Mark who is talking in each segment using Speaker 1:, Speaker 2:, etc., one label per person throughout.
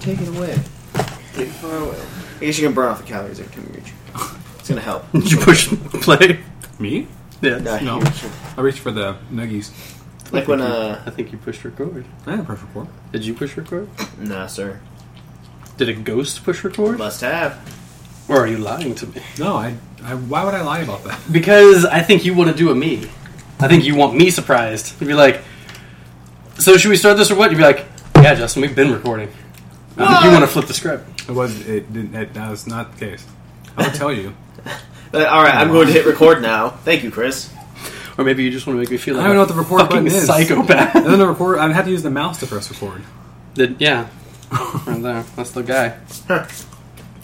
Speaker 1: Take it away. Get far away. I guess you can burn off the calories every time you reach. It's gonna help.
Speaker 2: Did you push play?
Speaker 3: Me?
Speaker 2: Yeah.
Speaker 3: No.
Speaker 1: you should-
Speaker 3: I reached for the nuggies.
Speaker 1: Like when uh,
Speaker 2: I think you pushed record.
Speaker 3: I didn't press record.
Speaker 2: Did you push record?
Speaker 1: nah, sir,
Speaker 2: Did a ghost push record?
Speaker 1: must have.
Speaker 2: Or are you lying to me?
Speaker 3: No, I, I. Why would I lie about that?
Speaker 2: Because I think you want to do a me. I think you want me surprised. You'd be like, so should we start this or what? You'd be like, yeah, Justin, we've been recording. I think you want to flip the script.
Speaker 3: It was. It didn't. It, that was not the case. I will tell you.
Speaker 1: But, all right, I'm going to hit record now. Thank you, Chris.
Speaker 2: Or maybe you just want to make me feel
Speaker 3: I
Speaker 2: like
Speaker 3: don't
Speaker 2: a
Speaker 3: know what the record
Speaker 2: fucking
Speaker 3: button is. And
Speaker 2: psychopath.
Speaker 3: then the record. I had to use the mouse to press record.
Speaker 2: Then- yeah. Right there. That's the guy.
Speaker 1: Huh.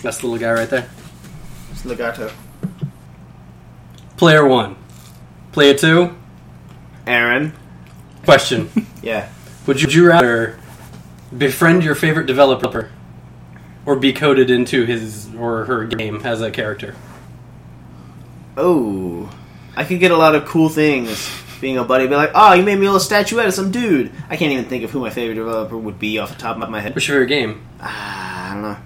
Speaker 2: That's the little guy right there.
Speaker 1: It's Legato.
Speaker 2: Player one. Player two.
Speaker 1: Aaron.
Speaker 2: Question.
Speaker 1: Yeah.
Speaker 2: Would you- would you rather befriend your favorite developer or be coded into his or her game as a character?
Speaker 1: Oh, I could get a lot of cool things being a buddy. Be like, oh, you made me a little statuette of some dude. I can't even think of who my favorite developer would be off the top of my head.
Speaker 2: What's your favorite game?
Speaker 1: Ah, I don't know.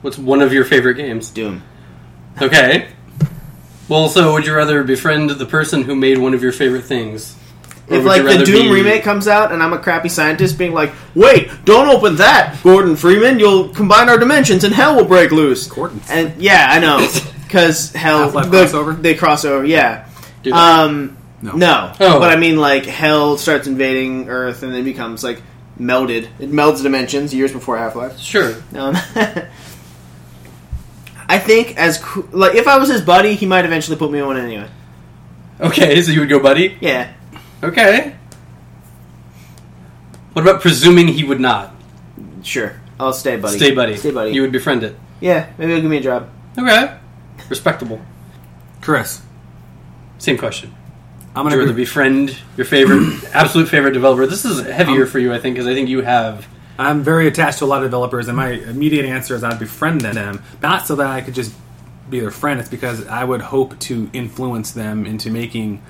Speaker 2: What's one of your favorite games?
Speaker 1: Doom.
Speaker 2: Okay. Well, so would you rather befriend the person who made one of your favorite things? Or
Speaker 1: if
Speaker 2: would
Speaker 1: like the
Speaker 2: you rather
Speaker 1: Doom
Speaker 2: be-
Speaker 1: remake comes out and I'm a crappy scientist being like, wait, don't open that, Gordon Freeman. You'll combine our dimensions and hell will break loose.
Speaker 3: Gordon.
Speaker 1: And yeah, I know, because hell
Speaker 3: Half-Life
Speaker 1: the-
Speaker 3: crossover?
Speaker 1: They cross over. Yeah.
Speaker 2: do that?
Speaker 1: Um.
Speaker 3: No.
Speaker 1: No.
Speaker 2: Oh.
Speaker 1: But I mean, like hell starts invading Earth and then becomes like melded. It melds dimensions years before Half Life.
Speaker 2: sure.
Speaker 1: Um, I think as cr- like if I was his buddy, he might eventually put me on anyway.
Speaker 2: Okay, so you would go, buddy.
Speaker 1: Yeah.
Speaker 2: Okay. What about presuming he would not
Speaker 1: Sure. I'll stay buddy.
Speaker 2: stay, buddy?
Speaker 1: Stay buddy.
Speaker 2: You would befriend it.
Speaker 1: Yeah, maybe it'll give me a job.
Speaker 2: Okay. Respectable.
Speaker 3: Chris,
Speaker 2: Same question.
Speaker 3: I'm
Speaker 2: Would
Speaker 3: gonna
Speaker 2: you rather
Speaker 3: be.
Speaker 2: befriend your favorite, absolute favorite developer? This is heavier for you, I think, because I think you have.
Speaker 3: I'm very attached to a lot of developers, and my immediate answer is I'd befriend them, not so that I could just be their friend. It's because I would hope to influence them into making,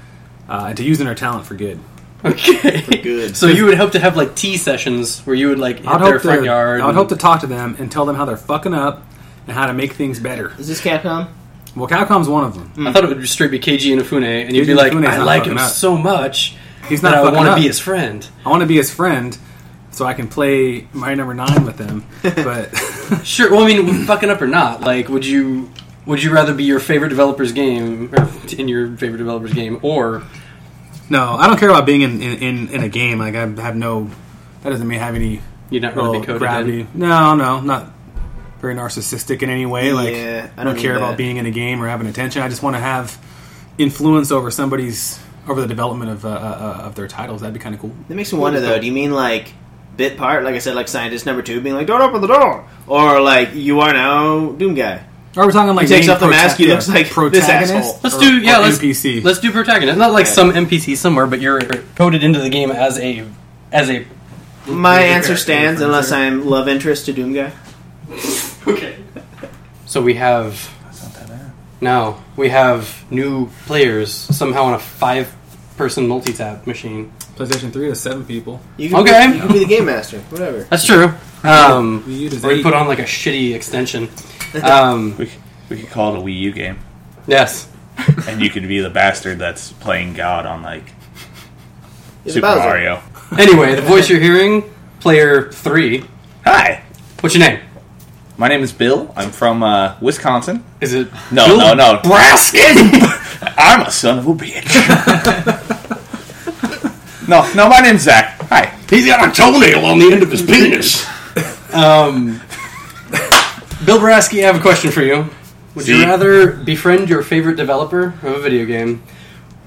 Speaker 3: uh, into using their talent for good.
Speaker 2: Okay.
Speaker 1: good.
Speaker 2: So you would hope to have like tea sessions where you would like hit
Speaker 3: I'd
Speaker 2: their
Speaker 3: hope
Speaker 2: front
Speaker 3: to,
Speaker 2: yard.
Speaker 3: I would
Speaker 2: and-
Speaker 3: hope to talk to them and tell them how they're fucking up and how to make things better.
Speaker 1: Is this Capcom?
Speaker 3: Well, Capcom's one of them.
Speaker 2: I thought it would just straight be KG Inafune, and you'd
Speaker 3: KG
Speaker 2: be like,
Speaker 3: Inafune's
Speaker 2: I
Speaker 3: not
Speaker 2: like
Speaker 3: fucking
Speaker 2: him
Speaker 3: up.
Speaker 2: so much
Speaker 3: He's
Speaker 2: that
Speaker 3: not.
Speaker 2: I
Speaker 3: fucking
Speaker 2: want to
Speaker 3: up.
Speaker 2: be his friend.
Speaker 3: I want to be his friend, so I can play my number nine with them. But
Speaker 2: Sure. Well, I mean, fucking up or not, like, would you would you rather be your favorite developer's game or in your favorite developer's game, or
Speaker 3: no, I don't care about being in, in, in, in a game. Like I have no. That doesn't mean I have any
Speaker 2: you're not really
Speaker 3: real
Speaker 2: coded?
Speaker 3: gravity.
Speaker 2: In?
Speaker 3: No, no, not very narcissistic in any way. Like
Speaker 1: Yeah, I don't
Speaker 3: I don't,
Speaker 1: need
Speaker 3: care
Speaker 1: that.
Speaker 3: about being in a game or having attention. I just want to have influence over somebody's over the development of uh, uh, uh, of their titles. That'd be kind of cool.
Speaker 1: That makes me wonder though. Do you mean like bit part? Like I said, like scientist number two being like, "Don't open the door," or like you are now Doom guy.
Speaker 3: Or we're talking like
Speaker 1: He takes
Speaker 3: main
Speaker 1: off the mask, he
Speaker 3: yeah,
Speaker 1: looks like this asshole.
Speaker 2: Let's
Speaker 3: or-
Speaker 2: do yeah.
Speaker 3: or
Speaker 2: Let's
Speaker 3: NPC.
Speaker 2: Let's do protagonist. Not like
Speaker 1: Okay.
Speaker 2: some NPC somewhere, but you're coded into the game as a as a.
Speaker 1: My
Speaker 2: Maybe
Speaker 1: answer
Speaker 2: character
Speaker 1: stands
Speaker 2: difference
Speaker 1: unless
Speaker 2: there.
Speaker 1: I'm love interest to Doom guy.
Speaker 2: Okay. So we have
Speaker 4: That's not that bad.
Speaker 2: now we have new players somehow on a five person multi tap machine.
Speaker 3: PlayStation Three has seven people.
Speaker 1: You can
Speaker 2: Okay.
Speaker 1: Be, you can be the game master. Whatever.
Speaker 2: That's true. Um,
Speaker 3: Wii U does
Speaker 2: or we
Speaker 3: eight.
Speaker 2: put on like a shitty extension. Um,
Speaker 4: We, c- we could call it a Wii U game,
Speaker 2: yes.
Speaker 4: and you could be the bastard that's playing God on like
Speaker 1: He's
Speaker 4: Super
Speaker 1: Bowser.
Speaker 4: Mario.
Speaker 2: Anyway, the voice you're hearing, player three.
Speaker 4: Hi,
Speaker 2: What's your name?
Speaker 4: my name is Bill. I'm from uh, Wisconsin.
Speaker 2: Is it
Speaker 4: No,
Speaker 2: Bill
Speaker 4: no, no.
Speaker 2: Braskin?
Speaker 4: I'm a son of a bitch. no, no, my name's Zach. Hi. Mm-hmm.
Speaker 5: He's got a toenail on the end of his penis.
Speaker 2: um, Bill Baraski, I have a question for you. Would you
Speaker 4: See?
Speaker 2: rather befriend your favorite developer of a video game,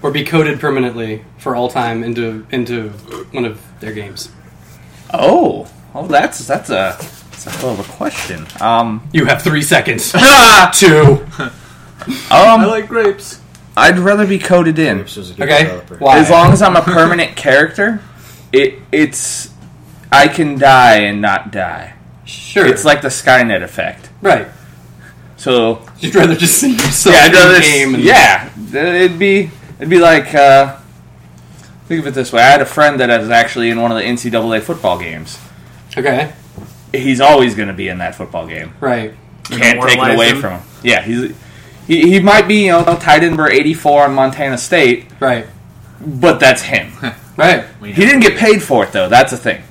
Speaker 2: or be coded permanently for all time into into one of their games?
Speaker 4: Oh, oh, that's that's a that's a hell of a question. Um,
Speaker 2: You have three seconds.
Speaker 4: um,
Speaker 2: Two.
Speaker 4: I'd
Speaker 3: like grapes.
Speaker 4: um, rather be coded in.
Speaker 1: This was a good
Speaker 2: Okay.
Speaker 1: developer.
Speaker 2: Why?
Speaker 4: As long as I'm a permanent character, it it's I can die and not die.
Speaker 2: sure.
Speaker 4: It's like the Skynet effect.
Speaker 2: right.
Speaker 4: So
Speaker 2: You'd rather just see yourself
Speaker 4: yeah, I'd
Speaker 2: in the
Speaker 4: rather s-
Speaker 2: game. And,
Speaker 4: yeah, th- it'd be it'd be like uh, think of it this way. I had a friend that was actually in one of the NCAA football games,
Speaker 2: Okay.
Speaker 4: he's always going to be in that football game.
Speaker 2: Right.
Speaker 4: Can't take it
Speaker 3: Immortalize
Speaker 4: away
Speaker 3: him.
Speaker 4: from him. Yeah, he's he, he might be you know tight end number eighty four on Montana State,
Speaker 2: Right.
Speaker 4: but that's him.
Speaker 2: Right.
Speaker 4: he didn't get paid for it though. That's a thing.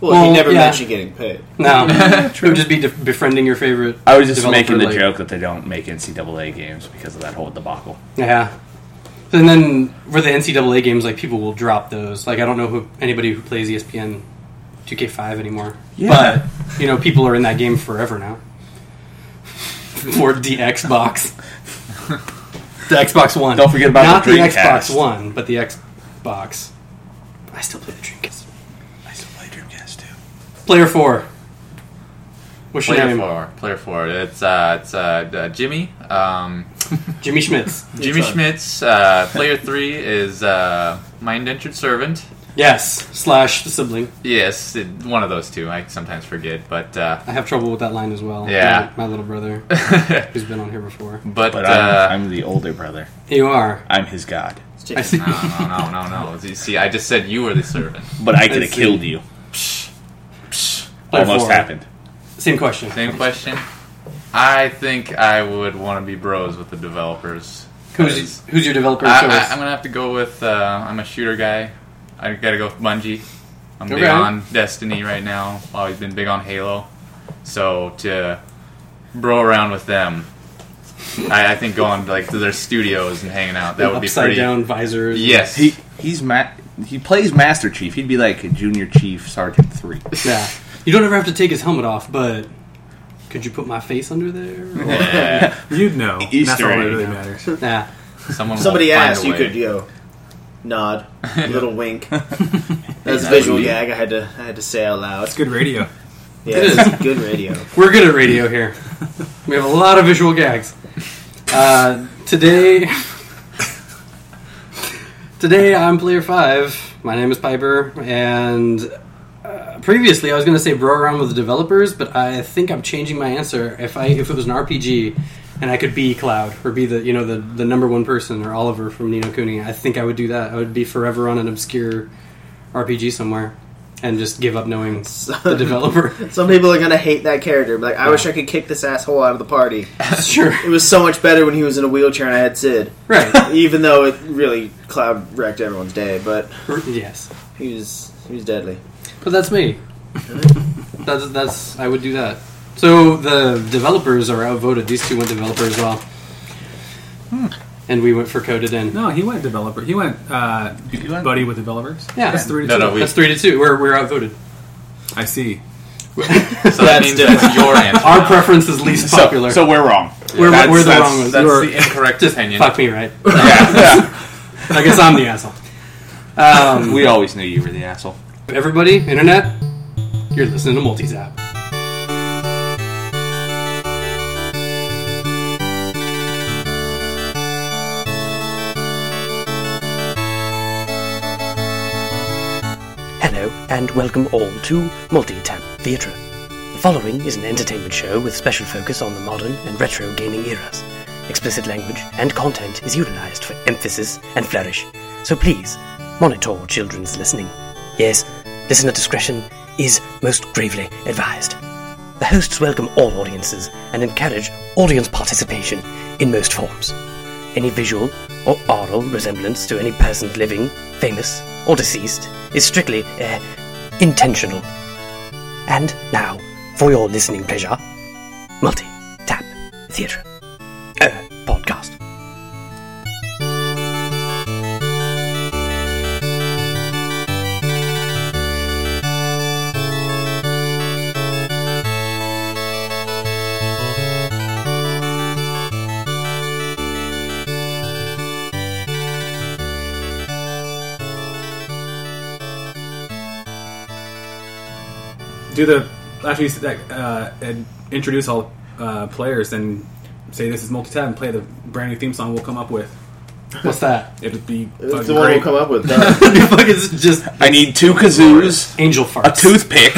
Speaker 1: Well,
Speaker 2: Well,
Speaker 1: he never
Speaker 2: yeah.
Speaker 1: mentioned getting paid.
Speaker 2: No. it would just be de- befriending your favorite.
Speaker 4: I was just
Speaker 2: developer,
Speaker 4: making the
Speaker 2: like-
Speaker 4: joke that they don't make NCAA games because of that whole debacle.
Speaker 2: Yeah. And then for the NCAA games, like people will drop those. Like I don't know who anybody who plays E ESPN 2K5 anymore.
Speaker 4: Yeah.
Speaker 2: But you know, people are in that game forever now. For the Xbox, the Xbox One.
Speaker 4: Don't forget about
Speaker 2: not
Speaker 4: the
Speaker 2: the,
Speaker 4: Dreamcast.
Speaker 2: Xbox One, but the Xbox. I still play the Dreamcast.
Speaker 4: I still play Dreamcast too.
Speaker 2: Player four. What's your
Speaker 6: Player
Speaker 2: name?
Speaker 6: four, player four. It's uh, it's uh, uh, Jimmy. Um,
Speaker 2: Jimmy Schmitz.
Speaker 6: Jimmy
Speaker 1: It's on.
Speaker 6: Schmitz. Uh, player three is uh, my indentured servant.
Speaker 2: Yes, slash the sibling.
Speaker 6: Yes, it, one of those two. I sometimes forget, but uh,
Speaker 2: I have trouble with that line as well.
Speaker 6: Yeah.
Speaker 2: my, my little brother, who's been on here before.
Speaker 6: but,
Speaker 4: But
Speaker 6: uh,
Speaker 4: I'm, I'm the older brother.
Speaker 2: You are.
Speaker 4: I'm his god.
Speaker 2: I see.
Speaker 6: no, no, no, no. You see, I just said you were the servant.
Speaker 4: But I could have
Speaker 2: see.
Speaker 4: killed you.
Speaker 2: Player
Speaker 4: Almost
Speaker 2: four.
Speaker 4: happened.
Speaker 2: Same question.
Speaker 6: Same question. I think I would want to be bros with the developers.
Speaker 2: Who's who's your developer of
Speaker 6: I,
Speaker 2: choice?
Speaker 6: I, I'm gonna have to go with. Uh, I'm a shooter guy. I gotta go with Bungie. I'm big
Speaker 2: Okay.
Speaker 6: on Destiny right now. Always been big on Halo. So to bro around with them, I, I think going like to their studios and hanging out that would be
Speaker 2: Upside
Speaker 6: pretty.
Speaker 2: down visors.
Speaker 6: Yes.
Speaker 4: He he's ma- he plays Master Chief. He'd be like a Junior Chief Sergeant Three.
Speaker 2: Yeah. You don't ever have to take his helmet off, but could you put my face under there?
Speaker 6: Yeah.
Speaker 3: You'd know. And That's
Speaker 4: Easter
Speaker 3: all that
Speaker 4: egg.
Speaker 3: really matters.
Speaker 2: Or, nah.
Speaker 6: Someone will
Speaker 1: Somebody
Speaker 6: find
Speaker 1: asked,
Speaker 6: a
Speaker 1: you
Speaker 6: way.
Speaker 1: could, you know, nod, little wink. That's a visual gag I had to I had to say out loud.
Speaker 3: It's good radio.
Speaker 1: Yeah,
Speaker 2: It is.
Speaker 1: it's good radio.
Speaker 2: We're good at radio here. We have a lot of visual gags. Uh, today, today I'm player five. My name is Piper, and uh, previously I was going to say bro around with the developers, but I think I'm changing my answer. If I if it was an RPG, and I could be Cloud or be the you know the the number one person or Oliver from Nino Cooney, I think I would do that. I would be forever on an obscure RPG somewhere. And just give up knowing the developer.
Speaker 1: Some people are gonna hate that character. be Like, I wish I could kick this asshole out of the party.
Speaker 2: sure,
Speaker 1: It was so much better when he was in a wheelchair and I had Sid.
Speaker 2: right?
Speaker 1: Even though it really cloud wrecked everyone's day, but
Speaker 2: Yes,
Speaker 1: he was he was deadly.
Speaker 2: but that's me. that's that's I would do that. So the developers are outvoted. These two went developer as well, and we went for coded in.
Speaker 3: Hmm. No, he went developer. He went uh,
Speaker 4: went-
Speaker 3: buddy with developers.
Speaker 2: Yeah.
Speaker 3: That's three to
Speaker 6: No,
Speaker 3: two.
Speaker 6: no, we-
Speaker 2: That's three to two. We're we're outvoted.
Speaker 3: I see.
Speaker 6: So that means that's your answer.
Speaker 2: Our preference is least
Speaker 4: So,
Speaker 2: popular.
Speaker 4: so we're wrong.
Speaker 2: we're,
Speaker 4: That's-
Speaker 2: we're the
Speaker 4: that's-
Speaker 2: wrong ones.
Speaker 6: that's
Speaker 2: We're-
Speaker 6: the incorrect
Speaker 2: just
Speaker 6: opinion.
Speaker 2: fuck me, right?
Speaker 4: Yeah,
Speaker 2: I guess I'm the asshole.
Speaker 4: yeah. We always knew you were the asshole.
Speaker 2: Everybody, internet, you're listening to Multitap.
Speaker 7: Hello, and welcome all to Multi-Tap Theatre. The following is an entertainment show with special focus on the modern and retro gaming eras. Explicit language and content is utilized for emphasis and flourish, so please monitor children's listening. Yes, listener discretion is most gravely advised. The hosts welcome all audiences and encourage audience participation in most forms. Any visual or oral resemblance to any person living, famous, or deceased is strictly uh, intentional. And now, for your listening pleasure, Multi Tap Theatre uh, Podcast.
Speaker 3: Do the after you said that, uh, and introduce all uh, players and say this is multi-tab and play the brand new theme song we'll come up with.
Speaker 2: What's that?
Speaker 3: It'd be
Speaker 1: That's
Speaker 3: fucking
Speaker 1: the one we'll
Speaker 3: great.
Speaker 1: come up with.
Speaker 2: it's just
Speaker 4: I need two kazoos,
Speaker 2: angel
Speaker 4: a
Speaker 2: farts.
Speaker 4: toothpick,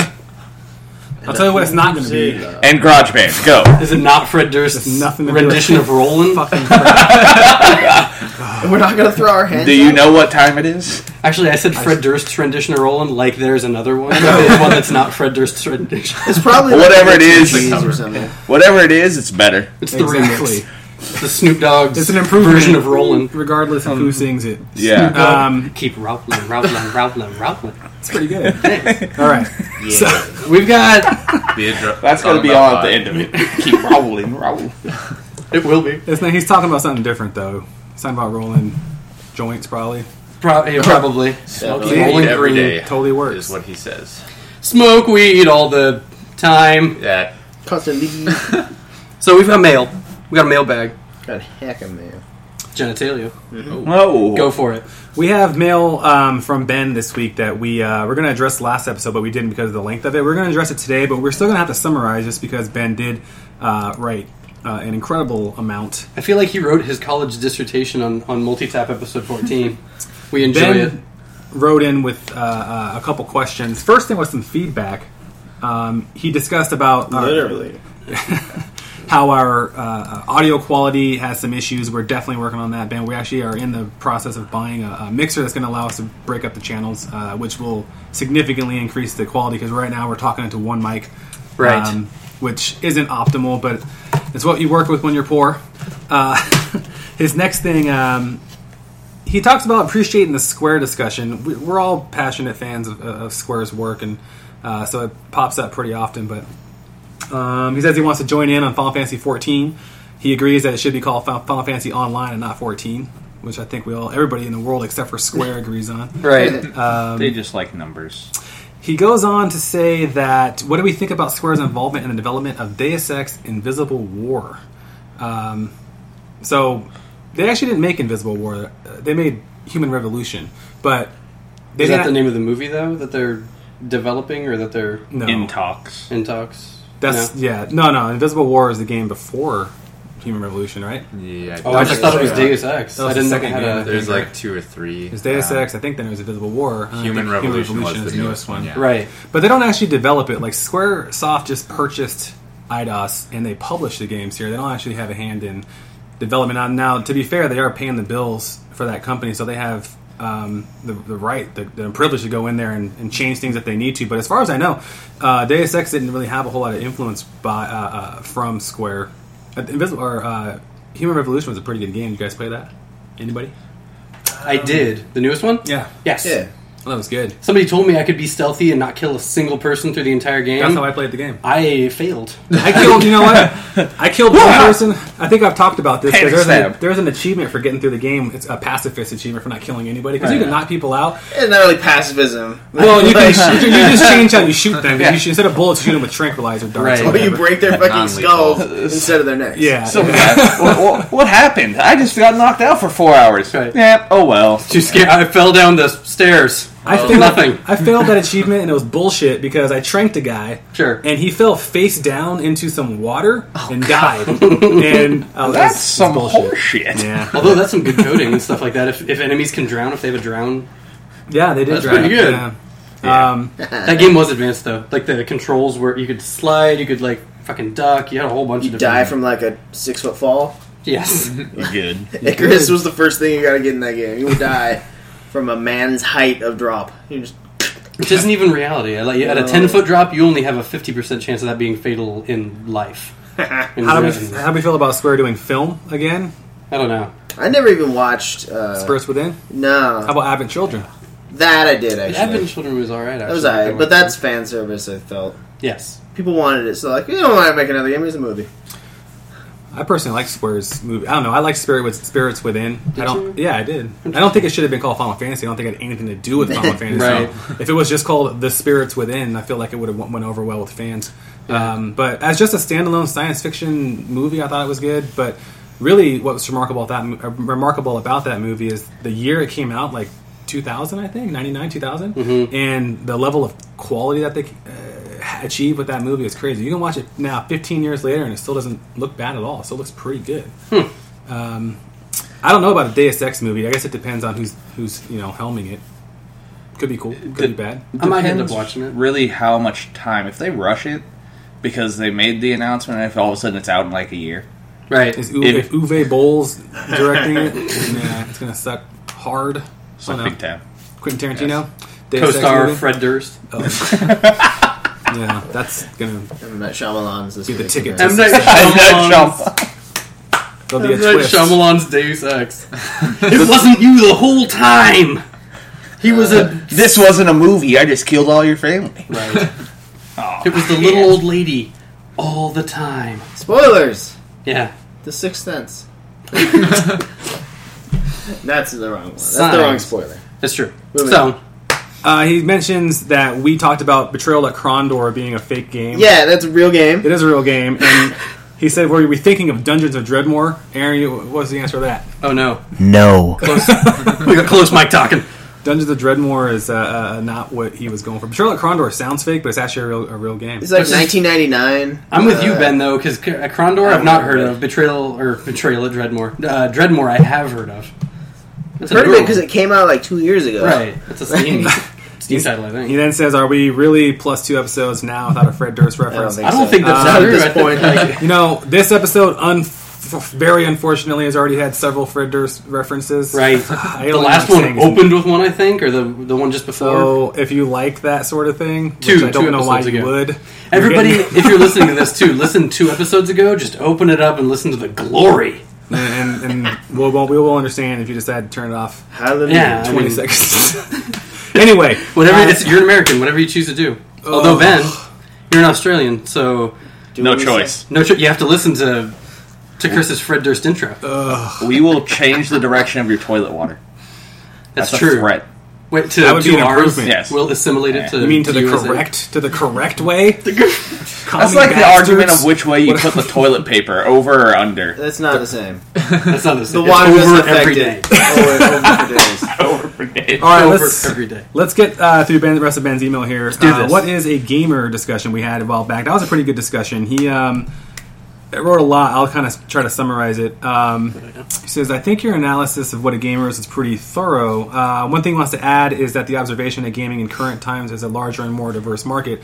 Speaker 3: I'll tell you what, it's not going to be.
Speaker 1: Dude,
Speaker 4: and Garage Band. Go.
Speaker 2: Is it not Fred Durst's
Speaker 3: It's nothing to do with
Speaker 2: rendition
Speaker 3: it.
Speaker 2: of Roland?
Speaker 3: Fucking crap.
Speaker 1: And we're not going to throw our hands.
Speaker 4: Do you
Speaker 1: up?
Speaker 4: know what time it is?
Speaker 2: Actually, I said Fred Durst's rendition of Roland, like there's another one. There's one that's not Fred Durst's rendition.
Speaker 1: It's probably
Speaker 4: Whatever
Speaker 1: like
Speaker 4: it is.
Speaker 1: cheese or something.
Speaker 4: Whatever it is, it's better.
Speaker 2: It's the
Speaker 3: Exactly.
Speaker 2: remix. The Snoop Dogg's
Speaker 3: It's an improvement
Speaker 2: version of Roland.
Speaker 3: regardless of who sings it.
Speaker 4: Yeah.
Speaker 3: Um,
Speaker 2: Keep Routland, Routland, Routland, Routland.
Speaker 3: it's pretty good. All right.
Speaker 1: Yeah.
Speaker 2: We've got.
Speaker 6: Be a dr-
Speaker 4: That's gonna
Speaker 6: song
Speaker 4: be
Speaker 6: about
Speaker 4: all at the
Speaker 6: pie.
Speaker 4: end of it. Keep rolling, rolling.
Speaker 2: It will be.
Speaker 3: It's not, he's talking about something different though. Something about rolling joints, probably.
Speaker 2: Pro- yeah, probably.
Speaker 6: Smoking
Speaker 3: Yeah.
Speaker 6: weed
Speaker 2: Rolling
Speaker 6: every
Speaker 2: green.
Speaker 6: day
Speaker 3: Totally
Speaker 6: is
Speaker 3: works.
Speaker 6: what he says.
Speaker 2: Smoke weed all the time.
Speaker 6: That
Speaker 1: Constantly.
Speaker 2: So we've got mail. We got a mailbag.
Speaker 1: God, heck of man.
Speaker 2: Genitalia.
Speaker 4: Whoa.
Speaker 2: Go for it.
Speaker 3: We have mail um, from Ben this week that we uh, we're going to address last episode, but we didn't because of the length of it. We're going to address it today, but we're still going to have to summarize just because Ben did uh, write uh, an incredible amount.
Speaker 2: I feel like he wrote his college dissertation on, on multitap episode 14. We enjoy
Speaker 3: Ben
Speaker 2: it.
Speaker 3: wrote in with uh, uh, a couple questions. First thing was some feedback. Um, he discussed about uh,
Speaker 1: Literally.
Speaker 3: how our uh, audio quality has some issues. We're definitely working on that, Ben. We actually are in the process of buying a, a mixer that's going to allow us to break up the channels, uh, which will significantly increase the quality because right now we're talking into one mic, um,
Speaker 2: Right.
Speaker 3: which isn't optimal, but it's what you work with when you're poor. Uh, his next thing, um, he talks about appreciating the square discussion. We, we're all passionate fans of, of Square's work, and uh, so it pops up pretty often, but. Um, he says he wants to join in on Final Fantasy 14. He agrees that it should be called Fin- Final Fantasy Online and not 14, which I think we all, everybody in the world except for Square agrees on.
Speaker 2: Right.
Speaker 6: they just like numbers.
Speaker 3: He goes on to say that what do we think about Square's involvement in the development of Deus Ex Invisible War? Um, so they actually didn't make Invisible War; Uh, they made Human Revolution, but they
Speaker 2: Is that the
Speaker 3: didn't-
Speaker 2: name of the movie, though, that they're developing or that they're
Speaker 3: No,
Speaker 4: Oh. talks.
Speaker 2: in talks?
Speaker 3: that's yeah, no, no. Invisible War is the game before Human Revolution, right?
Speaker 6: Yeah.
Speaker 2: Oh, I just thought it was
Speaker 3: Yeah.
Speaker 2: Deus Ex.
Speaker 3: That was
Speaker 2: I didn't
Speaker 3: the
Speaker 2: know it
Speaker 3: second
Speaker 2: had a.
Speaker 3: game.
Speaker 6: There's like two or three.
Speaker 3: There's Deus
Speaker 6: uh,
Speaker 3: Ex. I think then it was Invisible War. Uh, and I
Speaker 6: Human
Speaker 3: think
Speaker 6: Revolution was the newest one, yeah.
Speaker 2: Right.
Speaker 3: But they don't actually develop it. Like SquareSoft just purchased IDOS and they publish the games here. They don't actually have a hand in development. Now, now to be fair, they are paying the bills for that company, so they have um, the, the right, the, the privilege to go in there and, and change things that they need to. But as far as I know, uh, Deus Ex didn't really have a whole lot of influence by uh, uh, from Square. Uh, Invisible or uh, Human Revolution was a pretty good game. You guys play that? Anybody?
Speaker 2: I did. The newest one?
Speaker 3: Yeah,
Speaker 2: Yes.
Speaker 1: Yeah.
Speaker 3: that was good.
Speaker 2: Somebody told me I could be stealthy and not kill a single person through the entire game.
Speaker 3: That's how I played the game.
Speaker 2: I failed.
Speaker 3: I killed. You know what? I killed one person. I think I've talked about this. 'cause
Speaker 4: Panic
Speaker 3: There's an,
Speaker 4: stab.
Speaker 3: there's an achievement for getting through the game. It's a pacifist achievement for not killing anybody because you can knock people out.
Speaker 1: It's not really pacifism.
Speaker 3: Well, you can
Speaker 1: Like,
Speaker 3: sh- you just change how you shoot them. You should, instead of bullets, shoot them with tranquilizer darts.
Speaker 2: Right.
Speaker 3: or
Speaker 1: Or you
Speaker 3: whatever.
Speaker 1: break their fucking
Speaker 6: Non-lethal.
Speaker 1: skulls instead of their necks.
Speaker 3: Yeah.
Speaker 4: So what, what, what happened? I just got knocked out for four hours.
Speaker 2: Right.
Speaker 4: Yeah. Oh well.
Speaker 2: Too scared. I fell down the stairs.
Speaker 3: I
Speaker 2: Oh.
Speaker 3: failed,
Speaker 2: Nothing.
Speaker 3: I failed that achievement and it was bullshit because I tranked a guy.
Speaker 2: Sure.
Speaker 3: And he fell face down into some water and died. and uh,
Speaker 4: That's some
Speaker 3: bullshit.
Speaker 4: horseshit.
Speaker 3: Yeah.
Speaker 2: Although that's some good coding and stuff like that. If, if enemies can drown, if they have a drown,
Speaker 3: Yeah, they did.
Speaker 2: That's
Speaker 3: drive.
Speaker 2: pretty good.
Speaker 3: Yeah. Um,
Speaker 2: that game was advanced though. Like the controls were, you could slide, you could like fucking duck. You had a whole bunch
Speaker 1: You
Speaker 2: of
Speaker 1: die
Speaker 2: different-
Speaker 1: from like a six foot fall.
Speaker 2: Yes,
Speaker 4: Good.
Speaker 1: Icarus was the first thing you gotta get in that game. You would die from a man's height of drop. You just
Speaker 2: which isn't even reality. Like at a ten foot drop, you only have a fifty percent chance of that being fatal in life. In
Speaker 3: how do
Speaker 2: revenue.
Speaker 3: we how do we feel about Square doing film again?
Speaker 2: I don't know.
Speaker 1: I never even watched. Uh,
Speaker 3: Spirits Within. How
Speaker 1: no,
Speaker 3: about Advent Children?
Speaker 1: that I did
Speaker 2: The
Speaker 1: actually.
Speaker 2: Advent Children was all right. Actually.
Speaker 1: That was alright, but that's fan service. I felt
Speaker 2: yes.
Speaker 1: people wanted it, so like we don't want to make another game. Here's a movie.
Speaker 3: I personally like Square's movie. I don't know. I like Spirit with Spirits Within. I don't. Yeah, I did. I don't think it should have been called Final Fantasy. I don't think it had anything to do with Final Fantasy.
Speaker 2: Right.
Speaker 3: If it was just called The Spirits Within, I feel like it would have went went over well with fans. Um, but as just a standalone science fiction movie, I thought it was good. But really, what's remarkable about that mo- uh, remarkable about that movie is the year it came out, like 2000, I think, 99, 2000, and the level of quality that they uh, achieved with that movie is crazy. You can watch it now, 15 years later, and it still doesn't look bad at all. It still looks pretty good. Um,
Speaker 2: Hmm.
Speaker 3: I don't know about a Deus Ex movie. I guess it depends on who's who's you know helming it. Could be cool. Could be bad.
Speaker 2: I might end up
Speaker 4: Depends
Speaker 2: watching it.
Speaker 4: Really, how much time? If they rush it, because they made the announcement, and if all of a sudden it's out in like a year,
Speaker 2: Right.
Speaker 3: Is Uwe,
Speaker 4: If-
Speaker 3: if Uwe Boll's directing it, then, uh, it's gonna suck hard. I don't know.
Speaker 4: big time.
Speaker 3: Quentin Tarantino, Deus Ex
Speaker 2: Co-star
Speaker 3: movie?
Speaker 2: Fred Durst.
Speaker 3: Yeah, that's gonna
Speaker 1: M. Night Shyamalan's this
Speaker 3: be the
Speaker 1: week.
Speaker 3: ticket.
Speaker 2: M.
Speaker 3: To,
Speaker 2: Night Shyamalan's,
Speaker 3: there'll be a
Speaker 2: M. Night
Speaker 3: twist.
Speaker 2: Shyamalan's Deus Ex. it wasn't you the whole time. He was a.
Speaker 4: This wasn't a movie. I just killed all your family.
Speaker 2: Right.
Speaker 3: Uh,
Speaker 2: it was the little old lady all the time.
Speaker 1: Spoilers.
Speaker 2: Yeah.
Speaker 1: The Sixth Sense. That's the wrong one. That's
Speaker 2: Signs.
Speaker 1: the wrong spoiler.
Speaker 2: That's true.
Speaker 1: Moving
Speaker 2: So,
Speaker 3: Uh, he mentions that we talked about Betrayal at Krondor being a fake game.
Speaker 1: Yeah, that's a real game.
Speaker 3: it is a real game, and he said, "Were we thinking of Dungeons of Dreadmore?" Aaron, you- what was the answer to that?
Speaker 2: oh no,
Speaker 4: No.
Speaker 2: we got close mic talking.
Speaker 3: Dungeons of Dreadmore is uh, uh, not what he was going for. Betrayal at Krondor sounds fake, but it's actually a real, a real game.
Speaker 1: It's like 1999.
Speaker 2: I'm with you,
Speaker 1: Uh,
Speaker 2: Ben, though, because Crondor I've not heard of. Betrayal or Betrayal at Dreadmore. Uh, Dreadmore I have heard of. That's a
Speaker 1: Heard of
Speaker 2: newer
Speaker 1: it because
Speaker 2: one.
Speaker 1: it came out like two years ago.
Speaker 2: right. It's a Steam, Steam title, I
Speaker 3: He
Speaker 2: think.
Speaker 3: then says, "Are we really plus two episodes now without a Fred Durst reference?"
Speaker 1: think
Speaker 2: I don't
Speaker 1: so.
Speaker 2: think that's
Speaker 1: Uh,
Speaker 2: true.
Speaker 1: at this
Speaker 2: I think,
Speaker 1: point,
Speaker 2: like,
Speaker 3: You know, this episode, un- f- very unfortunately, has already had several Fred Durst references.
Speaker 2: Right.
Speaker 3: I
Speaker 2: the
Speaker 3: only
Speaker 2: last
Speaker 3: like
Speaker 2: one
Speaker 3: saying-
Speaker 2: opened with one, I think, or the the one just before.
Speaker 3: So, if you like that sort of thing, which
Speaker 2: Two-
Speaker 3: I don't
Speaker 2: two
Speaker 3: know why
Speaker 2: episodes
Speaker 3: you
Speaker 2: ago.
Speaker 3: would.
Speaker 2: Everybody,
Speaker 3: you're
Speaker 2: if you're listening to this too, listen two episodes ago. Just open it up and listen to the glory.
Speaker 3: and, and, and we'll, we'll, we will understand if you decide to turn it off
Speaker 1: Hallelujah.
Speaker 2: Yeah, I
Speaker 3: 20
Speaker 2: mean,
Speaker 3: seconds. anyway,
Speaker 2: whatever.
Speaker 3: uh,
Speaker 2: it's, you're an American. Whatever you choose to do. Although Ben, you're an Australian, so
Speaker 1: Do
Speaker 4: No
Speaker 1: what we
Speaker 4: choice.
Speaker 2: no, tr- you have to listen to to Chris's Fred Durst intro.
Speaker 4: We will change the direction of your toilet water.
Speaker 2: That's,
Speaker 4: a
Speaker 2: true.
Speaker 4: threat.
Speaker 2: Wait, to,
Speaker 3: That would
Speaker 2: to
Speaker 3: be an
Speaker 2: ours,
Speaker 3: improvement.
Speaker 4: Yes.
Speaker 2: We'll assimilate it to.
Speaker 3: you mean to the
Speaker 2: USA.
Speaker 3: correct to the correct way? Call
Speaker 4: That's
Speaker 3: me
Speaker 4: like the
Speaker 3: bastards.
Speaker 4: argument of which way you put the toilet paper, over or under.
Speaker 1: That's not the same.
Speaker 2: That's not the
Speaker 1: The
Speaker 2: same. It's
Speaker 1: water
Speaker 2: over
Speaker 1: doesn't affect
Speaker 2: every day.
Speaker 1: it. Over, over for days.
Speaker 4: Over for days.
Speaker 3: All right,
Speaker 2: Over
Speaker 3: let's-
Speaker 2: every day.
Speaker 3: Let's get uh, through ben, the rest of Ben's email here.
Speaker 2: do
Speaker 3: Uh,
Speaker 2: this.
Speaker 3: what is a gamer discussion we had a while back? That was a pretty good discussion. He um, wrote a lot. I'll kind of try to summarize it. Um, he says, I think your analysis of what a gamer is is pretty thorough. Uh, one thing he wants to add is that the observation that gaming in current times is a larger and more diverse market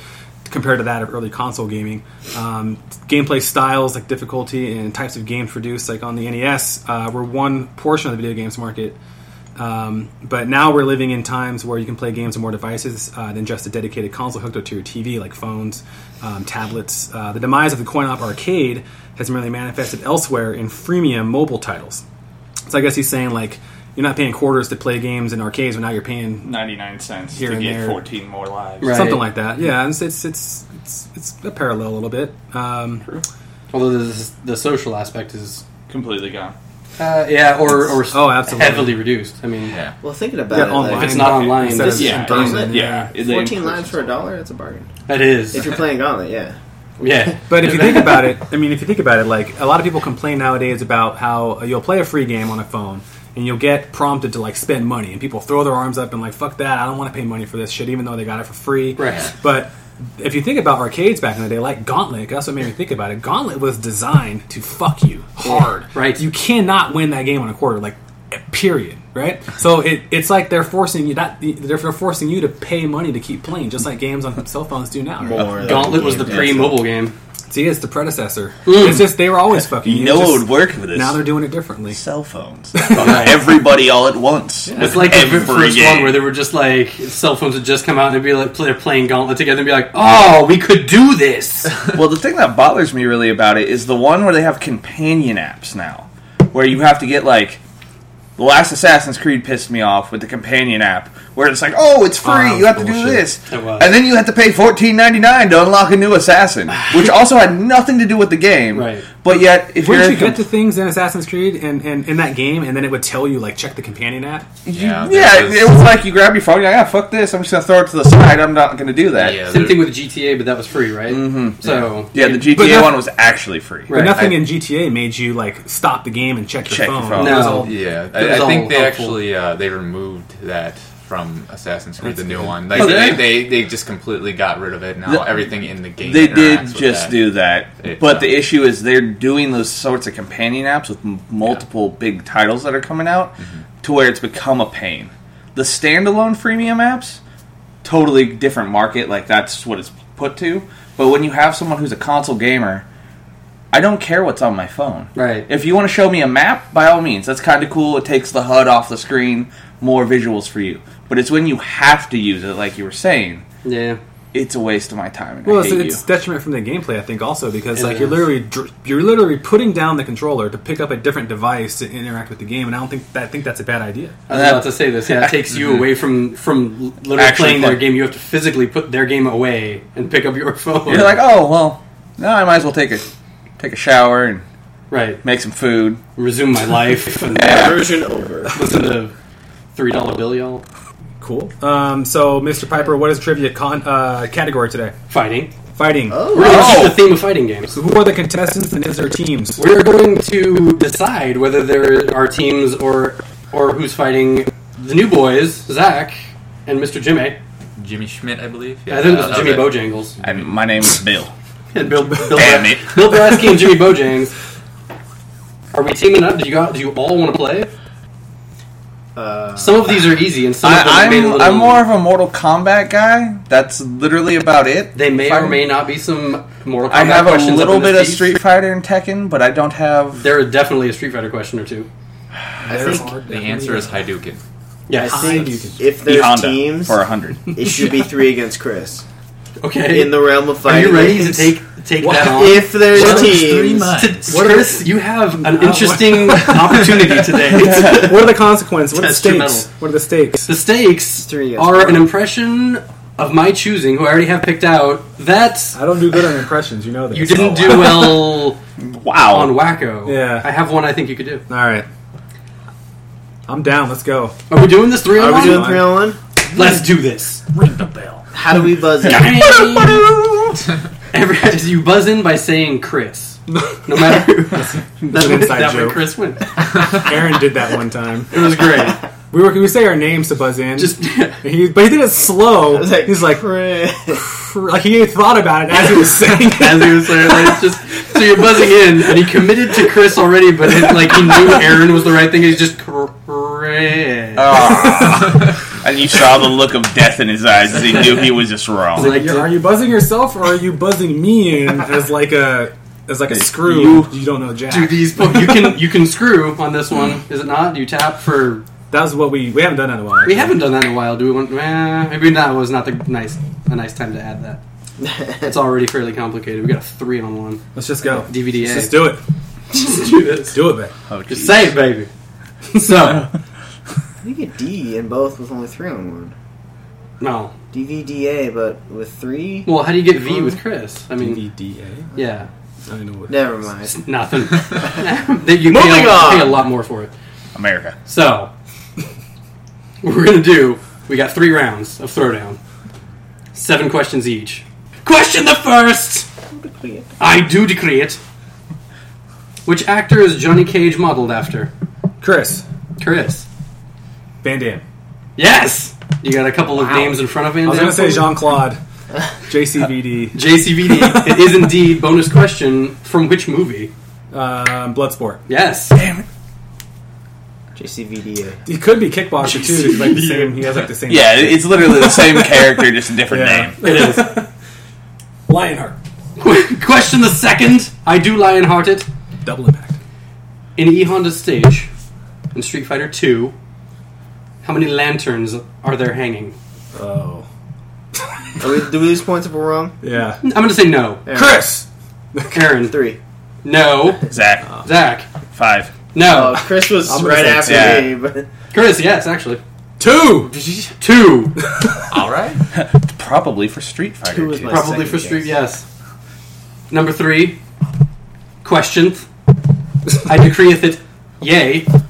Speaker 3: compared to that of early console gaming. Um, gameplay styles, like difficulty and types of games produced, like on the NES, uh, were one portion of the video games market. Um, but now we're living in times where you can play games on more devices uh, than just a dedicated console hooked up to your TV, like phones, um, tablets. Uh, the demise of the coin op arcade has merely manifested elsewhere in freemium mobile titles. So I guess he's saying, like, you're not paying quarters to play games in arcades, but now you're paying
Speaker 8: 99 cents
Speaker 3: Here
Speaker 8: to
Speaker 3: and
Speaker 8: get
Speaker 3: there.
Speaker 8: 14 more lives.
Speaker 2: Right.
Speaker 3: something like that. Yeah, it's it's it's it's, it's a parallel a little bit. Um,
Speaker 2: Although the, the social aspect is.
Speaker 8: Completely gone.
Speaker 2: Uh, yeah, or, or
Speaker 3: Oh, absolutely.
Speaker 2: heavily reduced. I mean,
Speaker 6: Yeah.
Speaker 1: Well, thinking about
Speaker 3: Yeah,
Speaker 1: it,
Speaker 3: online.
Speaker 1: like,
Speaker 2: if it's not online,
Speaker 3: Instead
Speaker 2: this-
Speaker 3: of
Speaker 8: Yeah,
Speaker 3: in person,
Speaker 1: online.
Speaker 8: Yeah. it- they
Speaker 1: 14
Speaker 8: encourage
Speaker 1: lives for a
Speaker 8: us.
Speaker 1: dollar, that's a bargain.
Speaker 2: that is.
Speaker 1: If you're playing Gauntlet, yeah.
Speaker 2: yeah.
Speaker 3: But if you think about it, I mean, if you think about it, like a lot of people complain nowadays about how uh, you'll play a free game on a phone and you'll get prompted to like spend money, and people throw their arms up and like, "Fuck that! I don't want to pay money for this shit," even though they got it for free.
Speaker 2: Right.
Speaker 3: But if you think about arcades back in the day, like Gauntlet, that's what made me think about it. Gauntlet was designed to fuck you hard.
Speaker 2: right.
Speaker 3: You cannot win that game on a quarter. Like, period. Right. So it, it's like they're forcing you that they're they're forcing you to pay money to keep playing, just like games on cell phones do now. right?
Speaker 1: More
Speaker 2: Gauntlet
Speaker 1: than
Speaker 2: was the
Speaker 1: game.
Speaker 2: pre mobile game.
Speaker 3: See, it's the predecessor.
Speaker 2: Hmm.
Speaker 3: It's just they were always fucking
Speaker 4: You
Speaker 3: you.
Speaker 4: know
Speaker 3: It's
Speaker 4: what
Speaker 3: just-
Speaker 4: would work with this?
Speaker 3: Now they're doing it differently.
Speaker 4: cell phones. Everybody all at once.
Speaker 2: It's
Speaker 4: with
Speaker 2: like
Speaker 4: every
Speaker 2: the first
Speaker 4: game.
Speaker 2: one where they were just like cell phones would just come out and they'd be like play, playing Gauntlet together and be like, "Oh, we could do this."
Speaker 4: Well, the thing that bothers me really about it is the one where they have companion apps now, where you have to get like. The last Assassin's Creed pissed me off with the companion app, where it's like, oh, it's free,
Speaker 3: Oh, that was
Speaker 4: you have to do
Speaker 3: bullshit.
Speaker 4: this,
Speaker 2: It was.
Speaker 4: and then you have to pay fourteen ninety nine to unlock a new assassin, which also had nothing to do with the game.
Speaker 2: Right.
Speaker 4: But yet, if
Speaker 3: Wouldn't
Speaker 4: you're
Speaker 3: you get to things in Assassin's Creed and, and in that game, and then it would tell you like check the companion app?
Speaker 4: yeah,
Speaker 6: Yeah. there was-
Speaker 4: it was like you grab your phone, you're like, ah, fuck this, I'm just gonna throw it to the side. I'm not gonna do that.
Speaker 6: Yeah,
Speaker 2: Same
Speaker 6: there-
Speaker 2: thing with GTA, but that was free, right? Mm-hmm. So
Speaker 4: Yeah, the GTA
Speaker 3: But that-
Speaker 4: one was actually free.
Speaker 3: But
Speaker 2: Right,
Speaker 3: nothing
Speaker 6: I-
Speaker 3: in GTA made you like stop the game and check your
Speaker 4: Check your
Speaker 3: phone.
Speaker 4: phone.
Speaker 3: It was
Speaker 2: No.
Speaker 3: all-
Speaker 6: Yeah,
Speaker 2: It
Speaker 6: I,
Speaker 2: was
Speaker 6: I
Speaker 2: all
Speaker 6: think they
Speaker 2: helpful.
Speaker 6: actually uh, they removed that from Assassin's Creed, the new one. Like,
Speaker 2: Oh,
Speaker 6: they,
Speaker 2: yeah.
Speaker 6: they they just completely got rid of it. Now
Speaker 4: The-
Speaker 6: everything in the game
Speaker 4: They
Speaker 6: interacts
Speaker 4: did
Speaker 6: with
Speaker 4: just
Speaker 6: that.
Speaker 4: do that,
Speaker 6: It-
Speaker 4: but
Speaker 6: uh,
Speaker 4: the issue is they're doing those sorts of companion apps with m- multiple big titles that are coming out, to where it's become a pain. The standalone freemium apps, totally different market. Like that's what it's put to. But when you have someone who's a console gamer, I don't care what's on my phone.
Speaker 2: Right.
Speaker 4: If you want to show me a map, by all means, that's kind of cool. It takes the HUD off the screen, more visuals for you. But it's when you have to use it, like you were saying,
Speaker 2: Yeah.
Speaker 4: it's a waste of my time. And
Speaker 3: Well,
Speaker 4: I
Speaker 3: it's,
Speaker 4: hate you.
Speaker 3: it's detriment from the gameplay, I think, also because
Speaker 2: It
Speaker 3: like you're
Speaker 2: is.
Speaker 3: literally dr- you're literally putting down the controller to pick up a different device to interact with the game, and I don't think that, I think that's a bad idea.
Speaker 2: I was about to say this. Yeah, it takes you away from from literally
Speaker 4: Actually
Speaker 2: playing their
Speaker 4: play.
Speaker 2: game. You have to physically put their game away and pick up your phone.
Speaker 4: You're like, oh well, no, I might as well take a take a shower and
Speaker 2: right.
Speaker 4: make some food.
Speaker 2: Resume my life and
Speaker 1: Version over.
Speaker 2: listen to three dollar bill, y'all.
Speaker 3: Cool. Um, so, Mr. Piper, what is trivia con- uh, category today?
Speaker 2: Fighting.
Speaker 3: Fighting.
Speaker 2: We're going to keep the theme of fighting games.
Speaker 3: Who are the contestants and is there teams?
Speaker 2: We're going to decide whether there are teams or or who's fighting the new boys, Zach and Mr. Jimmy.
Speaker 6: Jimmy Schmidt, I believe.
Speaker 2: I think it was
Speaker 6: that
Speaker 2: Jimmy
Speaker 6: it.
Speaker 2: Bojangles.
Speaker 4: And my name is Bill.
Speaker 2: And Bill, Bill,
Speaker 4: Damn it.
Speaker 2: Bill Baraski and Jimmy Bojangs. Are we teaming up? Do you got, do you all want to play?
Speaker 1: Uh,
Speaker 2: Some of these are easy, and some of them
Speaker 4: I,
Speaker 2: may
Speaker 4: I'm
Speaker 2: little-
Speaker 4: I'm more of a Mortal Kombat guy. That's literally about it.
Speaker 2: They may or
Speaker 4: Fighting.
Speaker 2: may not be some Mortal Kombat
Speaker 4: I have a
Speaker 2: questions up
Speaker 4: little
Speaker 2: in this
Speaker 4: bit of
Speaker 2: piece.
Speaker 4: Street Fighter and Tekken, but I don't have.
Speaker 2: There are definitely a Street Fighter question or two.
Speaker 1: I think
Speaker 6: The answer is Hadouken.
Speaker 2: Yes.
Speaker 1: if there's
Speaker 4: Honda
Speaker 1: teams,
Speaker 4: for a hundred.
Speaker 1: it should be three against Chris
Speaker 2: Okay.
Speaker 1: in the realm of
Speaker 2: are
Speaker 1: fighting.
Speaker 2: you ready to
Speaker 1: games.
Speaker 2: take take that on?
Speaker 1: If there's
Speaker 2: What?
Speaker 1: teams,
Speaker 2: To- Chris, you have an
Speaker 4: Uh,
Speaker 2: interesting opportunity today.
Speaker 3: what are the consequences? What are the
Speaker 2: Test your
Speaker 3: stakes?
Speaker 2: mettle.
Speaker 3: What are the stakes?
Speaker 2: The stakes
Speaker 1: Three against
Speaker 2: are
Speaker 1: one.
Speaker 2: an impression of my choosing, who I already have picked out. That
Speaker 3: I don't do good on impressions. You know Oh, that.
Speaker 2: you didn't do well
Speaker 4: Wow.
Speaker 2: on Wacko.
Speaker 3: Yeah.
Speaker 2: I have one I think you could do.
Speaker 3: All right. I'm down. Let's go.
Speaker 2: Are we doing this three on
Speaker 1: are we
Speaker 2: one?
Speaker 1: doing three on one?
Speaker 2: Let's do this.
Speaker 1: How do we buzz it?
Speaker 2: Every, you buzz in by saying Chris. No matter who. That's
Speaker 3: an
Speaker 2: what,
Speaker 3: inside
Speaker 2: that way
Speaker 3: joke.
Speaker 2: Chris wins.
Speaker 3: Aaron did that one time.
Speaker 2: It was great.
Speaker 3: We were we say our names to buzz in.
Speaker 2: Just
Speaker 3: he, but he did it slow.
Speaker 1: It's like,
Speaker 3: He's like,
Speaker 1: Chris.
Speaker 3: like he thought about it as he was saying.
Speaker 2: as he was there, like, it's just so you're buzzing in, and he committed to Chris already, but it, like he knew Aaron was the right thing. He's just Chris.
Speaker 4: and you saw the look of death in his eyes as he knew he was just wrong.
Speaker 2: Like,
Speaker 3: Are you buzzing yourself or are you buzzing me in as like a as like a screw? You,
Speaker 4: You-
Speaker 3: don't know Jack.
Speaker 2: do these? po- You can you can screw on this one, is it not? You tap for.
Speaker 3: That was what we we haven't done that in a while.
Speaker 2: We haven't done that in a while. Do we want? Eh, maybe that was not the nice a nice time to add that. It's already fairly complicated. We got a three on one.
Speaker 3: Let's just go.
Speaker 2: DVDA.
Speaker 3: Let's just do it.
Speaker 2: Let's do this.
Speaker 3: Do it, man.
Speaker 4: Oh,
Speaker 2: Just
Speaker 4: geez.
Speaker 2: say it, baby. So
Speaker 1: We get D in both with only three on one.
Speaker 2: no.
Speaker 1: DVDA, but with three.
Speaker 2: Well, how do you get V with Chris? I mean,
Speaker 3: DDA.
Speaker 2: yeah,
Speaker 3: I don't know what.
Speaker 1: Never mind.
Speaker 2: nothing. that you pay
Speaker 1: Moving
Speaker 2: a,
Speaker 1: on.
Speaker 2: pay a lot more for it.
Speaker 4: America.
Speaker 2: So what we're gonna do. We got three rounds of throwdown. Seven questions each. Question the first. I do decree it. Which actor is Johnny Cage modeled after?
Speaker 3: Chris
Speaker 2: Chris.
Speaker 3: Van Damme.
Speaker 2: Yes. You got a couple of names in front of him.
Speaker 3: I was gonna say Jean Claude. JCVD.
Speaker 2: JCVD. it is indeed bonus question from which movie?
Speaker 3: Um, Bloodsport.
Speaker 2: Yes.
Speaker 1: JCVDA.
Speaker 3: He could be kickboxer too. He's like the same. He has like the same.
Speaker 4: Yeah, it- it's literally the same character, just a different
Speaker 3: Yeah.
Speaker 4: name.
Speaker 2: It is.
Speaker 3: Lionheart.
Speaker 2: Qu- question the second. I do lionheart it.
Speaker 3: Double impact.
Speaker 2: In E Honda stage in Street Fighter 2, how many lanterns are there hanging?
Speaker 3: Oh.
Speaker 1: Are we, do we lose points if we're wrong?
Speaker 3: Yeah.
Speaker 2: I'm going to say no.
Speaker 3: Chris.
Speaker 2: Karen.
Speaker 1: Three.
Speaker 2: No.
Speaker 4: Zach.
Speaker 2: Zach.
Speaker 4: Five.
Speaker 1: Oh,
Speaker 2: No.
Speaker 1: Chris was
Speaker 3: I'm gonna
Speaker 1: right
Speaker 3: say
Speaker 1: after
Speaker 4: two.
Speaker 1: me, but
Speaker 2: Chris, yes, actually.
Speaker 3: Two.
Speaker 2: Two.
Speaker 6: All right.
Speaker 4: Probably for Street Fighter.
Speaker 1: Who was
Speaker 4: too.
Speaker 1: my-
Speaker 2: Probably
Speaker 1: second
Speaker 2: for Street,
Speaker 1: guess.
Speaker 2: yes. Number three. Questioned. I decreeth it. Yay.
Speaker 4: I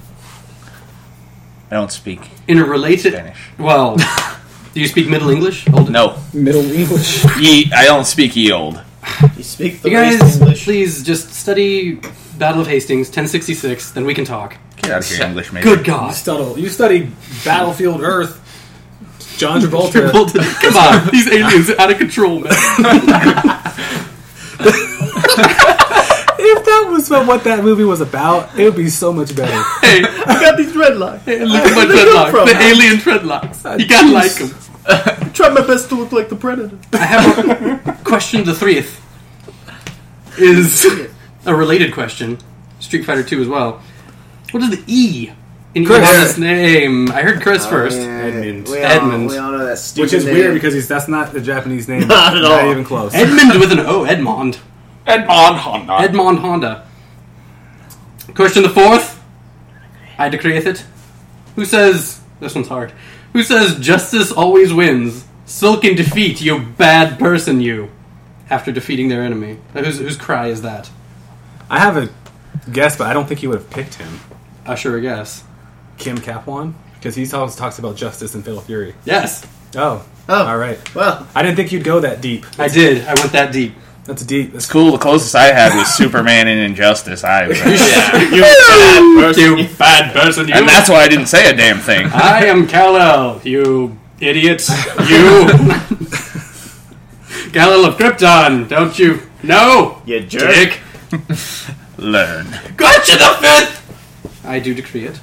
Speaker 4: don't speak
Speaker 2: In a related.
Speaker 4: Spanish.
Speaker 2: Well, do you speak Middle English? Old
Speaker 4: No,
Speaker 3: Middle English.
Speaker 4: ye, I don't speak ye old.
Speaker 1: you speak the
Speaker 2: You
Speaker 1: least
Speaker 2: guys,
Speaker 1: English.
Speaker 2: please just study Battle of Hastings, 1066, then we can talk.
Speaker 4: Get out of here, English major.
Speaker 2: Good God.
Speaker 3: Studdle. You study Battlefield Earth. John Travolta.
Speaker 2: Come on, these aliens are out of control, man.
Speaker 3: if that was what that movie was about, it would be so much better.
Speaker 2: Hey,
Speaker 1: I got these dreadlocks.
Speaker 2: hey, look at my dreadlocks. The alien dreadlocks. You gotta like them.
Speaker 1: I tried my best to look like the Predator.
Speaker 2: I have a question the threeth. Is a related question, Street Fighter Two as well. What is the E in
Speaker 3: Chris.
Speaker 2: Iwata's name? I heard Chris first.
Speaker 3: Edmund.
Speaker 1: We all,
Speaker 2: Edmund.
Speaker 1: We all know that stupid
Speaker 3: Which is
Speaker 1: name.
Speaker 3: weird because he's that's not the Japanese name.
Speaker 1: Not at all.
Speaker 3: even close.
Speaker 2: Edmund with an O, Edmond.
Speaker 8: Edmond Honda.
Speaker 2: Edmond Honda. Question the fourth. I decreeth it. Who says this one's hard? Who says justice always wins? Silk in defeat, you bad person, you. After defeating their enemy, Uh, whose whose cry is that?
Speaker 3: I have a guess, but I don't think he would have picked him.
Speaker 2: Usher, I guess.
Speaker 3: Kim Capwan? Because he always talks about justice and Fatal Fury.
Speaker 2: Yes,
Speaker 3: Oh.
Speaker 1: Oh.
Speaker 3: All right.
Speaker 1: Well,
Speaker 3: I didn't think you'd go that deep.
Speaker 2: I did. I went that deep.
Speaker 3: That's deep. That's
Speaker 4: Cool. The closest I had was Superman in Injustice. I,
Speaker 2: You.
Speaker 8: Bad person, you.
Speaker 4: and that's why I didn't say a damn thing.
Speaker 2: I am Kal-El, you idiots. You. Kal-El of Krypton, don't you? No!
Speaker 1: you jerk.
Speaker 2: Dick!
Speaker 4: Learn.
Speaker 2: Gotcha the fifth! I do decree it.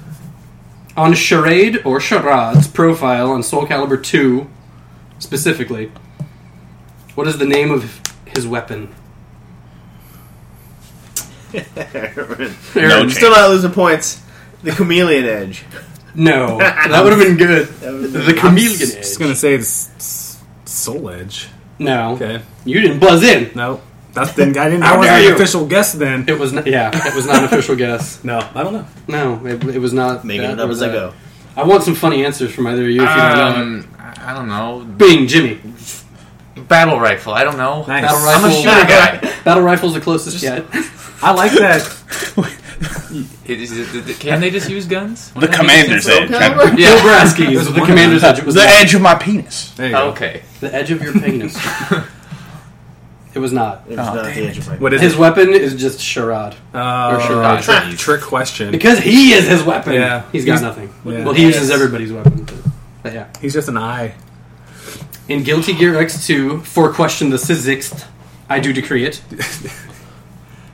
Speaker 2: On Charade or Charade's profile on Soul Calibur 2, specifically, what is the name of his weapon?
Speaker 4: No
Speaker 2: Aaron,
Speaker 1: I'm still not losing points. The chameleon edge.
Speaker 2: no. That would have been good. The chameleon
Speaker 3: just
Speaker 2: edge.
Speaker 3: going to say it's s- Soul Edge.
Speaker 2: No.
Speaker 3: Okay.
Speaker 2: You didn't buzz in.
Speaker 3: No. That's then I didn't.
Speaker 2: How
Speaker 3: I wasn't
Speaker 2: dare
Speaker 3: an
Speaker 2: you.
Speaker 3: official guess then.
Speaker 2: It was not, yeah, it was not an official guess.
Speaker 3: No, I don't know.
Speaker 2: No, it, it was not.
Speaker 1: Making
Speaker 2: that
Speaker 1: it up
Speaker 2: was
Speaker 1: as I
Speaker 2: a-
Speaker 1: go.
Speaker 2: I want some funny answers from either of you if you don't know.
Speaker 6: Um, I I don't know.
Speaker 2: Bing, Jimmy.
Speaker 6: Battle rifle. I don't know.
Speaker 3: Nice.
Speaker 2: Battle
Speaker 6: I'm
Speaker 2: rifle.
Speaker 6: a shooter guy.
Speaker 2: Battle rifle's the closest yet.
Speaker 3: I like that.
Speaker 6: It is- it- it- can they just use guns?
Speaker 4: The commander's edge.
Speaker 1: Calibur?
Speaker 2: Bill Brasky
Speaker 3: There's
Speaker 2: is the
Speaker 3: one
Speaker 2: commander's
Speaker 3: guy.
Speaker 2: edge. It was
Speaker 4: The
Speaker 2: not.
Speaker 4: edge of my penis.
Speaker 3: There you
Speaker 8: Oh.
Speaker 3: go.
Speaker 6: Okay.
Speaker 2: The edge of your penis. it was not.
Speaker 1: It was not the edge of my
Speaker 3: What is
Speaker 2: His
Speaker 3: it?
Speaker 2: weapon is just charade.
Speaker 3: Uh,
Speaker 2: or charade.
Speaker 3: trick, trick question.
Speaker 2: Because he is his weapon.
Speaker 3: Yeah.
Speaker 2: He's got
Speaker 3: He's-
Speaker 2: nothing.
Speaker 3: yeah.
Speaker 2: Well, he uses everybody's weapon. But, but yeah.
Speaker 3: He's just an eye.
Speaker 2: In Guilty Gear X2, for question the sixth, I do decree it.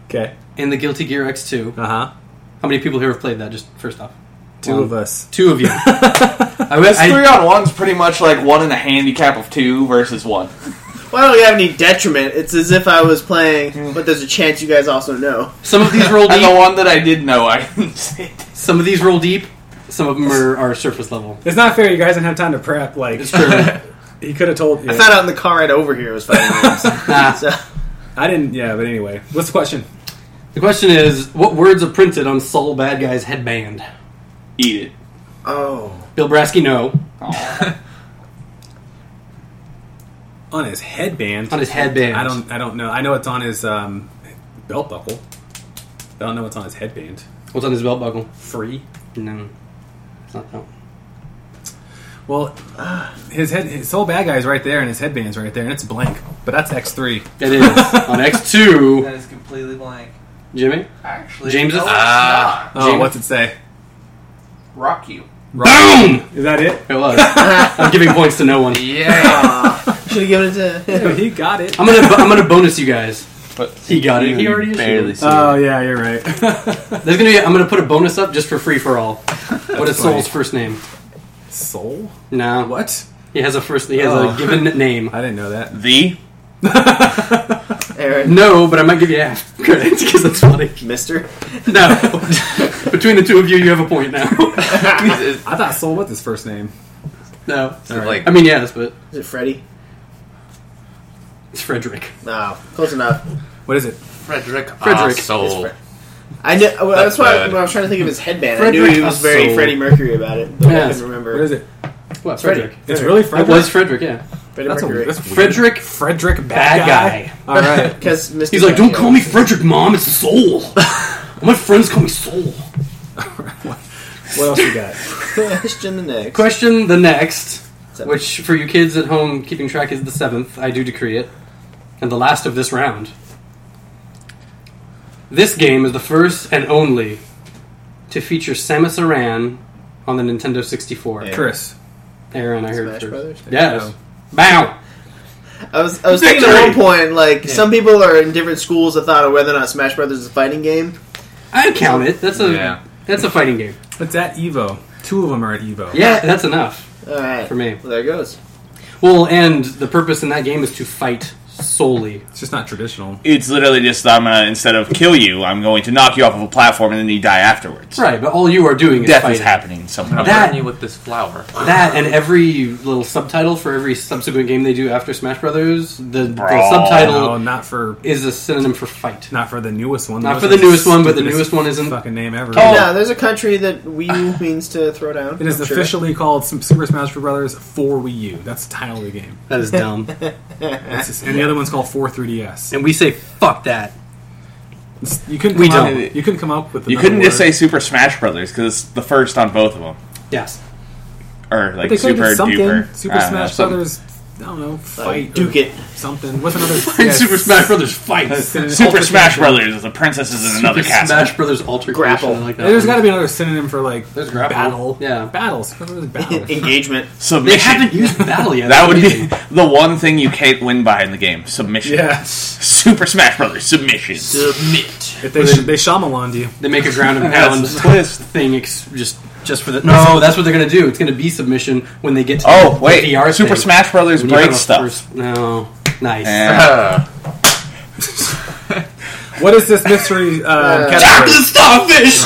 Speaker 3: Okay.
Speaker 2: In the Guilty Gear X2,
Speaker 3: Uh huh.
Speaker 2: how many people here have played that? Just first off,
Speaker 3: Two
Speaker 2: Well,
Speaker 3: of us.
Speaker 2: two of you. I was.
Speaker 8: This three
Speaker 2: I,
Speaker 8: on one's pretty much like one in a handicap of two versus one.
Speaker 1: Well, I don't have any detriment. It's as if I was playing, but there's a chance you guys also know.
Speaker 2: some of these roll
Speaker 8: And the
Speaker 2: deep.
Speaker 8: one that I did know, I didn't say.
Speaker 2: Some of these roll deep. Some of them are, are surface level.
Speaker 3: It's not fair. You guys didn't have time to prep. Like
Speaker 2: It's true.
Speaker 3: he could have told. Yeah.
Speaker 1: I found out in the car ride over here it was fighting games.
Speaker 2: Nah.
Speaker 1: so,
Speaker 3: I didn't. Yeah, but anyway, what's the question?
Speaker 2: The question is, what words are printed on Soul Bad Guy's headband?
Speaker 8: Eat it.
Speaker 1: oh,
Speaker 2: Bill Brasky, no.
Speaker 3: On his headband.
Speaker 2: On his headband.
Speaker 3: I don't. I don't know. I know it's on his um, belt buckle. I don't know what's on his headband.
Speaker 2: What's on his belt buckle?
Speaker 3: Free.
Speaker 2: No. It's not that one.
Speaker 3: Well, his head. His whole bad guy's right there, and his headband's right there, and it's blank. But that's X three.
Speaker 2: It is. on X2.
Speaker 9: That is completely blank.
Speaker 2: Jimmy?
Speaker 9: Actually,
Speaker 2: James is-
Speaker 9: no, it's
Speaker 6: Ah.
Speaker 3: Oh,
Speaker 2: Jamie-
Speaker 3: what's it say?
Speaker 9: not. rock you.
Speaker 2: Boom!
Speaker 3: Is that it?
Speaker 2: It was. I'm giving points to no one.
Speaker 6: Yeah.
Speaker 1: should have given it to him.
Speaker 3: he got it.
Speaker 2: I'm gonna I'm gonna bonus you guys.
Speaker 8: But
Speaker 2: He got it. He already
Speaker 8: barely
Speaker 2: is.
Speaker 8: see
Speaker 3: Oh
Speaker 8: it.
Speaker 3: yeah, you're right.
Speaker 2: There's gonna be I'm gonna put a bonus up just for free for all. What is
Speaker 3: funny.
Speaker 2: Soul's first name?
Speaker 3: Soul?
Speaker 2: No.
Speaker 3: What?
Speaker 2: He has a first he has
Speaker 3: Oh.
Speaker 2: a given name.
Speaker 3: I didn't know that.
Speaker 4: The
Speaker 1: Aaron,
Speaker 2: No, but I might give you half credit because that's funny.
Speaker 1: Mister.
Speaker 2: No. Between the two of you you have a point now.
Speaker 6: Is- is-
Speaker 3: I thought Soul was his first name.
Speaker 2: no.
Speaker 6: is it like
Speaker 2: I mean yes, but
Speaker 1: Is it Freddy?
Speaker 2: It's Frederick.
Speaker 1: No, close enough.
Speaker 3: What is it?
Speaker 6: Frederick Ah,
Speaker 2: Frederick.
Speaker 6: Soul.
Speaker 1: It's I knew, well, that's
Speaker 6: Oh. That's
Speaker 1: why
Speaker 6: bad.
Speaker 1: when I was trying to think of his headband. I knew
Speaker 2: Frederick
Speaker 1: he was very
Speaker 2: Hassel.
Speaker 1: Freddie Mercury about it. Though I
Speaker 2: Yes.
Speaker 1: couldn't remember.
Speaker 3: What is it?
Speaker 2: What
Speaker 1: Frederick.
Speaker 3: It's really
Speaker 2: It
Speaker 3: Frederick.
Speaker 2: was Frederick, yeah.
Speaker 1: Freddie
Speaker 3: that's a,
Speaker 1: Mercury.
Speaker 3: that's weird.
Speaker 2: Frederick.
Speaker 3: Frederick bad,
Speaker 2: Bad
Speaker 3: guy.
Speaker 2: guy.
Speaker 3: All right.
Speaker 1: Because Mr.
Speaker 2: He's like, don't
Speaker 1: Daniel-
Speaker 2: call me Frederick, mom. It's Soul. My friends call me Soul.
Speaker 3: What else you got?
Speaker 1: Question the next.
Speaker 2: Question the next,
Speaker 1: Seven.
Speaker 2: which for you kids at home keeping track is the seventh. I do decree it, and the last of this round. This game is the first and only to feature Samus Aran on the Nintendo 64.
Speaker 1: Yeah.
Speaker 3: Chris.
Speaker 2: Aaron, I heard
Speaker 1: Smash
Speaker 2: first.
Speaker 1: Brothers?
Speaker 2: Yes.
Speaker 3: No.
Speaker 2: Bow.
Speaker 1: I was, I was thinking at one point, like, some people are in different schools that thought of whether or not Smash Brothers is a fighting game.
Speaker 2: I count it. That's a
Speaker 6: Yeah.
Speaker 2: that's a fighting game.
Speaker 3: It's at Evo. Two of them are at Evo.
Speaker 2: Yeah, that's enough.
Speaker 1: Alright.
Speaker 2: For me.
Speaker 1: Well, there it goes.
Speaker 2: Well, and the purpose in that game is to fight solely.
Speaker 3: It's just not traditional.
Speaker 4: It's literally just I'm gonna instead of kill you, I'm going to knock you off of a platform and then you die afterwards.
Speaker 2: Right, but all you are doing is
Speaker 4: Death
Speaker 2: fighting.
Speaker 4: is happening somehow.
Speaker 2: That-
Speaker 6: you with this flower.
Speaker 2: That and every little subtitle for every subsequent game they do after Smash Brothers, the, the
Speaker 4: Brawl.
Speaker 3: No,
Speaker 2: subtitle
Speaker 3: not for
Speaker 2: is a synonym for fight.
Speaker 3: not for the newest one.
Speaker 2: Not
Speaker 3: Those
Speaker 2: for
Speaker 3: are
Speaker 2: the newest one, but the
Speaker 3: stupidest
Speaker 2: newest one isn't- Oh,
Speaker 3: fucking name ever.
Speaker 1: No, there's a country that Wii U means to throw down.
Speaker 3: Oh. It is
Speaker 1: I'm sure.
Speaker 3: officially called Super Smash Bros. for Wii U. That's the title of the game.
Speaker 2: That is dumb.
Speaker 3: That's just- Eh, and the other one's called for 3DS.
Speaker 2: and we say fuck that.
Speaker 3: It's- You couldn't.
Speaker 2: We
Speaker 3: come up-
Speaker 2: don't.
Speaker 3: You couldn't come up with.
Speaker 4: You
Speaker 3: another
Speaker 4: couldn't just
Speaker 3: word.
Speaker 4: say Super Smash Brothers because it's the first on both of them,
Speaker 2: Yes.
Speaker 4: or like
Speaker 3: They could
Speaker 4: Super
Speaker 3: do something.
Speaker 4: Duper. Ah,
Speaker 3: Super
Speaker 4: I don't know,
Speaker 3: Smash
Speaker 4: something.
Speaker 3: Brothers. I don't know. Fight. or
Speaker 1: Uh, Duke it.
Speaker 3: Something. What's another? yeah,
Speaker 5: Super Smash Brothers fights.
Speaker 3: synonym-
Speaker 4: Super
Speaker 3: alternate-
Speaker 4: Smash Brothers is the princesses in another
Speaker 2: Super
Speaker 4: castle.
Speaker 2: Smash Brothers Alter
Speaker 1: Grapple.
Speaker 2: Like that
Speaker 3: There's
Speaker 2: one.
Speaker 3: got to be another synonym for like
Speaker 2: There's grapple.
Speaker 3: battle.
Speaker 2: Yeah.
Speaker 3: battle. Super Brothers battle.
Speaker 1: Engagement.
Speaker 4: Submission.
Speaker 2: They haven't used battle yet.
Speaker 4: that
Speaker 2: That's
Speaker 4: would be
Speaker 2: amazing.
Speaker 4: the one thing you can't win by in the game. Submission.
Speaker 3: yes.
Speaker 4: Super Smash Brothers submission.
Speaker 1: Submit.
Speaker 3: If they sh- they Shyamalan you.
Speaker 2: They make a ground and
Speaker 4: That's
Speaker 2: pound
Speaker 4: the twist.
Speaker 2: thing ex- just just for the. No, that's what they're gonna do. It's gonna be submission when they get to
Speaker 4: Oh
Speaker 2: the
Speaker 4: wait,
Speaker 2: VR
Speaker 4: Super
Speaker 2: thing.
Speaker 4: Smash Brothers
Speaker 2: When you have
Speaker 4: breaks
Speaker 2: a
Speaker 4: stuff.
Speaker 2: first- no, nice.
Speaker 4: Eh.
Speaker 6: Ah.
Speaker 3: What is this mystery? Uh, category?
Speaker 4: starfish.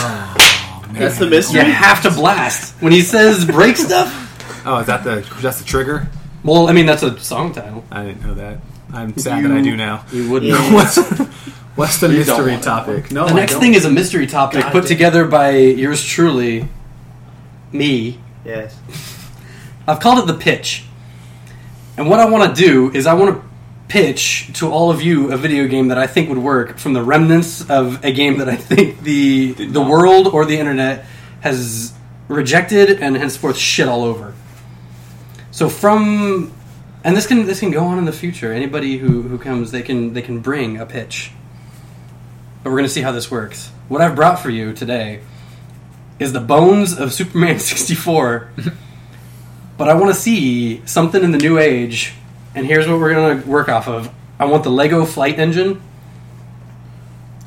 Speaker 1: That's the mystery.
Speaker 2: You have to blast when he says break stuff.
Speaker 3: Oh, is that the that's the trigger?
Speaker 2: Well, I mean that's a song title.
Speaker 3: I didn't know that. I'm sad that I do now.
Speaker 2: You wouldn't.
Speaker 1: Yeah.
Speaker 3: What's, what's the mystery
Speaker 9: want
Speaker 3: topic? No,
Speaker 2: The
Speaker 3: I
Speaker 2: next
Speaker 3: don't.
Speaker 2: thing is a mystery topic put together by yours truly, me.
Speaker 1: Yes.
Speaker 2: I've called it the pitch. And what I want to do is I want to pitch to all of you a video game that I think would work from the remnants of a game that I think the the world or the internet has rejected and henceforth shit all over. So from and this can this can go on in the future. Anybody who, who comes they can they can bring a pitch. But we're gonna see how this works. What I've brought for you today is the bones of Superman sixty four but I want to see something in the new age. And here's what we're gonna work off of. I want the Lego flight engine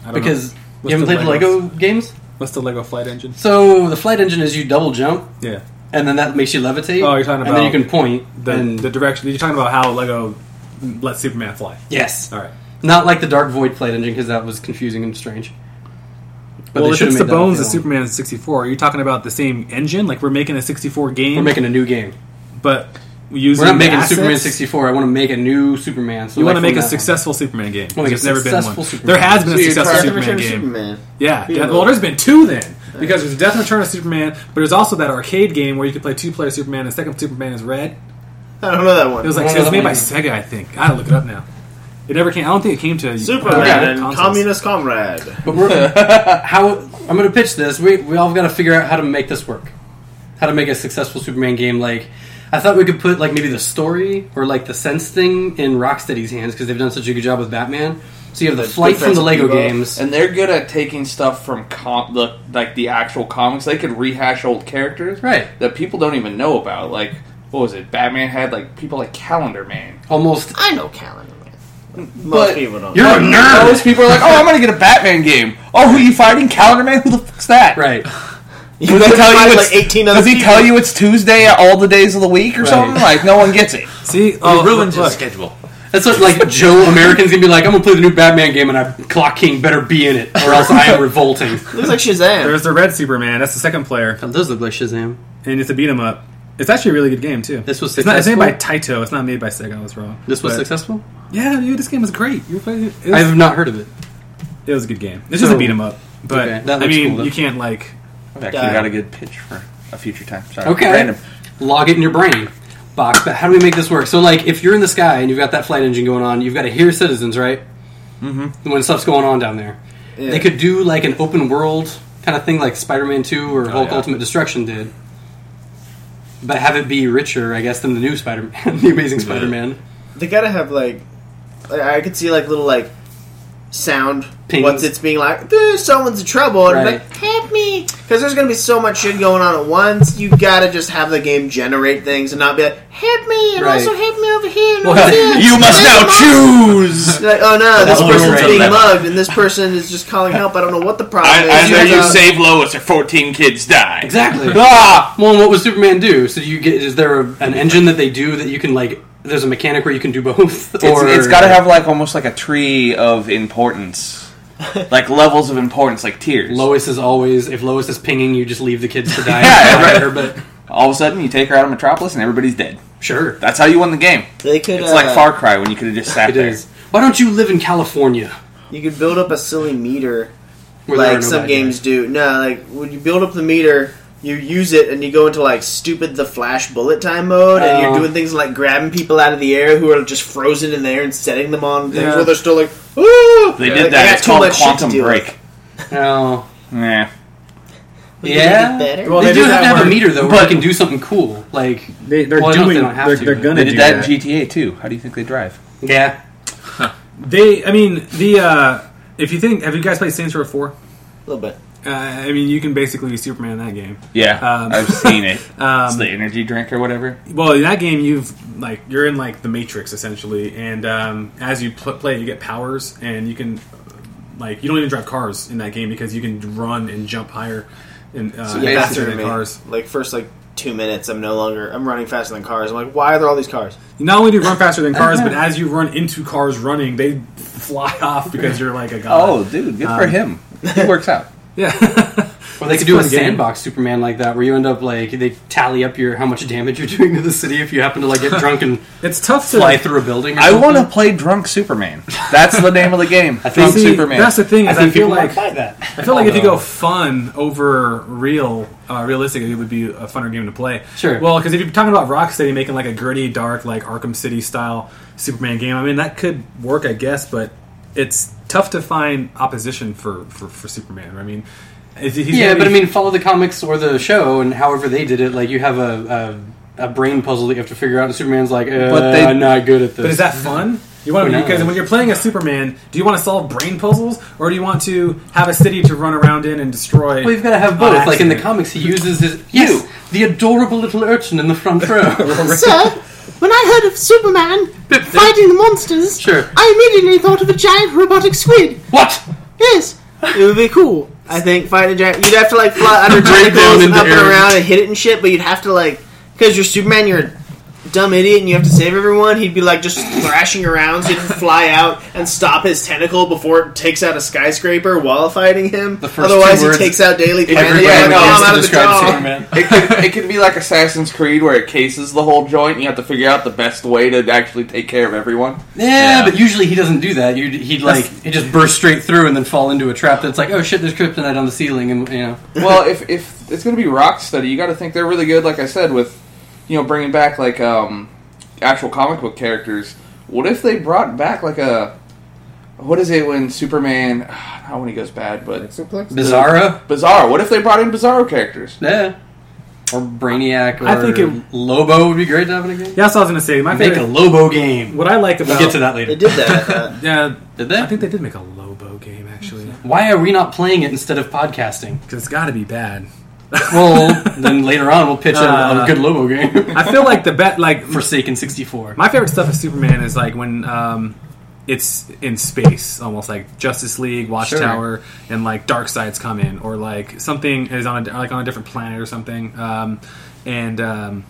Speaker 3: I don't
Speaker 2: because
Speaker 3: know.
Speaker 2: you
Speaker 3: What's
Speaker 2: haven't
Speaker 3: the
Speaker 2: played the Lego games.
Speaker 3: What's the Lego flight engine?
Speaker 2: So the flight engine is you double jump,
Speaker 3: Yeah,
Speaker 2: and then that makes you levitate.
Speaker 3: Oh, you're talking
Speaker 2: and then you
Speaker 3: about
Speaker 2: can point.
Speaker 3: the
Speaker 2: and
Speaker 3: the direction you're talking about how Lego lets Superman fly.
Speaker 2: yes,
Speaker 3: All right.
Speaker 2: not like the Dark Void flight engine because that was confusing and strange. But
Speaker 3: well,
Speaker 2: they
Speaker 3: if
Speaker 2: should've
Speaker 3: it's the
Speaker 2: made that
Speaker 3: bones of
Speaker 2: available.
Speaker 3: Superman 64, are you talking about the same engine? Like we're making a 64 game,
Speaker 2: We're making a new game.
Speaker 3: but we use
Speaker 2: We're not making
Speaker 3: assets?
Speaker 2: Superman 64. I want to make a new Superman. So
Speaker 3: You
Speaker 2: like
Speaker 3: want to
Speaker 2: from
Speaker 3: make a
Speaker 2: that-
Speaker 3: successful Superman game?
Speaker 2: Wanna make
Speaker 3: There's
Speaker 2: a
Speaker 3: never been
Speaker 2: successful
Speaker 3: one.
Speaker 2: Superman
Speaker 3: There
Speaker 2: game.
Speaker 3: has been a
Speaker 1: So you're
Speaker 3: successful
Speaker 1: trying to
Speaker 3: Superman
Speaker 1: return
Speaker 3: game.
Speaker 1: Superman.
Speaker 3: Yeah,
Speaker 1: Yeah.
Speaker 3: Death, well, there's been two then because there's Death and Return of Superman, but there's also that arcade game where you could play two-player Superman and second Superman is red.
Speaker 1: I don't know that
Speaker 3: It
Speaker 1: one.
Speaker 3: was like
Speaker 2: Well,
Speaker 3: it was made
Speaker 2: that
Speaker 3: by
Speaker 2: one-
Speaker 3: Sega, I think. I gotta look it up now. It never came. I don't think it came to
Speaker 1: Superman
Speaker 3: uh,
Speaker 1: and
Speaker 3: consoles.
Speaker 1: Communist Comrade.
Speaker 2: But we're, how I'm going to pitch this. We we all got to figure out how to make this work. How to make a successful Superman game. Like I thought we could put like maybe the story or like the sense thing in Rocksteady's hands because they've done such a good job with Batman. So you have the
Speaker 1: The
Speaker 2: flight from the Lego
Speaker 1: defensive bebop.
Speaker 2: games.
Speaker 8: And they're good at taking stuff from com- the, like the actual comics. They could rehash old characters
Speaker 2: Right.
Speaker 8: that people don't even know about. Like what was it? Batman had like people like Calendar Man.
Speaker 2: Almost
Speaker 1: I know Calendar Man. Most
Speaker 8: But
Speaker 1: people don't.
Speaker 2: you're a nerd,
Speaker 8: Most people are like, "Oh, I'm gonna get a Batman game." Oh, who you fighting? Calendar Man? Who the fuck's that?
Speaker 2: right?
Speaker 1: You
Speaker 8: Does,
Speaker 1: could
Speaker 8: that tell
Speaker 1: find,
Speaker 8: you
Speaker 1: like
Speaker 8: it's-
Speaker 1: 18 other
Speaker 8: does he
Speaker 1: people.
Speaker 8: tell you it's Tuesday all the days of the week or something? Like no one gets it.
Speaker 3: See, oh,
Speaker 6: ruined
Speaker 3: look,
Speaker 6: his schedule.
Speaker 2: That's what like Joe American's gonna be like. I'm gonna play the new Batman game and I Clock King better be in it or else I am revolting.
Speaker 1: Looks like Shazam.
Speaker 3: there's the red Superman. That's the second player,
Speaker 2: That does look like Shazam.
Speaker 3: and it's a beat 'em up. It's actually a really good game too.
Speaker 2: This was
Speaker 3: it's, not, it's made by
Speaker 2: successful.
Speaker 3: Taito. It's not made by Sega. I was wrong.
Speaker 2: This was
Speaker 3: But-
Speaker 2: successful.
Speaker 3: Yeah, dude, this game was great. You played it. It was,
Speaker 2: I have not heard of it.
Speaker 3: it was a good game. It's
Speaker 2: So-
Speaker 3: just a beat 'em up, but
Speaker 2: Okay, that
Speaker 3: I
Speaker 2: looks cool,
Speaker 3: mean,
Speaker 2: though.
Speaker 3: you can't like.
Speaker 4: Becky
Speaker 1: Die.
Speaker 4: got a good pitch for a future time. Sorry.
Speaker 2: Okay.
Speaker 4: Random.
Speaker 2: Log it in your brain. Box, but how do we make this work? So, like, if you're in the sky and you've got that flight engine going on, you've got to hear citizens, right? Mm-hmm. When stuff's going on down there, they could do like an open world kind of thing, like Spider-Man Two or Hulk
Speaker 6: yeah.
Speaker 2: Ultimate Destruction did, but have it be richer, I guess, than the new Spider-Man, the Amazing Spider-Man.
Speaker 1: They gotta have like, like, I could see like little like sound
Speaker 2: Pings.
Speaker 1: once it's being like, "Dude, someone's in trouble," and
Speaker 2: Right.
Speaker 1: like, "Help me!" Because there's gonna be so much shit going on at once. You gotta just have the game generate things and not be like, "Help me!" and
Speaker 2: Right.
Speaker 1: also "Help me over here." And
Speaker 2: Well,
Speaker 1: over here.
Speaker 4: You must now choose.
Speaker 1: Like, oh no, this
Speaker 2: Oh,
Speaker 1: person's
Speaker 2: right.
Speaker 1: being mugged, and this person is just calling help. I don't know what the problem
Speaker 4: I-
Speaker 1: is. Uh,
Speaker 4: Either
Speaker 1: You
Speaker 4: you
Speaker 1: gotta-
Speaker 4: save Lois or fourteen kids die.
Speaker 2: Exactly.
Speaker 4: Ah!
Speaker 2: well, and what would Superman do? So, do you get is there a, an engine that they do that you can like there's a mechanic where you can do both.
Speaker 4: It's,
Speaker 2: or
Speaker 4: it's got to have like almost like a tree of importance, like levels of importance, like tiers.
Speaker 2: Lois is always if Lois is pinging, you just leave the kids to die.
Speaker 4: Yeah, right.
Speaker 2: Her, but
Speaker 4: All of a sudden, you take her out of Metropolis and everybody's dead.
Speaker 2: sure,
Speaker 4: That's how you won the game.
Speaker 1: They could.
Speaker 4: It's
Speaker 1: uh,
Speaker 4: like Far Cry when you could have just sat
Speaker 2: it
Speaker 4: there.
Speaker 2: is. Why don't you live in California?
Speaker 1: You could build up a silly meter,
Speaker 2: Where there are
Speaker 1: like
Speaker 2: no
Speaker 1: some
Speaker 2: bad
Speaker 1: games do. No, like when you build up the meter, you use it and you go into like stupid the flash bullet time mode, and
Speaker 2: Oh.
Speaker 1: you're doing things like grabbing people out of the air who are just frozen in there and setting them on things
Speaker 3: Yeah.
Speaker 1: where they're still like, ooh.
Speaker 4: They
Speaker 1: Like, I
Speaker 4: did that.
Speaker 1: got
Speaker 4: It's
Speaker 1: too
Speaker 4: called
Speaker 1: much shit to
Speaker 4: Quantum
Speaker 1: deal
Speaker 4: Break.
Speaker 1: with.
Speaker 2: Oh,
Speaker 4: Yeah.
Speaker 1: We could make
Speaker 2: Yeah.
Speaker 1: it better.
Speaker 3: Well,
Speaker 2: they,
Speaker 3: they
Speaker 2: do
Speaker 3: did
Speaker 2: have to
Speaker 3: that
Speaker 2: have a
Speaker 3: where-
Speaker 2: meter though, where
Speaker 4: but-
Speaker 2: you can do something cool. Like
Speaker 3: They, they're
Speaker 2: Well, I don't think
Speaker 3: doing.
Speaker 2: they don't have
Speaker 3: they're
Speaker 2: to,
Speaker 3: they're
Speaker 2: but-
Speaker 3: gonna
Speaker 4: They did
Speaker 3: do
Speaker 4: that in GTA too. How do you think they drive?
Speaker 2: yeah,
Speaker 3: They, I mean, the uh, if you think, have you guys played Saints Row Four?
Speaker 1: A little bit.
Speaker 3: Uh, I mean, you can basically be Superman in that game.
Speaker 4: Yeah,
Speaker 3: Um,
Speaker 4: I've seen it. it's
Speaker 3: Um,
Speaker 4: the energy drink or whatever.
Speaker 3: well, in that game, you've like you're in like the Matrix essentially, and um, as you pl- play, you get powers, and you can like you don't even drive cars in that game because you can run and jump higher and uh,
Speaker 1: Yeah, that's
Speaker 3: faster
Speaker 1: what I
Speaker 3: than
Speaker 1: mean.
Speaker 3: cars.
Speaker 1: Like first like two minutes, I'm no longer. I'm running faster than cars. I'm like, why are there all these cars?
Speaker 3: Not only do you run faster than cars, but as you run into cars running, they fly off because you're like a god.
Speaker 4: Oh, dude, good for
Speaker 3: um,
Speaker 4: him. He works out.
Speaker 3: yeah.
Speaker 2: Or they could
Speaker 3: a
Speaker 2: do a
Speaker 3: fun game.
Speaker 2: sandbox Superman like that, where you end up like they tally up your how much damage you're doing to the city if you happen to like get drunk and
Speaker 3: it's tough to
Speaker 2: fly through a building. Or
Speaker 4: I want to
Speaker 2: something.
Speaker 4: play Drunk Superman. That's the name of the game.
Speaker 2: I think-
Speaker 4: Drunk
Speaker 3: See,
Speaker 4: Superman.
Speaker 3: That's the thing is, I,
Speaker 2: think
Speaker 3: feel
Speaker 2: people
Speaker 3: like
Speaker 2: might buy that.
Speaker 3: I feel like if you go fun over real, uh, realistic, it would be a funner game to play.
Speaker 2: Sure.
Speaker 3: Well, because if you're talking about Rocksteady making like a gritty, dark, like Arkham City style Superman game, I mean that could work, I guess, but it's tough to find opposition for for, for Superman. I mean, is he- he's
Speaker 2: yeah,
Speaker 3: gonna
Speaker 2: but I
Speaker 3: be-
Speaker 2: mean, follow the comics or the show, and however they did it, like you have a. a a brain puzzle that you have to figure out, and Superman's like, uh,
Speaker 4: But they-
Speaker 2: I'm not good at this.
Speaker 3: But is that fun? You want
Speaker 2: Who
Speaker 3: to because
Speaker 2: knows?
Speaker 3: when you're playing a Superman, do you want to solve brain puzzles or do you want to have a city to run around in and destroy?
Speaker 2: Well, you've got to have
Speaker 3: on
Speaker 2: both. Like in the
Speaker 3: accident?
Speaker 2: comics, he uses his you, the adorable little urchin in the front row.
Speaker 10: Sir, when I heard of Superman fighting the monsters,
Speaker 2: Sure.
Speaker 10: I immediately thought of a giant robotic squid.
Speaker 2: what?
Speaker 10: Yes,
Speaker 1: It would be cool. I think fighting a giant. You'd have to like fly under tentacles and
Speaker 2: into
Speaker 1: up and
Speaker 2: air.
Speaker 1: around and hit it and shit, but you'd have to like because you're Superman, you're a dumb idiot, and you have to save everyone. He'd be like just thrashing around, so he'd fly out and stop his tentacle before it takes out a skyscraper while fighting him.
Speaker 4: The first
Speaker 1: Otherwise,
Speaker 4: two
Speaker 1: he
Speaker 4: words-
Speaker 1: takes out Daily Planet.
Speaker 4: Everybody
Speaker 1: Yeah,
Speaker 2: Oh,
Speaker 4: knows
Speaker 1: I'm
Speaker 4: to
Speaker 1: out of the
Speaker 4: describe
Speaker 1: job.
Speaker 4: Superman.
Speaker 8: It could, it could be like Assassin's Creed where it cases the whole joint. And you have to figure out the best way to actually take care of everyone.
Speaker 2: Yeah, but usually he doesn't do that. You'd, he'd like he just burst straight through and then fall into a trap that's like, oh shit, there's kryptonite on the ceiling, and you know.
Speaker 8: well, if if it's going to be Rocksteady, you got to think they're really good. Like I said, with you know bringing back like um, actual comic book characters. What if they brought back like a what is it when Superman? Not when he goes bad, but
Speaker 2: Bizarro,
Speaker 8: Bizarro. What if they brought in Bizarro characters?
Speaker 2: yeah, or Brainiac, or
Speaker 3: I think it-
Speaker 2: Lobo would be great to have in a game.
Speaker 3: Yeah, that's what I was gonna say. My
Speaker 2: Make a
Speaker 3: favorite,
Speaker 2: Lobo game.
Speaker 3: what I like
Speaker 2: We'll
Speaker 3: about
Speaker 2: get to that
Speaker 1: They
Speaker 2: later.
Speaker 1: did that. uh, I thought.
Speaker 3: Yeah,
Speaker 2: Did they?
Speaker 3: I think they did make a Lobo game actually.
Speaker 2: Why are we not playing it instead of podcasting?
Speaker 3: Because it's got to be bad.
Speaker 2: Well, then later on we'll pitch a, a
Speaker 3: Uh,
Speaker 2: good Lobo game.
Speaker 3: I feel like the bet, like
Speaker 2: Forsaken sixty four.
Speaker 3: my favorite stuff of Superman is like when um, it's in space, almost like Justice League, Watchtower, and like Dark Sides come in, or like something is on a, like on a different planet or something, um, and. Um,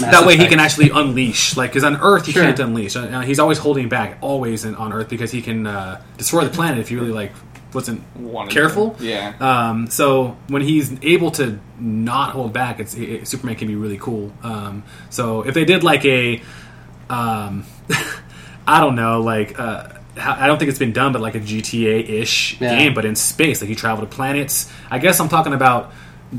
Speaker 2: Mass
Speaker 3: that way he
Speaker 2: Effect.
Speaker 3: can actually unleash like because on earth he
Speaker 2: Sure.
Speaker 3: can't unleash Uh, uh, he's always holding back always in, on earth because he can uh, destroy the planet if he really like wasn't
Speaker 8: Wanted
Speaker 3: careful
Speaker 8: to. Yeah.
Speaker 3: um, so when he's able to not hold back it's it, it- superman can be really cool um, so if they did like a um, i don't know like uh, how- I don't think it's been done, but like a GTA ish
Speaker 2: Yeah.
Speaker 3: game, but in space, like you travel to planets. I guess I'm talking about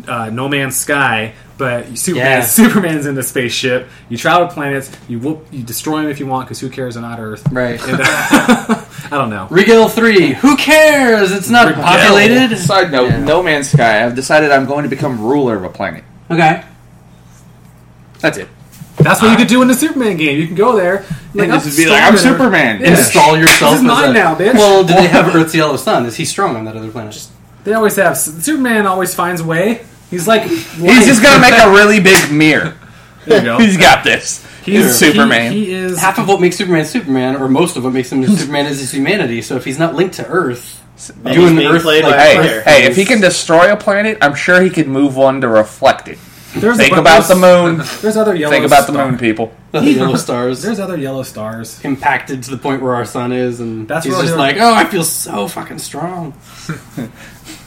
Speaker 3: uh, No Man's Sky, but Superman,
Speaker 2: Yeah.
Speaker 3: Superman's in the spaceship. You travel to planets. You whoop, you destroy them if you want, because who cares? They're not Earth.
Speaker 2: Right.
Speaker 3: And, uh, I don't know.
Speaker 2: Regal three. Who cares? It's not populated.
Speaker 8: Side note,
Speaker 2: Yeah.
Speaker 4: No Man's Sky. I've decided I'm going to become ruler of a planet.
Speaker 2: Okay.
Speaker 4: That's it.
Speaker 3: That's what you could do in the Superman game. You can go there like,
Speaker 4: and just be like, I'm Superman.
Speaker 3: Yeah.
Speaker 2: Install yourself.
Speaker 3: This
Speaker 2: as
Speaker 3: is mine
Speaker 2: a-
Speaker 3: now, bitch.
Speaker 2: Well, did they have Earth's yellow sun? Is he strong on that other planet?
Speaker 3: They always have Superman. Always finds a way. He's like
Speaker 4: He's just gonna make a really big mirror.
Speaker 3: There you go.
Speaker 4: He's got this. He's Superman.
Speaker 3: He, he is.
Speaker 2: Half of what makes Superman Superman, or most of what makes him Superman, is his humanity. So if he's not linked to Earth,
Speaker 1: He's
Speaker 2: doing
Speaker 1: being
Speaker 2: Earth
Speaker 1: played
Speaker 2: like
Speaker 1: by a
Speaker 4: hey,
Speaker 1: player.
Speaker 4: hey, if he can destroy a planet, I'm sure he could move one to reflect it.
Speaker 3: There's a
Speaker 4: Think
Speaker 3: bu-
Speaker 4: about the
Speaker 3: there's-
Speaker 4: moon.
Speaker 3: There's other yellow.
Speaker 4: Think about the
Speaker 3: star-
Speaker 4: moon, people.
Speaker 2: The yellow stars.
Speaker 3: There's other yellow stars.
Speaker 2: Impacted to the point where our sun is, and
Speaker 3: That's
Speaker 2: he's
Speaker 3: what
Speaker 2: just
Speaker 3: they're-
Speaker 2: like, oh, I feel so fucking strong.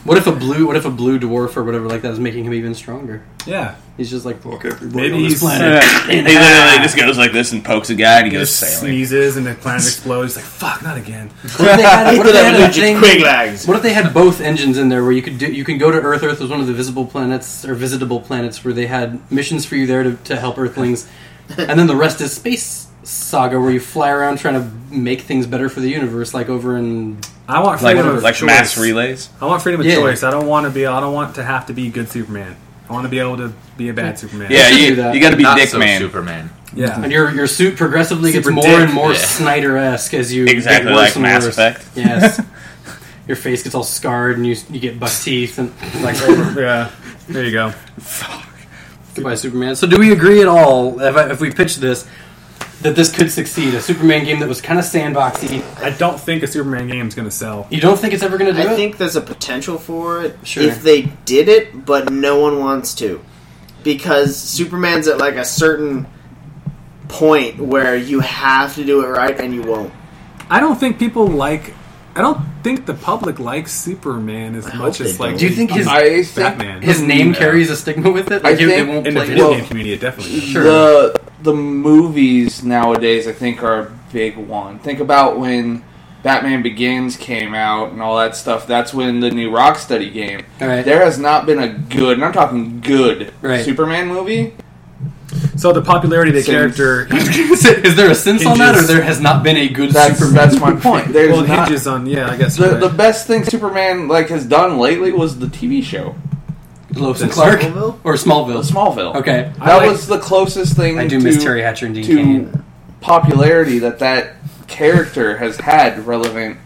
Speaker 2: what if a blue? What if a blue dwarf or whatever like that is making him even stronger?
Speaker 3: Yeah.
Speaker 2: He's just like, fuck everybody
Speaker 3: Maybe
Speaker 2: on this
Speaker 3: he's-
Speaker 2: planet.
Speaker 11: he literally just goes like this and pokes a guy and he goes
Speaker 3: Just
Speaker 11: sailing.
Speaker 3: sneezes and the planet explodes. He's like, fuck, not again.
Speaker 2: What if they had, what if they had a thing-
Speaker 1: Quick lags.
Speaker 2: What if they had both engines in there where you could do, you can go to Earth? Earth was one of the visible planets or visitable planets where they had missions for you there to, to help Earthlings, and then the rest is space saga where you fly around trying to make things better for the universe, like over in
Speaker 3: I want
Speaker 11: Like,
Speaker 3: freedom of
Speaker 11: like
Speaker 3: choice.
Speaker 11: mass relays.
Speaker 3: I want freedom of
Speaker 2: Yeah.
Speaker 3: choice. I don't want to be. I don't want to have to be good Superman. I want to be able to be a bad Superman.
Speaker 11: Yeah,
Speaker 2: should
Speaker 11: you,
Speaker 2: do that.
Speaker 11: you got to be
Speaker 6: Not
Speaker 11: Dick
Speaker 6: so
Speaker 11: Man.
Speaker 6: Superman.
Speaker 3: yeah.
Speaker 2: and your your suit progressively
Speaker 3: Super
Speaker 2: gets more
Speaker 3: dick.
Speaker 2: and more
Speaker 6: Yeah.
Speaker 2: Snyder esque as you
Speaker 11: Exactly
Speaker 2: get worse
Speaker 11: like
Speaker 2: and
Speaker 11: Mass
Speaker 2: worse.
Speaker 11: Effect.
Speaker 2: Yes. Your face gets all scarred, and you you get buck teeth, and like
Speaker 3: Yeah. There you go.
Speaker 2: by Superman. So, do we agree at all if, I, if we pitch this that this could succeed? A Superman game that was kind of sandboxy.
Speaker 3: I don't think a Superman game is going to sell.
Speaker 2: You don't think it's ever going to do
Speaker 1: I
Speaker 2: it?
Speaker 1: think there's a potential for it
Speaker 2: Sure.
Speaker 1: if they did it, but no one wants to. Because Superman's at like a certain point where you have to do it right and you won't.
Speaker 3: I don't think people like. I don't think the public likes Superman as much
Speaker 1: hope
Speaker 3: as
Speaker 1: they
Speaker 3: like.
Speaker 1: don't.
Speaker 2: do you think his
Speaker 4: I think
Speaker 3: Batman
Speaker 2: his name carries a stigma with it? Like
Speaker 4: I
Speaker 2: they- they
Speaker 4: think-
Speaker 2: won't
Speaker 3: in the
Speaker 2: play
Speaker 3: video
Speaker 2: it.
Speaker 4: Well-
Speaker 3: game community? Definitely.
Speaker 2: Sure.
Speaker 4: the the movies nowadays I think are a big one. Think about when Batman Begins came out and all that stuff. That's when the new Rocksteady game.
Speaker 2: All right.
Speaker 4: There has not been a good, and I'm talking good,
Speaker 2: Right.
Speaker 4: Superman movie.
Speaker 3: So the popularity of the
Speaker 4: Sin.
Speaker 3: character
Speaker 2: Is there a sense on that, or
Speaker 3: Hinges.
Speaker 2: there has not been a good
Speaker 4: That's
Speaker 2: Superman?
Speaker 4: that's my point. There's
Speaker 3: well, it
Speaker 4: not,
Speaker 3: hinges on yeah. I guess you're
Speaker 4: the,
Speaker 3: right.
Speaker 4: the best thing Superman like has done lately was the TV show
Speaker 2: Lois and Clark
Speaker 1: Smallville?
Speaker 2: or Smallville?
Speaker 4: Smallville.
Speaker 2: Okay,
Speaker 4: that
Speaker 3: I like-
Speaker 4: was the closest thing.
Speaker 2: I do
Speaker 4: to,
Speaker 2: miss Terry Hatcher and Dean Cain.
Speaker 4: to popularity that that character has had relevant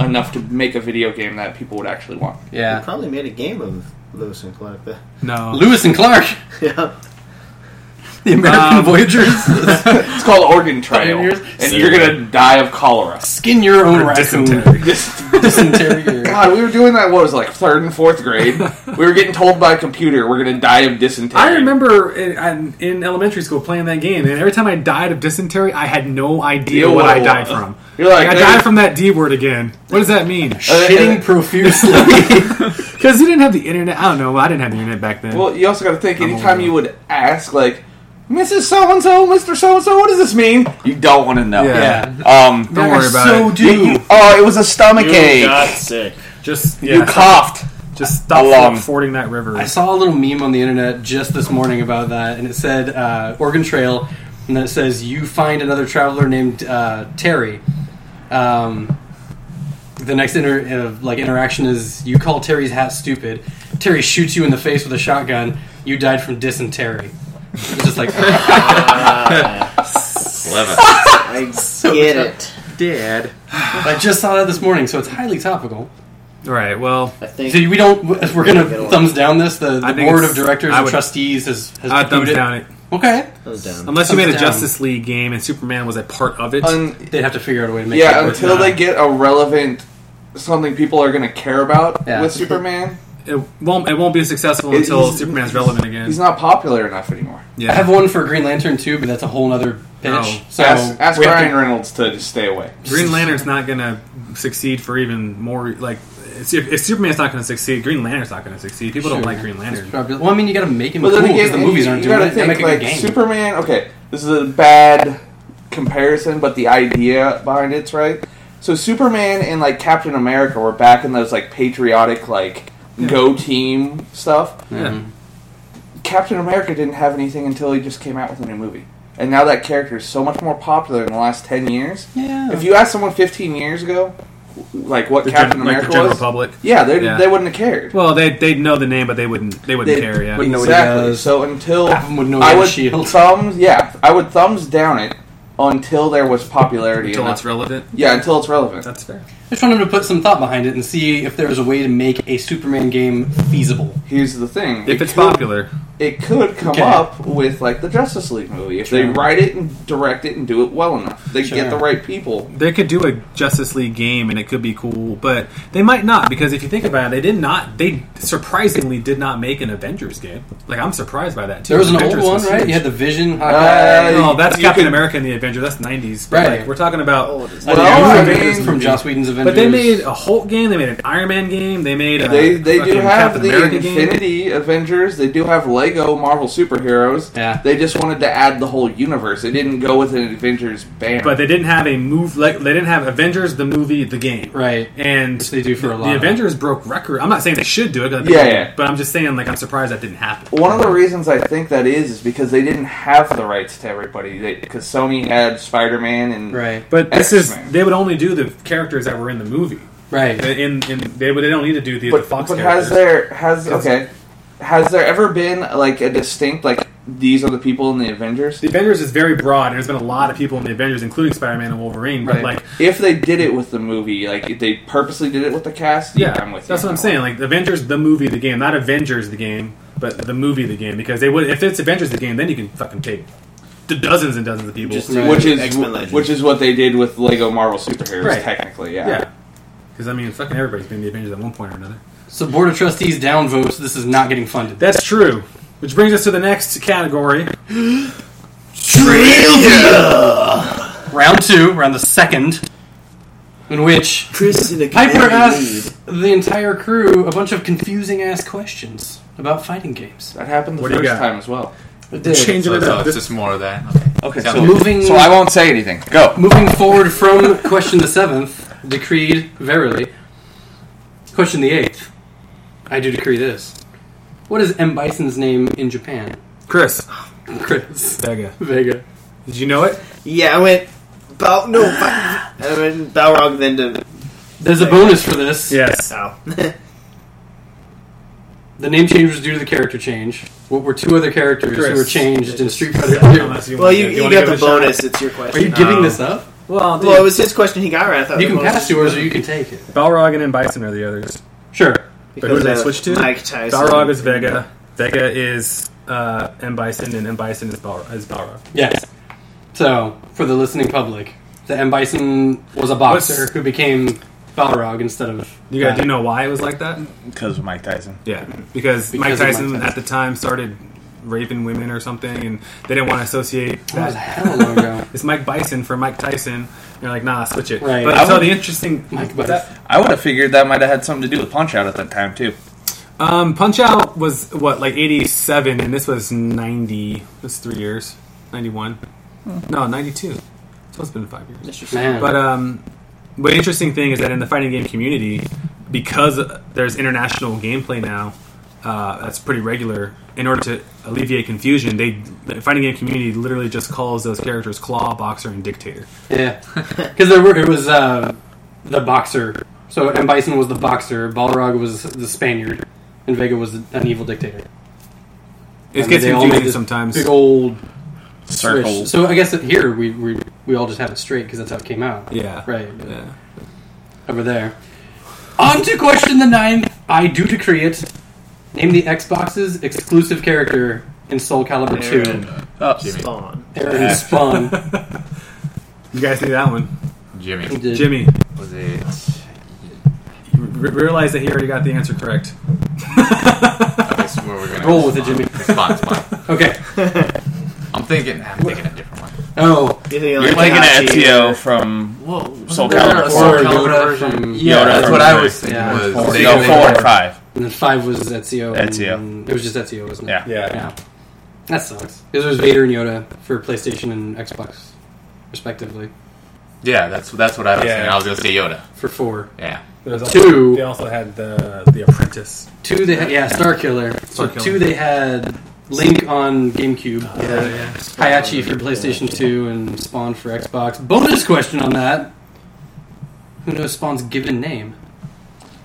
Speaker 4: enough to make a video game that people would actually want.
Speaker 1: They
Speaker 2: Yeah,
Speaker 1: probably made a game of Lewis and Clark. Though.
Speaker 3: no.
Speaker 2: Lewis and Clark,
Speaker 1: yeah.
Speaker 2: the American
Speaker 3: Um,
Speaker 2: Voyagers.
Speaker 4: It's called Oregon Trail,
Speaker 2: Pioneers?
Speaker 4: and you're gonna die of cholera.
Speaker 2: Skin your own
Speaker 3: Or
Speaker 2: raccoon.
Speaker 3: dysentery.
Speaker 2: Dysentery.
Speaker 4: God, we were doing that. What was it, like third and fourth grade? we were getting told by a computer we're gonna die of dysentery.
Speaker 3: I remember in, in elementary school playing that game, and every time I died of dysentery, I had no idea
Speaker 4: Yo.
Speaker 3: what I died from.
Speaker 4: You're like,
Speaker 3: I
Speaker 4: hey.
Speaker 3: died from that D word again. What does that mean?
Speaker 2: Shitting profusely.
Speaker 3: Because you didn't have the internet. I don't know. I didn't have the internet back then.
Speaker 4: Well, you also got to think. Anytime
Speaker 3: old.
Speaker 4: you would ask, like, Mrs. So and So, Mr. So and So, what does this mean? You don't want to know.
Speaker 3: Yeah.
Speaker 4: Um.
Speaker 3: don't worry about
Speaker 2: so
Speaker 3: it.
Speaker 2: do.
Speaker 11: Oh, it was a stomach
Speaker 1: You
Speaker 11: ache.
Speaker 1: got sick.
Speaker 3: Just yeah,
Speaker 11: You coughed.
Speaker 3: just stop
Speaker 11: Along.
Speaker 3: fording that river.
Speaker 2: I saw a little meme on the internet just this morning about that, and it said uh, Oregon Trail, and then it says you find another traveler named uh, Terry. Um, the next inter- uh, like interaction is you call Terry's hat stupid. Terry shoots you in the face with a shotgun. You died from dysentery. It's just like
Speaker 6: Eleven.
Speaker 1: I get it.
Speaker 2: dad. I just saw that this morning, so it's highly topical.
Speaker 3: All right. Well,
Speaker 1: I think.
Speaker 2: So we don't. We're gonna thumbs down this. The, the
Speaker 3: I think
Speaker 2: board
Speaker 3: it's-
Speaker 2: of directors
Speaker 3: I
Speaker 2: and
Speaker 3: would-
Speaker 2: trustees has has
Speaker 3: I thumbs
Speaker 2: viewed it.
Speaker 3: down Uh, it.
Speaker 2: Okay,
Speaker 1: Those down.
Speaker 3: Unless you
Speaker 2: Thumbs
Speaker 3: made a
Speaker 2: down.
Speaker 3: Justice League game and Superman was a part of it.
Speaker 4: Un-
Speaker 2: they'd have to figure out a way to make it
Speaker 4: yeah.
Speaker 2: work.
Speaker 4: Until they get a relevant something people are gonna care about
Speaker 2: Yeah.
Speaker 4: with Superman,
Speaker 3: it won't. It won't be successful
Speaker 4: It-
Speaker 3: until
Speaker 4: he's-
Speaker 3: Superman's relevant again.
Speaker 4: he's not popular enough anymore.
Speaker 2: I have
Speaker 3: yeah.
Speaker 2: one for Green Lantern too, but that's a whole other pitch.
Speaker 3: Oh.
Speaker 2: So
Speaker 4: ask ask
Speaker 2: we have
Speaker 4: Ryan
Speaker 2: to-
Speaker 4: Reynolds to just stay away.
Speaker 3: Green Lantern's not gonna succeed for even more. Like, if, if Superman's not gonna succeed, Green Lantern's not gonna succeed. People don't
Speaker 2: Sure.
Speaker 3: like Green Lantern.
Speaker 2: probably- well, I mean, you got to make him
Speaker 4: But
Speaker 2: cool
Speaker 4: then
Speaker 2: because
Speaker 4: again,
Speaker 2: the movies
Speaker 4: you,
Speaker 2: aren't
Speaker 4: you
Speaker 2: doing
Speaker 4: gotta
Speaker 2: it. They
Speaker 4: think
Speaker 2: make a
Speaker 4: like
Speaker 2: good game.
Speaker 4: Superman. Okay, this is a bad comparison, but the idea behind it's right. So Superman and like Captain America were back in those like patriotic like go team stuff.
Speaker 3: Yeah.
Speaker 4: Captain America didn't have anything until he just came out with a new movie. And now that character is so much more popular in the last 10 years.
Speaker 2: Yeah.
Speaker 4: If you asked someone 15 years ago like what
Speaker 3: The
Speaker 4: Captain
Speaker 3: gen- like the
Speaker 4: America
Speaker 3: general
Speaker 4: was,
Speaker 3: public.
Speaker 4: yeah, they
Speaker 3: Yeah.
Speaker 4: they wouldn't have cared.
Speaker 3: Well, they they'd know the name, but they wouldn't. They wouldn't care. Yeah.
Speaker 2: wouldn't know what he
Speaker 4: exactly.
Speaker 2: does.
Speaker 4: So until
Speaker 2: Half of them would know he
Speaker 4: I
Speaker 2: had a
Speaker 4: would
Speaker 2: shield.
Speaker 4: thumbs, yeah, I would thumbs down it
Speaker 8: until there was popularity.
Speaker 2: Until
Speaker 8: enough.
Speaker 2: it's relevant?
Speaker 8: Yeah, until it's relevant.
Speaker 3: That's fair.
Speaker 2: I just wanted to put some thought behind it and see if there was a way to make a Superman game feasible.
Speaker 8: Here's the thing:
Speaker 2: If
Speaker 3: it's popular,
Speaker 8: it could come
Speaker 2: Okay.
Speaker 8: up with like the Justice League movie if they
Speaker 3: Sure.
Speaker 8: write it and direct it and do it well enough. They
Speaker 3: Sure.
Speaker 8: get the right people.
Speaker 3: They could do a Justice League game and it could be cool, but they might not because if you think about it, they did not. They surprisingly did not make an Avengers game. Like I'm surprised by that too.
Speaker 2: There was an old
Speaker 3: Avengers
Speaker 2: one,
Speaker 3: was
Speaker 2: right?
Speaker 3: huge.
Speaker 2: You had the Vision,
Speaker 3: Uh,
Speaker 2: Hawkeye.
Speaker 3: no, that's
Speaker 2: You
Speaker 3: Captain
Speaker 2: could-
Speaker 3: America and the Avengers. That's '90s. But
Speaker 2: Right.
Speaker 3: like, we're talking about.
Speaker 2: Well, I mean- From Joss Whedon's
Speaker 3: But they
Speaker 2: Avengers.
Speaker 3: made a Hulk game. They made an Iron Man game. They made a
Speaker 8: they they do
Speaker 3: fucking
Speaker 8: have
Speaker 3: Captain
Speaker 8: the
Speaker 3: America game.
Speaker 8: Infinity Avengers. They do have Lego Marvel superheroes.
Speaker 2: Yeah.
Speaker 8: They just wanted to add the whole universe. They didn't go with an Avengers banner.
Speaker 3: But they didn't have a move like they didn't have Avengers the movie the game right and they do for a
Speaker 8: lot.
Speaker 3: The Avengers broke record. I'm not saying they should do it, 'cause I think
Speaker 8: Yeah,
Speaker 3: they-
Speaker 8: yeah.
Speaker 3: But I'm just saying like I'm surprised that didn't happen.
Speaker 8: One of the reasons I think that is is because they didn't have the rights to everybody. Because Sony had Spider Man and
Speaker 2: right,
Speaker 3: But this is they would only do the characters that were in the movie,
Speaker 2: right?
Speaker 3: In in they would they don't need to do the,
Speaker 8: But,
Speaker 3: the Fox
Speaker 8: but
Speaker 3: characters.
Speaker 8: has there has
Speaker 3: It's-
Speaker 8: okay has there ever been like a distinct like these are the people in the Avengers?
Speaker 3: The Avengers is very broad, and there's been a lot of people in the Avengers, including Spider-Man and Wolverine. But like
Speaker 8: if they did it with the movie, like if they purposely did it with the cast, yeah, I'm with
Speaker 3: That's
Speaker 8: you.
Speaker 3: what I'm saying. Like Avengers, the movie, the game, not Avengers, the game, but the movie, the game. Because they would, if it's Avengers, the game, then you can fucking take the dozens and dozens of people,
Speaker 8: which is which is what they did with Lego Marvel superheroes,
Speaker 3: Right.
Speaker 8: technically. Yeah.
Speaker 3: yeah. Because I mean, fucking everybody's been the Avengers at one point or another.
Speaker 2: So board of trustees downvotes. This is not getting funded.
Speaker 3: That's true. Which brings us to the next category.
Speaker 2: Round two, round the second, in which Piper
Speaker 1: commanding
Speaker 2: asks the entire crew a bunch of confusing ass questions about fighting games.
Speaker 8: That happened
Speaker 6: the What do you first got? time
Speaker 8: as well.
Speaker 2: It did.
Speaker 6: so, so it's just more of that. Okay. Sounds
Speaker 2: so
Speaker 6: good.
Speaker 2: moving.
Speaker 8: say anything. Go.
Speaker 2: Moving forward from question the seventh, decreed verily. Question the eighth, I do decree this. What is M Bison's name in Japan?
Speaker 3: Chris.
Speaker 2: Chris.
Speaker 3: Vega.
Speaker 2: Vega.
Speaker 3: Did you know it?
Speaker 1: Yeah, I went Bal no, Ba- I went Balrog then to.
Speaker 2: There's a bonus for this.
Speaker 3: Yes.
Speaker 1: Ow.
Speaker 2: The name change was due to the character change. What were two other characters who
Speaker 3: Chris.
Speaker 2: were changed in Street Fighter
Speaker 3: Unless
Speaker 2: II?
Speaker 3: you Well, wanna you- give- you you wanna got give the it a shot? bonus,
Speaker 1: it's your
Speaker 2: Are you
Speaker 1: question.
Speaker 2: giving
Speaker 1: No.
Speaker 2: this up?
Speaker 3: Well,
Speaker 1: Well, it was his question he got right. I thought
Speaker 2: You
Speaker 1: the
Speaker 2: can
Speaker 1: bonus
Speaker 2: pass
Speaker 1: was-
Speaker 2: yours or you can take it.
Speaker 3: Balrog and Bison are the others.
Speaker 2: Sure.
Speaker 3: But who
Speaker 1: Because
Speaker 3: did I
Speaker 1: of
Speaker 3: switch to?
Speaker 1: Mike Tyson.
Speaker 3: Balrog is Vega. Vega is uh, M Bison, and M Bison is Balrog. Is Balrog.
Speaker 2: Yes. So, for the listening public, the M. Bison was a boxer
Speaker 3: What's-
Speaker 2: who became Balrog instead of.
Speaker 3: You guys do know why it was like that?
Speaker 4: Because of Mike Tyson.
Speaker 3: Yeah, because, Mike
Speaker 2: of
Speaker 3: Tyson at the time started raping women or something, and they didn't want to associate that.
Speaker 2: was hell long ago.
Speaker 3: it's Mike Bison for Mike Tyson. And you're like, nah, switch it.
Speaker 2: Right.
Speaker 3: But
Speaker 4: I
Speaker 3: so
Speaker 4: would-
Speaker 3: the interesting
Speaker 2: Mike
Speaker 3: that,
Speaker 4: I would have figured that might have had something to do with Punch Out at that time too.
Speaker 3: um, Punch Out was what like '87, and this was '90. It was three years, '91. No, '92. So it's been five years.
Speaker 2: Man.
Speaker 3: But um, the interesting thing is that in the fighting game community, because there's international gameplay now, uh, that's pretty regular. In order to alleviate confusion, they the fighting game community literally just calls those characters Claw, Boxer, and Dictator.
Speaker 2: Yeah, because there were it was uh, the boxer. So M Bison was the boxer. Balrog was the Spaniard, and Vega was an evil dictator.
Speaker 3: It
Speaker 2: And
Speaker 3: gets
Speaker 2: they all
Speaker 3: confusing
Speaker 2: made this
Speaker 3: sometimes.
Speaker 2: Big old
Speaker 3: Circle.
Speaker 2: swish. So I guess that here we, we we all just have it straight because that's how it came out.
Speaker 3: Yeah.
Speaker 2: Right.
Speaker 3: Yeah.
Speaker 2: Over there. On to question the ninth. I do decree it. Name the Xbox's exclusive character in Soul Calibur
Speaker 6: Uh,
Speaker 1: Aaron.
Speaker 2: 2.
Speaker 4: Up.
Speaker 1: Spawn.
Speaker 2: Aaron Spawn.
Speaker 3: You guys knew that one,
Speaker 6: Jimmy.
Speaker 3: Jimmy.
Speaker 6: Was it?
Speaker 3: You re- realize that he already got the answer correct.
Speaker 6: That's where we're gonna
Speaker 2: Roll with it, Jimmy.
Speaker 6: Spot, spot.
Speaker 2: Okay.
Speaker 6: I'm thinking. I'm thinking a different one.
Speaker 2: Oh.
Speaker 1: You think
Speaker 4: You're
Speaker 1: like
Speaker 4: thinking of
Speaker 1: Itachi
Speaker 4: Ezio
Speaker 1: or-
Speaker 4: from
Speaker 6: Whoa,
Speaker 4: Soul
Speaker 6: wasn't there
Speaker 4: Calibur
Speaker 6: a
Speaker 4: four.
Speaker 6: Soul Calibur
Speaker 2: Yoda
Speaker 6: version?
Speaker 2: Oh, from-
Speaker 6: Yeah,
Speaker 4: Yoda
Speaker 6: that's
Speaker 4: from
Speaker 6: what I
Speaker 4: three.
Speaker 6: was thinking.
Speaker 2: Yeah.
Speaker 6: Was
Speaker 4: Four.
Speaker 6: they-
Speaker 4: No,
Speaker 6: they-
Speaker 4: four and five.
Speaker 2: And then five was Ezio. and-
Speaker 4: Ezio.
Speaker 2: It was just Ezio, wasn't it?
Speaker 4: Yeah.
Speaker 3: Yeah.
Speaker 2: That sucks. Because it was Vader and Yoda for PlayStation and Xbox, respectively,
Speaker 6: Yeah, that's that's what I was
Speaker 3: Yeah.
Speaker 6: thinking. I was gonna say Yoda.
Speaker 2: for four.
Speaker 6: Yeah.
Speaker 3: There was
Speaker 2: Two.
Speaker 3: They also had the the Apprentice.
Speaker 2: Two, they had, yeah, Star Killer. So
Speaker 3: Starkiller.
Speaker 2: two, they had Link on GameCube.
Speaker 3: Oh, yeah.
Speaker 2: Hayachi for PlayStation 2 and Spawn for Xbox. Bonus question on that. Who knows Spawn's given name?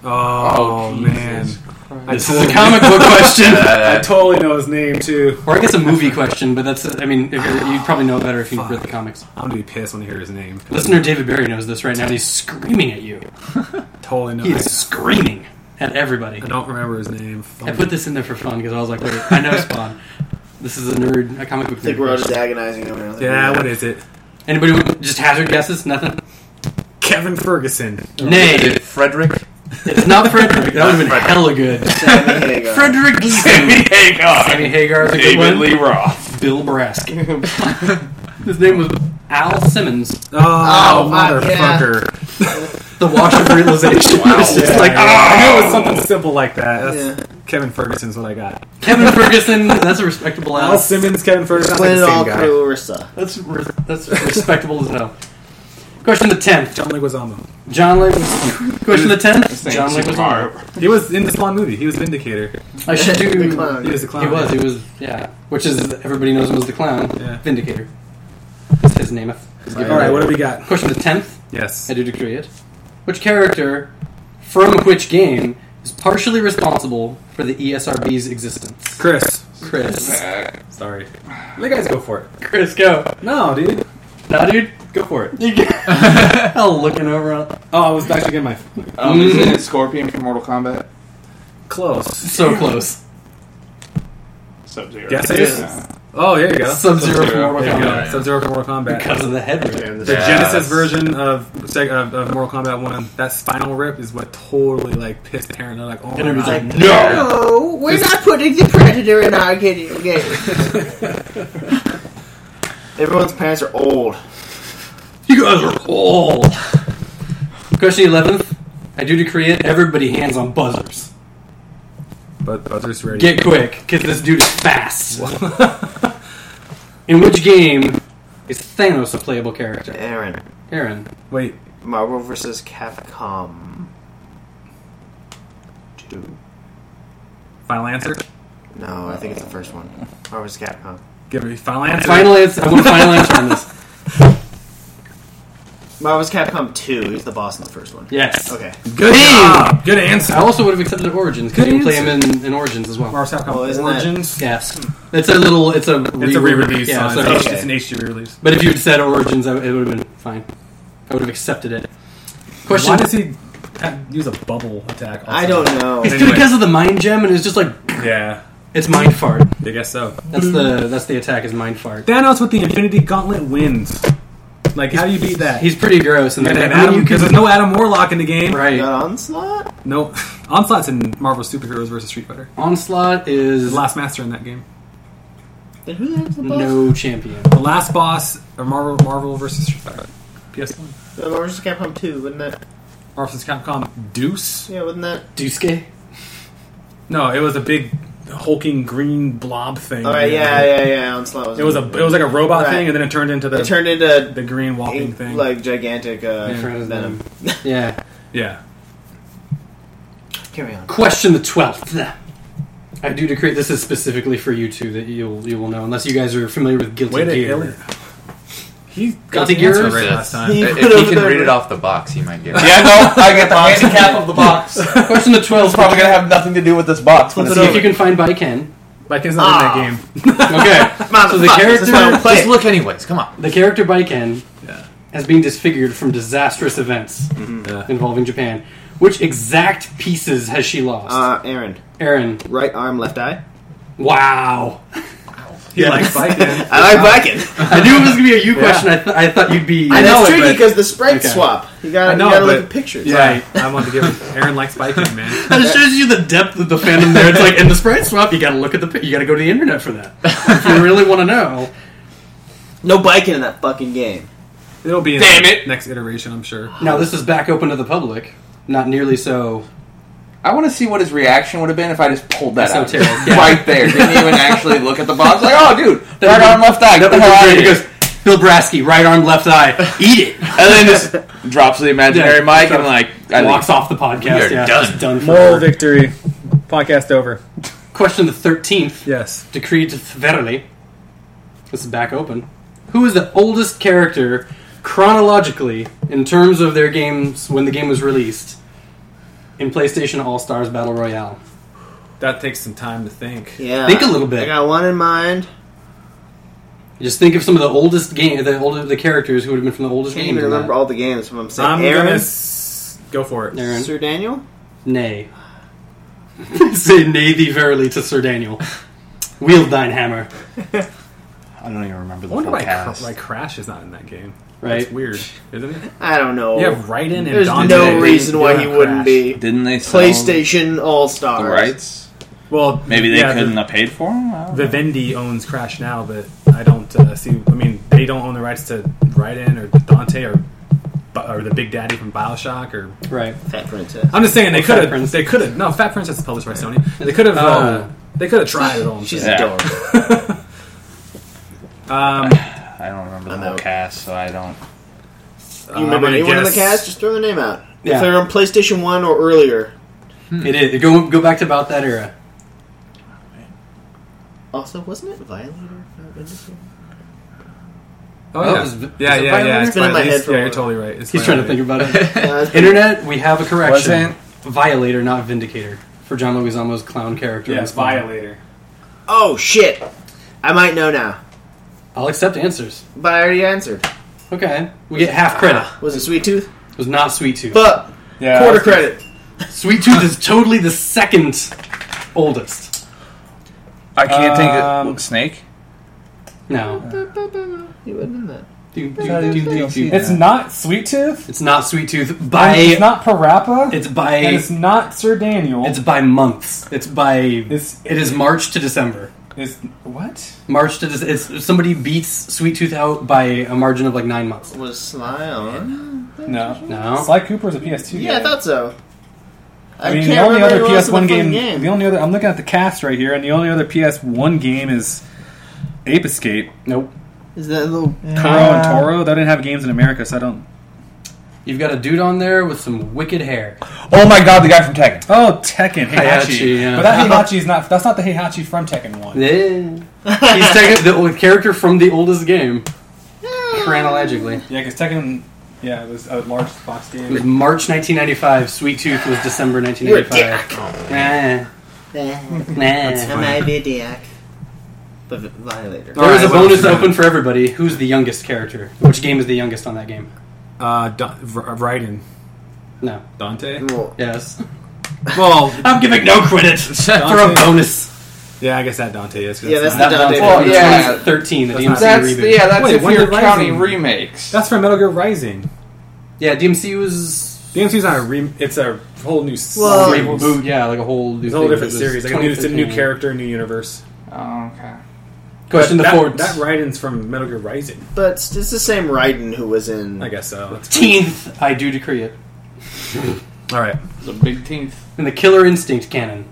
Speaker 3: Oh, man,
Speaker 2: This is a comic book question.
Speaker 6: Uh,
Speaker 3: I totally know his name too.
Speaker 2: Or I guess a movie question, but that's, I mean, if you're, you'd probably know better if you read the comics.
Speaker 3: I'm gonna be pissed when I hear his name.
Speaker 2: Listener David Barry knows this right now, and he's screaming at you.
Speaker 3: Totally know.
Speaker 2: He
Speaker 3: his-
Speaker 2: is screaming at everybody.
Speaker 3: I don't remember his name.
Speaker 2: I put this in there for fun because I was like, wait, I know Spawn. This is a nerd, a comic book
Speaker 1: I think
Speaker 2: nerd.
Speaker 1: we're all just
Speaker 2: question.
Speaker 1: agonizing over another.
Speaker 3: Yeah, what is it?
Speaker 2: Anybody want- just hazard guesses? Nothing?
Speaker 3: Kevin Ferguson.
Speaker 2: Nay.
Speaker 6: Frederick.
Speaker 2: It's not Frederick. That would have been
Speaker 6: Frederick.
Speaker 2: hella good.
Speaker 1: Sammy Hagar.
Speaker 2: Frederick Leeson.
Speaker 4: Sammy Hagar.
Speaker 2: Sammy Hagar is a good
Speaker 4: David
Speaker 2: one.
Speaker 4: Lee Roth.
Speaker 2: Bill Brask. His name was Al Simmons.
Speaker 3: Oh,
Speaker 1: my-
Speaker 3: motherfucker!
Speaker 2: The wash of realization. It's just
Speaker 3: Yeah.
Speaker 2: like,
Speaker 3: I knew it was oh, something simple like that. That's
Speaker 1: Yeah.
Speaker 3: Kevin Ferguson's what I got.
Speaker 2: Kevin Ferguson. That's a respectable
Speaker 3: Al
Speaker 2: ass.
Speaker 3: Simmons, Kevin Ferguson, I
Speaker 1: Explain
Speaker 3: think
Speaker 1: it all,
Speaker 3: the same guy.
Speaker 1: Clarissa.
Speaker 2: That's re- that's respectable as hell. Question the tenth.
Speaker 3: John Leguizamo.
Speaker 2: John Leguizamo. Question the tenth.
Speaker 4: thing
Speaker 2: John
Speaker 4: is
Speaker 2: Leguizamo.
Speaker 3: He was in the Spawn movie. He was Vindicator.
Speaker 2: I should do.
Speaker 10: Mm.
Speaker 1: The clown.
Speaker 3: He was the
Speaker 2: He
Speaker 3: clown.
Speaker 2: was. He was. Yeah. Which is everybody knows him as the clown.
Speaker 3: Yeah.
Speaker 2: Vindicator. That's his name.
Speaker 3: All right, what do we got?
Speaker 2: Question the tenth.
Speaker 3: Yes.
Speaker 2: I do decree it. Which character from which game is partially responsible for the E ESRB's existence?
Speaker 3: Chris.
Speaker 2: Chris.
Speaker 3: Sorry. Let guys go for it.
Speaker 2: Chris, go.
Speaker 3: No, dude.
Speaker 2: Now, dude.
Speaker 3: Go for it.
Speaker 2: Hell, looking over. on-
Speaker 3: Oh, I was actually getting my...
Speaker 8: Um, Isn't it Scorpion from Mortal Kombat?
Speaker 3: Close.
Speaker 2: So close.
Speaker 4: Sub-Zero.
Speaker 3: Yes, it is. Oh, there you go.
Speaker 2: Sub Zero from
Speaker 4: Sub-Zero.
Speaker 2: Mortal
Speaker 3: There you
Speaker 2: Kombat.
Speaker 3: go. Sub-Zero for Mortal Kombat.
Speaker 2: Because of the head rip.
Speaker 1: And
Speaker 3: the
Speaker 1: the-
Speaker 6: Yeah.
Speaker 3: Genesis
Speaker 6: Yes.
Speaker 3: version of, Seg- of of Mortal Kombat One, that spinal rip is what totally like pissed parent. They're like, oh
Speaker 2: And
Speaker 3: my
Speaker 2: it was
Speaker 3: god,
Speaker 2: like,
Speaker 4: No.
Speaker 10: No, we're not putting the predator in our video game.
Speaker 1: Everyone's parents are old.
Speaker 2: You guys are old. Question 11th. I do decree it. Everybody hands on buzzers.
Speaker 3: but buzzers ready.
Speaker 2: Get quick, because this dude is fast. In which game is Thanos a playable character?
Speaker 1: Aaron,
Speaker 2: Aaron.
Speaker 3: Wait,
Speaker 1: Marvel vs. Capcom. Two.
Speaker 3: final answer.
Speaker 1: No, I think it's the first one. Marvel vs. Capcom.
Speaker 3: Give me final answer.
Speaker 2: Final answer. I want a final answer on this.
Speaker 1: Marvel vs. Capcom 2. He's the boss in the first one.
Speaker 2: Yes.
Speaker 1: Okay.
Speaker 3: Good job. Good answer.
Speaker 2: I also would have accepted Origins, because
Speaker 3: Good
Speaker 2: you can play him in, in Origins as well.
Speaker 3: Mars Capcom
Speaker 1: Well, isn't that-
Speaker 3: Origins.
Speaker 2: Yes. It's a little, it's a
Speaker 3: It's a re-release.
Speaker 2: Yeah,
Speaker 3: Yeah,
Speaker 2: so-
Speaker 1: it's-
Speaker 3: it's an HD re-release.
Speaker 2: But if you'd said Origins, I, it would have been fine. I would have accepted it. Question.
Speaker 3: Why does he ha- use a bubble attack? also?
Speaker 1: I don't know.
Speaker 2: It's
Speaker 3: Anyway.
Speaker 2: because of the mind gem, and it's just like
Speaker 3: Yeah,
Speaker 2: it's mind fart.
Speaker 3: I guess so.
Speaker 2: That's the that's the attack is mind fart.
Speaker 3: Thanos with the Infinity Gauntlet wins. Like, how do you beat that?
Speaker 2: He's pretty gross, and
Speaker 3: You
Speaker 2: they're
Speaker 3: gotta
Speaker 2: like, I mean,
Speaker 3: have Adam
Speaker 2: you
Speaker 3: because
Speaker 2: can
Speaker 3: there's no Adam Warlock in the game.
Speaker 2: right.
Speaker 1: Got Onslaught?
Speaker 3: No, Onslaught's in Marvel Superheroes versus Street Fighter.
Speaker 2: Onslaught is
Speaker 3: The last master in that game.
Speaker 1: Then who the hell's the boss?
Speaker 2: no champion.
Speaker 3: The last boss of Marvel Marvel versus Street Fighter. PS1.
Speaker 1: Uh, Marvel vs. Capcom 2, wouldn't that?
Speaker 3: Marvel vs. Capcom Deuce.
Speaker 1: Yeah, wouldn't that?
Speaker 2: Duske.
Speaker 3: No, it was a big hulking green blob thing.
Speaker 1: Alright, Oh, yeah, yeah, yeah. Onslaught was.
Speaker 3: It was a it was like a robot
Speaker 1: Right.
Speaker 3: thing, and then it turned into the
Speaker 1: It turned into
Speaker 3: the green walking
Speaker 1: a,
Speaker 3: thing.
Speaker 1: like gigantic uh,
Speaker 2: I forgot his
Speaker 1: venom.
Speaker 2: Yeah.
Speaker 3: yeah,
Speaker 1: Carry on.
Speaker 2: Question the twelfth. I do decree this is specifically for you two that you'll you will know unless you guys are familiar with Guilty
Speaker 3: way to
Speaker 2: Gear.
Speaker 3: kill it. He got
Speaker 2: Guilty
Speaker 3: the answer
Speaker 2: Gears?
Speaker 3: right
Speaker 6: Yes.
Speaker 3: last time.
Speaker 1: He
Speaker 6: if
Speaker 1: put
Speaker 6: if
Speaker 1: over
Speaker 6: he can
Speaker 1: there-
Speaker 6: read it off the box, he might get it.
Speaker 4: Yeah, no, I get the handicap of the box.
Speaker 2: Question the twelfth.
Speaker 4: Probably gonna have nothing to do with this box. when
Speaker 2: Let's
Speaker 4: it's
Speaker 2: see if
Speaker 4: over.
Speaker 2: you can find by Ken.
Speaker 3: Like it's not in
Speaker 1: Ah.
Speaker 3: that game.
Speaker 2: Okay. so
Speaker 1: Motherfuckers,
Speaker 2: the
Speaker 1: that's why I don't
Speaker 2: character
Speaker 1: play
Speaker 6: Just
Speaker 1: it.
Speaker 6: look, anyways. Come on.
Speaker 2: the character by Ken
Speaker 3: Yeah. Mm-hmm.
Speaker 2: has been disfigured from disastrous events
Speaker 3: Yeah.
Speaker 2: involving Japan. Which exact pieces has she lost?
Speaker 1: Uh, Aaron,
Speaker 2: Aaron.
Speaker 1: right arm, left eye.
Speaker 2: Wow.
Speaker 3: He likes biking.
Speaker 1: I like blacking.
Speaker 2: I knew it was gonna be a you question. I, th- I thought you'd be.
Speaker 1: Uh, And
Speaker 3: know
Speaker 1: that's
Speaker 3: it,
Speaker 1: tricky
Speaker 3: but-
Speaker 1: because the sprite
Speaker 2: Okay.
Speaker 1: swap. You gotta,
Speaker 3: I know,
Speaker 1: you gotta look
Speaker 3: but-
Speaker 1: at pictures.
Speaker 3: Yeah, I want to give him. Aaron likes biking, man.
Speaker 2: That shows you the depth of the fandom there. It's like in the sprite swap, you gotta look at the. pi- You gotta go to the internet for that if you really want to know.
Speaker 1: No biking in that fucking game.
Speaker 3: It'll be in
Speaker 4: Damn
Speaker 3: the
Speaker 4: it.
Speaker 3: next iteration, I'm sure.
Speaker 2: Now this is back open to the public. Not nearly so.
Speaker 8: I want to see what his reaction would have been if I just pulled that out
Speaker 2: Esoteric, yeah.
Speaker 8: right there. Didn't even actually look at the box. Like, oh, dude,
Speaker 2: That
Speaker 8: right arm,
Speaker 2: would-
Speaker 8: left eye. Get the
Speaker 2: That would
Speaker 8: hell
Speaker 2: be
Speaker 8: out
Speaker 2: great.
Speaker 8: of
Speaker 2: He
Speaker 8: here.
Speaker 2: goes, Bill Brasky, right arm, left eye, eat it.
Speaker 4: And then just drops the imaginary
Speaker 2: Yeah.
Speaker 4: mic and like I
Speaker 2: Walks off the podcast.
Speaker 6: We are
Speaker 2: yeah,
Speaker 6: done.
Speaker 2: just done.
Speaker 3: Moral
Speaker 2: For
Speaker 3: victory. Podcast over.
Speaker 2: Question the thirteenth.
Speaker 3: Yes.
Speaker 2: decreed to Verily. This is back open. Who is the oldest character chronologically in terms of their games when the game was released in PlayStation All Stars Battle Royale?
Speaker 3: That takes some time to think.
Speaker 1: Yeah.
Speaker 2: Think a little bit.
Speaker 1: I got one in mind.
Speaker 2: Just think of some of the oldest game, the older the characters who would have been from the oldest
Speaker 1: Can't
Speaker 2: game.
Speaker 1: even remember all the games from I'm saying.
Speaker 3: I'm
Speaker 1: Aaron,
Speaker 3: gonna s- go for it.
Speaker 2: Aaron.
Speaker 1: Sir Daniel.
Speaker 2: Nay. Say nay thee verily to Sir Daniel. Wield thine hammer.
Speaker 4: I don't even remember
Speaker 3: I
Speaker 4: the
Speaker 3: wonder
Speaker 4: full
Speaker 3: why,
Speaker 4: cast.
Speaker 3: Cra- why Crash is not in that game.
Speaker 2: Right.
Speaker 3: That's weird, isn't it?
Speaker 1: I don't know.
Speaker 3: You have Raiden and
Speaker 1: Oh. There's
Speaker 3: Dante.
Speaker 1: no reason
Speaker 3: You
Speaker 1: why
Speaker 3: have
Speaker 1: he wouldn't
Speaker 3: Crash.
Speaker 1: be
Speaker 4: Didn't they sell
Speaker 1: PlayStation All
Speaker 4: the
Speaker 1: Stars.
Speaker 4: rights?
Speaker 3: Well,
Speaker 4: Maybe they
Speaker 3: yeah,
Speaker 4: couldn't have paid for them. I don't know.
Speaker 3: Vivendi owns Crash now, but I don't uh, see. I mean, they don't own the rights to Raiden or Dante or or the Big Daddy from Bioshock. Or
Speaker 2: Right.
Speaker 1: Fat Princess.
Speaker 3: I'm just saying they
Speaker 2: Or Fat
Speaker 3: could have.
Speaker 2: Prince.
Speaker 3: They could have. No, Fat Princess is published by Sony. They could have. Uh,
Speaker 2: Oh.
Speaker 3: they could have tried it all.
Speaker 1: She's
Speaker 4: Yeah.
Speaker 1: adorable.
Speaker 3: Um,
Speaker 4: I don't remember the
Speaker 1: I'm
Speaker 4: whole
Speaker 1: out.
Speaker 4: cast, so I don't.
Speaker 1: You remember
Speaker 3: I'm gonna
Speaker 1: anyone in the
Speaker 3: guess-
Speaker 1: cast? Just throw their name out. If
Speaker 2: Yeah.
Speaker 1: they're on PlayStation One or earlier,
Speaker 2: It is. Go go back to about that era.
Speaker 1: Also, wasn't it Violator?
Speaker 3: Oh,
Speaker 2: Oh,
Speaker 3: yeah.
Speaker 2: is- is
Speaker 3: yeah,
Speaker 2: it
Speaker 3: yeah, yeah.
Speaker 1: It's been in
Speaker 3: by-
Speaker 1: my
Speaker 3: it's-
Speaker 1: head for a
Speaker 3: yeah, you're
Speaker 1: while.
Speaker 3: totally right. It's
Speaker 2: He's
Speaker 3: by
Speaker 2: trying to
Speaker 3: Lady.
Speaker 2: think about it.
Speaker 1: Uh, it's been-
Speaker 2: Internet, we have a correction.
Speaker 4: Wasn't-
Speaker 2: Violator, not vindicator, for John Leguizamo's clown character. in
Speaker 3: Yeah,
Speaker 2: this film.
Speaker 3: Violator.
Speaker 1: oh shit! I might know now,
Speaker 2: I'll accept answers.
Speaker 1: but I already answered.
Speaker 2: Okay, we get half credit.
Speaker 1: Was it Sweet Tooth? Uh,
Speaker 2: It was not Sweet Tooth.
Speaker 1: But
Speaker 4: Yeah,
Speaker 1: quarter credit.
Speaker 2: Sweet Tooth is totally the second oldest.
Speaker 4: I can't think
Speaker 3: Um,
Speaker 4: of what, Snake.
Speaker 2: No,
Speaker 1: You wouldn't know that.
Speaker 2: Do, do, do, do, do.
Speaker 4: It's
Speaker 3: not Sweet Tooth.
Speaker 2: it's not Sweet Tooth by.
Speaker 3: not Parappa.
Speaker 2: It's by.
Speaker 3: not Sir Daniel.
Speaker 2: It's by months. It's by.
Speaker 3: It's-
Speaker 2: It is March to December.
Speaker 3: It's what?
Speaker 2: March to Dec- it's somebody beats Sweet Tooth out by a margin of like nine months.
Speaker 1: Was Sly on?
Speaker 3: No,
Speaker 2: No.
Speaker 3: Sly Cooper's a PS2
Speaker 1: Yeah, I
Speaker 3: game.
Speaker 1: thought so. I,
Speaker 3: I mean,
Speaker 1: can't
Speaker 3: the only
Speaker 1: remember
Speaker 3: other
Speaker 1: who else was
Speaker 3: PS1
Speaker 1: in the
Speaker 3: game,
Speaker 1: fucking
Speaker 3: The only other. I'm looking at the cast right here, and the only other PS1 game is Ape Escape.
Speaker 2: Nope.
Speaker 1: Is that little?
Speaker 3: Kuro and
Speaker 1: Ah.
Speaker 3: Toro. They didn't have games in America, so I don't.
Speaker 2: You've got a dude on there with some wicked hair.
Speaker 4: Oh my god, the guy from Tekken.
Speaker 3: Oh, Tekken Heihachi.
Speaker 2: Heihachi, yeah.
Speaker 3: But that Heihachi is not. That's not the Heihachi from Tekken One.
Speaker 2: He's taking the old character from the oldest game. Chronologically,
Speaker 3: Yeah, because Tekken. Yeah, it was a large box
Speaker 2: it was
Speaker 3: game.
Speaker 2: March 1995. Sweet Tooth was December 1995.
Speaker 1: Am
Speaker 2: Nah, nah.
Speaker 1: I Vidiac? But v- Violator.
Speaker 2: There was a bonus open for everybody. Who's the youngest character? Which game is the youngest on that game?
Speaker 3: Uh, da- R- Raiden.
Speaker 2: No.
Speaker 3: Dante.
Speaker 1: Well,
Speaker 2: Yes.
Speaker 3: Well,
Speaker 2: I'm giving no credit for a bonus.
Speaker 3: yeah, I guess that Dante is. 'cause
Speaker 1: Yeah,
Speaker 3: that's,
Speaker 1: that's
Speaker 3: not-
Speaker 2: Not Dante.
Speaker 1: Well,
Speaker 2: from
Speaker 8: yeah.
Speaker 2: 2013, the
Speaker 3: That's
Speaker 2: DMC
Speaker 3: not-
Speaker 8: That's
Speaker 2: reboot.
Speaker 8: yeah. That's
Speaker 3: Wait,
Speaker 8: if
Speaker 3: when
Speaker 8: you're
Speaker 3: did Rising-
Speaker 8: counting remakes.
Speaker 3: that's from Metal Gear Rising.
Speaker 2: Yeah, DMC was
Speaker 3: DMC's not a re- It's a whole new. s-
Speaker 1: Well-
Speaker 3: series.
Speaker 2: reboot. Yeah, like a whole new
Speaker 3: Oh, It's a whole
Speaker 2: thing.
Speaker 3: different
Speaker 2: It was
Speaker 3: series. Like a new, it's a new
Speaker 2: 2013.
Speaker 3: character, new universe.
Speaker 8: Oh, okay.
Speaker 2: Question the
Speaker 3: that,
Speaker 2: fourth.
Speaker 3: That Raiden's from Metal Gear Rising.
Speaker 1: but it's it's the same Raiden who was in.
Speaker 3: I guess so. That's-
Speaker 2: 15th, I do decree it.
Speaker 3: All right.
Speaker 8: The big teeth.
Speaker 2: In the Killer Instinct canon.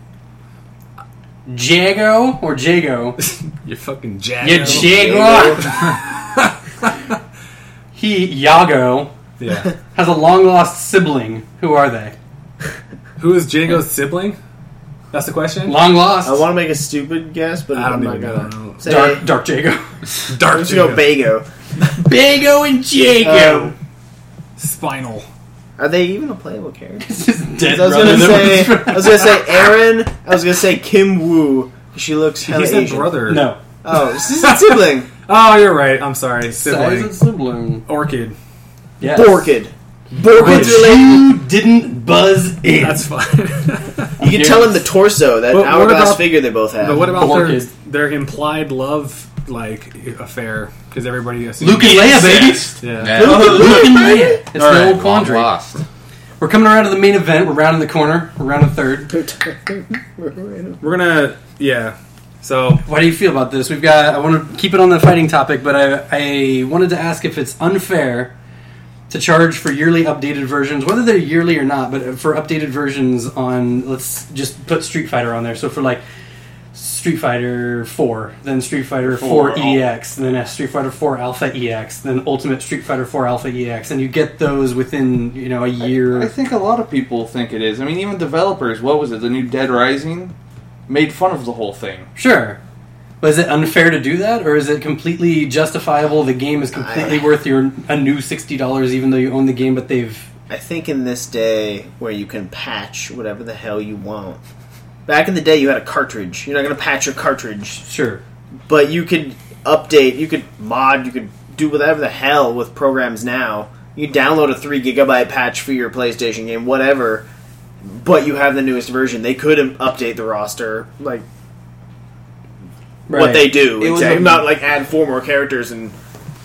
Speaker 2: Jago or Jago?
Speaker 3: You're fucking Jack.
Speaker 2: You Jago! he, Yago,
Speaker 3: Yeah.
Speaker 2: has a long lost sibling. Who are they?
Speaker 3: Who is Django's sibling? That's the question.
Speaker 2: Long lost?
Speaker 1: I want to make a stupid guess, but
Speaker 3: I
Speaker 1: I'm
Speaker 3: don't
Speaker 1: not gonna.
Speaker 3: even know.
Speaker 1: Say,
Speaker 2: Dark, Dark Jago.
Speaker 3: Dark
Speaker 1: let's go Bago.
Speaker 2: Bago and
Speaker 3: Uh,
Speaker 2: Jago!
Speaker 1: Um,
Speaker 3: Spinal.
Speaker 1: are they even a playable character?
Speaker 2: This is dead
Speaker 1: I was
Speaker 2: brother
Speaker 1: gonna say.
Speaker 2: that was-
Speaker 1: I was gonna say Aaron. I was gonna say Kim Woo. She looks hella
Speaker 3: He said
Speaker 1: Asian.
Speaker 3: brother.
Speaker 2: No.
Speaker 1: Oh, this is a sibling.
Speaker 3: Oh, you're right. I'm sorry.
Speaker 2: Size
Speaker 3: Sibling.
Speaker 2: and sibling.
Speaker 3: Orchid.
Speaker 2: Yes.
Speaker 1: Borkid. Borkid's
Speaker 2: Which
Speaker 1: related.
Speaker 2: you didn't buzz in.
Speaker 3: That's fine.
Speaker 1: You can tell in the torso that
Speaker 3: But what
Speaker 1: hourglass
Speaker 3: about-
Speaker 1: figure they both have.
Speaker 3: but what about their,
Speaker 2: Orchid.
Speaker 3: their implied love like affair? Because everybody assumes
Speaker 2: Luke and Leia, baby!
Speaker 3: Yeah.
Speaker 6: Yeah.
Speaker 2: Luke and Leia! It's
Speaker 6: All
Speaker 2: the
Speaker 6: right,
Speaker 2: old quandary.
Speaker 6: Lost.
Speaker 2: We're coming around to the main event. We're rounding the corner. We're rounding third.
Speaker 3: We're gonna. Yeah. So
Speaker 2: What do you feel about this? We've got. I want to keep it on the fighting topic, but I, I wanted to ask if it's unfair to charge for yearly updated versions, whether they're yearly or not, but for updated versions on. Let's just put Street Fighter on there. So for like. Street Fighter 4, then Street Fighter 4 EX, then a Street Fighter 4 Alpha EX, then Ultimate Street Fighter 4 Alpha EX, and you get those within, you know, a year.
Speaker 8: I think a lot of people think it is. I mean, even developers. What was it? The new Dead Rising made fun of the whole thing.
Speaker 2: Sure. But is it unfair to do that, or is it completely justifiable? The game is completely worth your a new sixty dollars, even though you own the game, but they've
Speaker 1: I think in this day where you can patch whatever the hell you want, Back in the day, you had a cartridge. You're not going to patch your cartridge.
Speaker 2: Sure.
Speaker 1: But you could update, you could mod, you could do whatever the hell with programs now. You download a 3 gigabyte patch for your PlayStation game, whatever, but you have the newest version. They could um, update the roster, like, what
Speaker 2: Right.
Speaker 1: they do.
Speaker 2: It was
Speaker 1: exactly.
Speaker 2: a-
Speaker 1: not like add four more characters and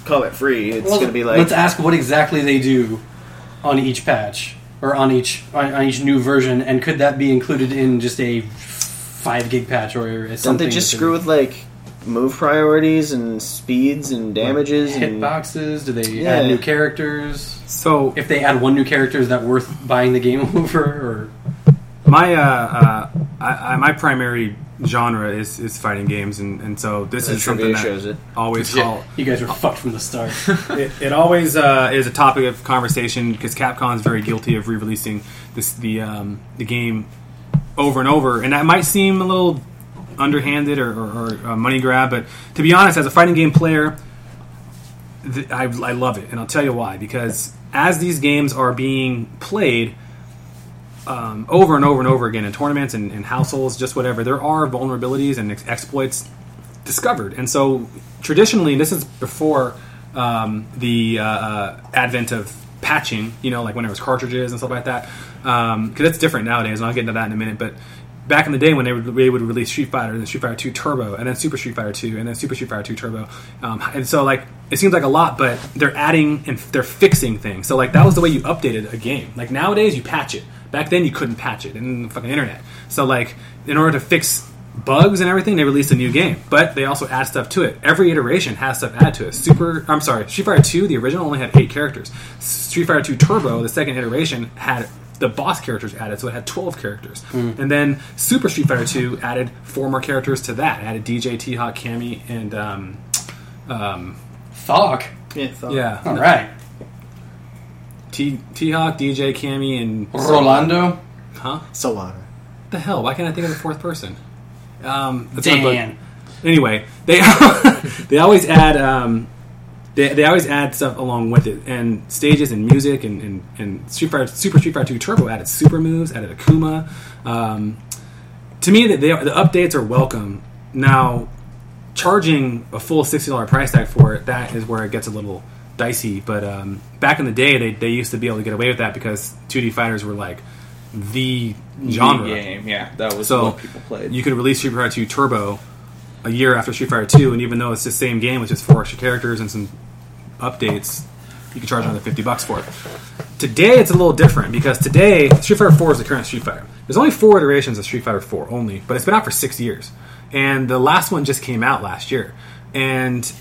Speaker 1: call it free. It's going to be like.
Speaker 2: let's ask what exactly they do on each patch or on each on, on each new version, and could that be included in just a five gig patch or a
Speaker 1: Don't
Speaker 2: something?
Speaker 1: they just
Speaker 2: that's in-
Speaker 1: screw with like move priorities and speeds and damages and
Speaker 2: hitboxes? Do they
Speaker 1: Yeah.
Speaker 2: add new characters?
Speaker 3: So
Speaker 2: if they add one new character, is that worth buying the game over? Or
Speaker 3: my uh, uh I, I, my primary genre is is fighting games, and, and so this
Speaker 2: The
Speaker 3: is something
Speaker 2: trivia
Speaker 3: that
Speaker 2: shows it.
Speaker 3: always
Speaker 2: Yeah,
Speaker 3: call,
Speaker 2: you guys were fucked from the start.
Speaker 3: it, it always uh, is a topic of conversation because Capcom is very guilty of re-releasing this the um, the game over and over, and that might seem a little underhanded or, or, or a money grab, but to be honest, as a fighting game player, th- I, I love it, and I'll tell you why. Because as these games are being played um, over and over and over again in tournaments and, and households, just whatever, there are vulnerabilities and ex- exploits discovered. And so, traditionally, and this is before um, the uh, uh, advent of patching, you know, like when it was cartridges and stuff like that, because it's different nowadays, and I'll get into that in a minute. But back in the day when they would, they would release Street Fighter, and then Street Fighter 2 Turbo, and then Super Street Fighter 2, and then Super Street Fighter 2 Turbo. Um, and so, like, it seems like a lot, but they're adding and they're fixing things. So, like, that was the way you updated a game. Like, nowadays, you patch it. Back then, you couldn't patch it in the fucking internet. So, like, in order to fix bugs and everything, they released a new game. But they also add stuff to it. Every iteration has stuff added to it. Super, I'm sorry, Street Fighter 2, the original only had eight characters. Street Fighter 2 Turbo, the second iteration, had the boss characters added, so it had 12 characters.
Speaker 2: Mm.
Speaker 3: And then Super Street Fighter 2 added four more characters to that. It added DJ, T Hawk, Cammy, and. Um, um,
Speaker 2: Thawk?
Speaker 1: Yeah,
Speaker 3: Yeah.
Speaker 2: All right.
Speaker 3: T Hawk, DJ, Cammy, and.
Speaker 2: Rolando?
Speaker 3: Huh?
Speaker 1: Solana.
Speaker 3: The hell? Why can't I think of the fourth person? Um, that's
Speaker 2: Dan.
Speaker 3: not- but- Anyway, they they always add um, they, they always add stuff along with it, and stages and music and and, and Street Fighter, Super Street Fighter Two Turbo added super moves, added Akuma. Um, to me, that they are, the updates are welcome. Now, charging a full sixty dollars price tag for it, that is where it gets a little dicey. But um, back in the day, they, they used to be able to get away with that because two D fighters were like the genre
Speaker 8: game. Yeah, that was
Speaker 3: so
Speaker 8: what people played.
Speaker 3: you could release Street Fighter 2 Turbo a year after Street Fighter 2, and even though it's the same game with just four extra characters and some updates, you can charge another 50 bucks for it. Today, it's a little different because today, Street Fighter 4 is the current Street Fighter. There's only four iterations of Street Fighter 4, only, but it's been out for six years. And the last one just came out last year. And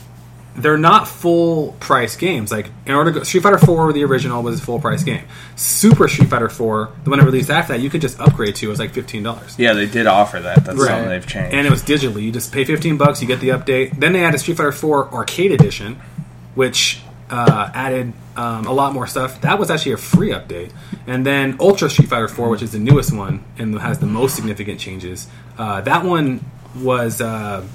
Speaker 3: they're not full price games. Like in order to go, Street Fighter Four, the original was a full price game. Super Street Fighter Four, the one that released after that, you could just upgrade to. It was like fifteen dollars.
Speaker 4: Yeah, they did offer that. That's something they've changed.
Speaker 3: And it was digitally. You just pay fifteen bucks, you get the update. Then they added Street Fighter Four Arcade Edition, which uh, added um, a lot more stuff. That was actually a free update. And then Ultra Street Fighter Four, which is the newest one and has the most significant changes. Uh, that one was uh,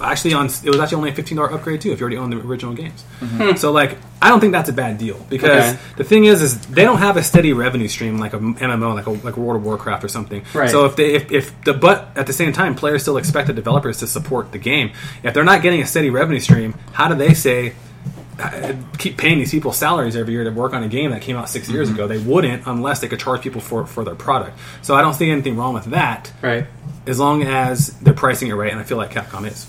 Speaker 3: actually on. It was actually only a fifteen dollar upgrade too if you already own the original games.
Speaker 2: Mhm.
Speaker 3: So like, I don't think that's a bad deal because
Speaker 2: Okay.
Speaker 3: the thing is, is they don't have a steady revenue stream like a MMO, like a, like World of Warcraft or something.
Speaker 2: Right.
Speaker 3: So if they if, if the but at the same time, players still expect the developers to support the game. If they're not getting a steady revenue stream, how do they say uh, keep paying these people salaries every year to work on a game that came out six years ago? They wouldn't unless they could charge people for for their product. So I don't see anything wrong with that.
Speaker 2: Right.
Speaker 3: As long as they're pricing it right, and I feel like Capcom is.